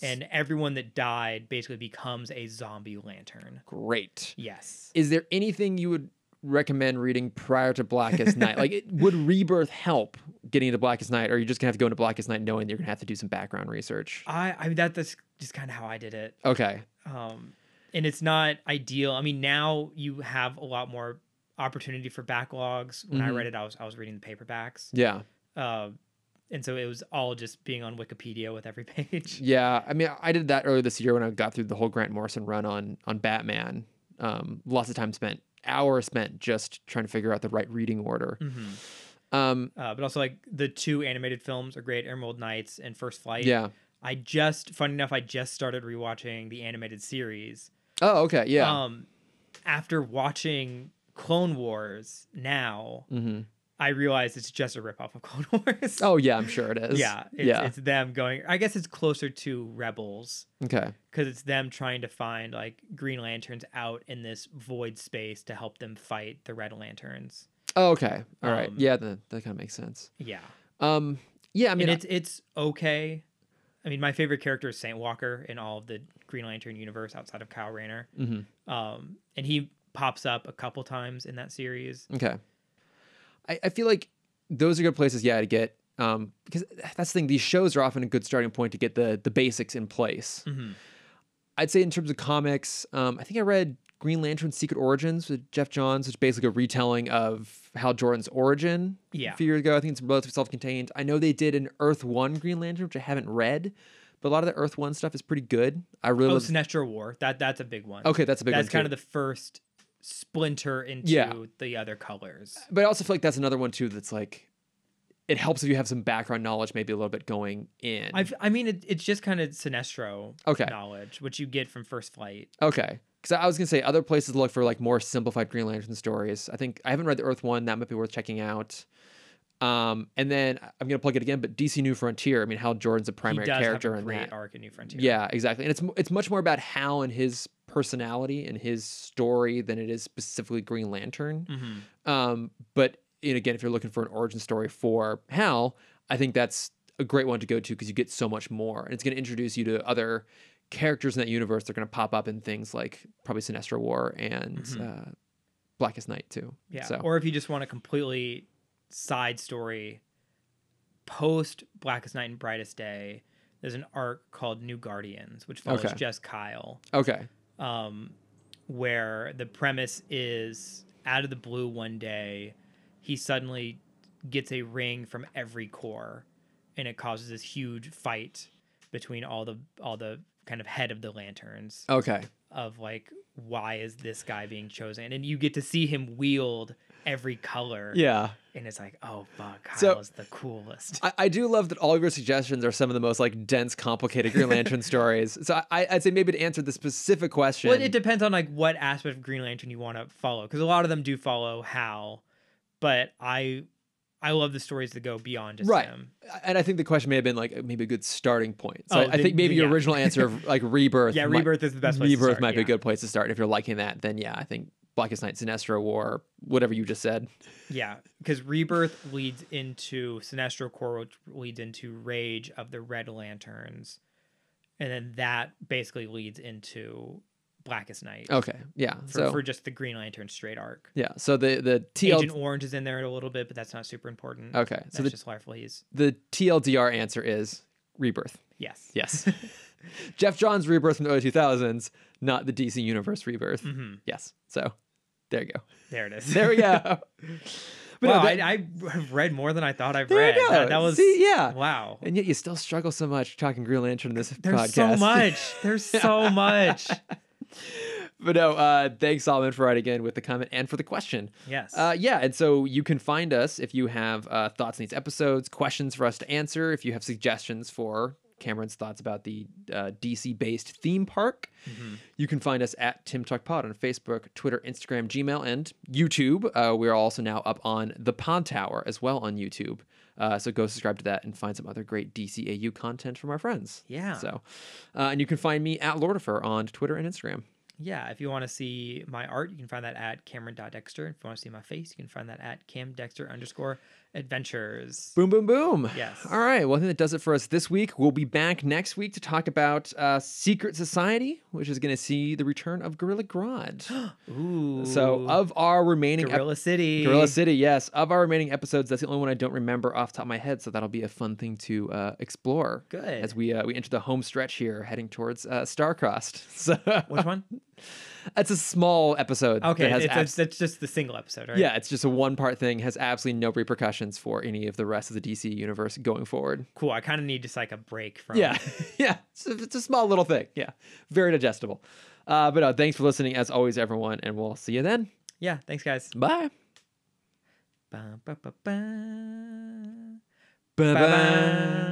[SPEAKER 2] And everyone that died basically becomes a zombie lantern.
[SPEAKER 1] Great.
[SPEAKER 2] Yes.
[SPEAKER 1] Is there anything you would recommend reading prior to Blackest Night? Like, it, would Rebirth help getting into Blackest Night, or are you just gonna have to go into Blackest Night knowing you're gonna have to do some background research?
[SPEAKER 2] I I mean that that's just kind of how I did it.
[SPEAKER 1] Okay.
[SPEAKER 2] Um and it's not ideal. I mean now you have a lot more opportunity for backlogs. When I
[SPEAKER 1] Mhm.
[SPEAKER 2] read it I was I was reading the paperbacks.
[SPEAKER 1] Yeah.
[SPEAKER 2] Uh, and so it was all just being on Wikipedia with every page.
[SPEAKER 1] Yeah, I mean, I did that earlier this year when I got through the whole Grant Morrison run on on Batman. Um, lots of time spent, hours spent just trying to figure out the right reading order.
[SPEAKER 2] Mhm.
[SPEAKER 1] Um,
[SPEAKER 2] Uh, but also like the two animated films are great, Emerald Knights and First Flight.
[SPEAKER 1] yeah.
[SPEAKER 2] I just, funny enough, I just started rewatching the animated series.
[SPEAKER 1] Oh, okay. Yeah.
[SPEAKER 2] Um, after watching Clone Wars, now
[SPEAKER 1] hmm
[SPEAKER 2] I realize it's just a ripoff of Clone Wars.
[SPEAKER 1] Oh, yeah. I'm sure it is.
[SPEAKER 2] yeah, it's,
[SPEAKER 1] yeah.
[SPEAKER 2] it's them going. I guess it's closer to Rebels
[SPEAKER 1] okay.
[SPEAKER 2] because it's them trying to find like Green Lanterns out in this void space to help them fight the Red Lanterns.
[SPEAKER 1] Oh, okay. All right.
[SPEAKER 2] Um,
[SPEAKER 1] Yeah. That that kind of makes sense.
[SPEAKER 2] Yeah,
[SPEAKER 1] Um. Yeah. I
[SPEAKER 2] I
[SPEAKER 1] mean,
[SPEAKER 2] and it's it's okay. I mean, my favorite character is Saint Walker in all of the Green Lantern universe outside of Kyle Rayner,
[SPEAKER 1] mhm.
[SPEAKER 2] um, and he pops up a couple times in that series.
[SPEAKER 1] Okay. I, I feel like those are good places, yeah, to get um because that's the thing, these shows are often a good starting point to get the the basics in place.
[SPEAKER 2] Mhm.
[SPEAKER 1] I'd say in terms of comics, um, I think I read Green Lantern Secret Origins with Jeff Johns, which is basically a retelling of Hal Jordan's origin
[SPEAKER 2] Yeah.
[SPEAKER 1] a few years ago. I think it's relatively self-contained. I know they did an Earth One Green Lantern, which I haven't read, but a lot of the Earth One stuff is pretty good. I really
[SPEAKER 2] Oh,
[SPEAKER 1] love-
[SPEAKER 2] Sinestro War. That that's a big one.
[SPEAKER 1] okay, that's a big
[SPEAKER 2] that's
[SPEAKER 1] one.
[SPEAKER 2] kind
[SPEAKER 1] too.
[SPEAKER 2] of the first splinter into
[SPEAKER 1] Yeah.
[SPEAKER 2] the other colors.
[SPEAKER 1] but I also feel like that's another one too that's like it helps if you have some background knowledge, maybe a little bit going in.
[SPEAKER 2] I've, I mean, it, it's just kind of Sinestro
[SPEAKER 1] Okay.
[SPEAKER 2] knowledge, which you get from First Flight.
[SPEAKER 1] okay. Because I was gonna say other places to look for like more simplified Green Lantern stories. I think I haven't read the Earth one. That might be worth checking out. Um, and then I- I'm gonna plug it again, but DC New Frontier. I mean, Hal Jordan's a primary
[SPEAKER 2] he does
[SPEAKER 1] character
[SPEAKER 2] have a
[SPEAKER 1] in
[SPEAKER 2] great
[SPEAKER 1] that.
[SPEAKER 2] arc in New Frontier.
[SPEAKER 1] Yeah, exactly. And it's m- it's much more about Hal and his personality and his story than it is specifically Green Lantern.
[SPEAKER 2] hmm
[SPEAKER 1] Um, but and again, if you're looking for an origin story for Hal, I think that's a great one to go to because you get so much more, and it's going to introduce you to other characters in that universe are going to pop up in things like probably Sinestro War and uh, Blackest Night too.
[SPEAKER 2] Mm-hmm. Yeah.
[SPEAKER 1] So
[SPEAKER 2] Or if you just want a completely side story post Blackest Night and Brightest Day, there's an arc called New Guardians, which follows
[SPEAKER 1] Okay.
[SPEAKER 2] Jess Kyle,
[SPEAKER 1] okay,
[SPEAKER 2] um, where the premise is out of the blue one day, he suddenly gets a ring from every core, and it causes this huge fight between all the all the kind of head of the lanterns
[SPEAKER 1] okay,
[SPEAKER 2] of like why is this guy being chosen and you get to see him wield every color
[SPEAKER 1] yeah.
[SPEAKER 2] and it's like oh fuck Kyle
[SPEAKER 1] So-
[SPEAKER 2] is the coolest
[SPEAKER 1] I, I do love that all of your suggestions are some of the most like dense, complicated Green Lantern stories. So I, I'd say maybe to answer the specific question,
[SPEAKER 2] well it depends on like what aspect of Green Lantern you want to follow because a lot of them do follow Hal but I I love the stories that go beyond just
[SPEAKER 1] Right.
[SPEAKER 2] him
[SPEAKER 1] and I think the question may have been like maybe a good starting point. So
[SPEAKER 2] Oh,
[SPEAKER 1] I, I
[SPEAKER 2] the-
[SPEAKER 1] think maybe
[SPEAKER 2] the-
[SPEAKER 1] your
[SPEAKER 2] yeah.
[SPEAKER 1] original answer of like rebirth,
[SPEAKER 2] yeah
[SPEAKER 1] might-
[SPEAKER 2] Rebirth is the best place to
[SPEAKER 1] rebirth
[SPEAKER 2] start,
[SPEAKER 1] might be a
[SPEAKER 2] yeah.
[SPEAKER 1] good place to start. If you're liking that, then yeah, I think Blackest Night, Sinestro War, whatever you just said.
[SPEAKER 2] yeah because Rebirth leads into Sinestro Corps which leads into Rage of the Red Lanterns and then that basically leads into Blackest Night
[SPEAKER 1] Okay, yeah.
[SPEAKER 2] for,
[SPEAKER 1] so
[SPEAKER 2] for just the Green Lantern straight arc.
[SPEAKER 1] yeah, so the the TL
[SPEAKER 2] Agent Orange is in there a little bit, but that's not super important.
[SPEAKER 1] Okay,
[SPEAKER 2] that's
[SPEAKER 1] so the-
[SPEAKER 2] just Larful. He's
[SPEAKER 1] the TLDR answer is rebirth.
[SPEAKER 2] yes,
[SPEAKER 1] Yes. Jeff Johns rebirth from the early 2000s, not the DC Universe rebirth.
[SPEAKER 2] Mhm.
[SPEAKER 1] Yes. So there you go.
[SPEAKER 2] there it is.
[SPEAKER 1] There we go. But no,
[SPEAKER 2] wow,
[SPEAKER 1] that-
[SPEAKER 2] I, I have read more than I thought I've
[SPEAKER 1] there
[SPEAKER 2] read.
[SPEAKER 1] you go.
[SPEAKER 2] That, that was
[SPEAKER 1] See, yeah.
[SPEAKER 2] wow.
[SPEAKER 1] And yet you still struggle so much talking Green Lantern in this
[SPEAKER 2] There's
[SPEAKER 1] podcast.
[SPEAKER 2] so much. There's so much.
[SPEAKER 1] but no, uh, thanks Solomon for writing again with the comment and for the question.
[SPEAKER 2] Yes.
[SPEAKER 1] Uh, yeah, and so you can find us if you have uh, thoughts on these episodes, questions for us to answer, if you have suggestions for Cameron's thoughts about the uh, DC based theme park.
[SPEAKER 2] Mm-hmm.
[SPEAKER 1] You can find us at Tim Talk Pod on Facebook, Twitter, Instagram, Gmail, and YouTube. Uh, we are also now up on the Pod Tower as well on YouTube. Uh, so go subscribe to that and find some other great DCAU content from our friends.
[SPEAKER 2] Yeah.
[SPEAKER 1] So, uh, and you can find me at Lordifer on Twitter and Instagram.
[SPEAKER 2] yeah. If you want to see my art, you can find that at Cameron.dexter. If you want to see my face, you can find that at CamDexter underscore adventures.
[SPEAKER 1] Boom, boom, boom.
[SPEAKER 2] Yes.
[SPEAKER 1] All right. Well, I think that does it for us this week. We'll be back next week to talk about uh, Secret Society, which is going to see the return of Gorilla Grodd.
[SPEAKER 2] Ooh.
[SPEAKER 1] so, of our remaining ep-
[SPEAKER 2] Gorilla City.
[SPEAKER 1] Gorilla City, yes, of our remaining episodes, that's the only one I don't remember off the top of my head. So that'll be a fun thing to uh, explore.
[SPEAKER 2] Good.
[SPEAKER 1] As we uh, we enter the home stretch here, heading towards uh, Starcrossed. So
[SPEAKER 2] Which one?
[SPEAKER 1] that's a small episode.
[SPEAKER 2] Okay,
[SPEAKER 1] That has
[SPEAKER 2] it's,
[SPEAKER 1] abs-
[SPEAKER 2] it's, it's just the single episode, right?
[SPEAKER 1] yeah, it's just a one part thing. Has absolutely no repercussions for any of the rest of the DC universe going forward.
[SPEAKER 2] Cool. I kind of need just like a break from.
[SPEAKER 1] Yeah, yeah. It's a, it's a small little thing. Yeah, very digestible. Uh, but uh, thanks for listening, as always, everyone, and we'll see you then.
[SPEAKER 2] Yeah. Thanks, guys.
[SPEAKER 1] Bye.
[SPEAKER 2] Ba, ba, ba, ba.
[SPEAKER 1] Bye
[SPEAKER 2] Bye-bye.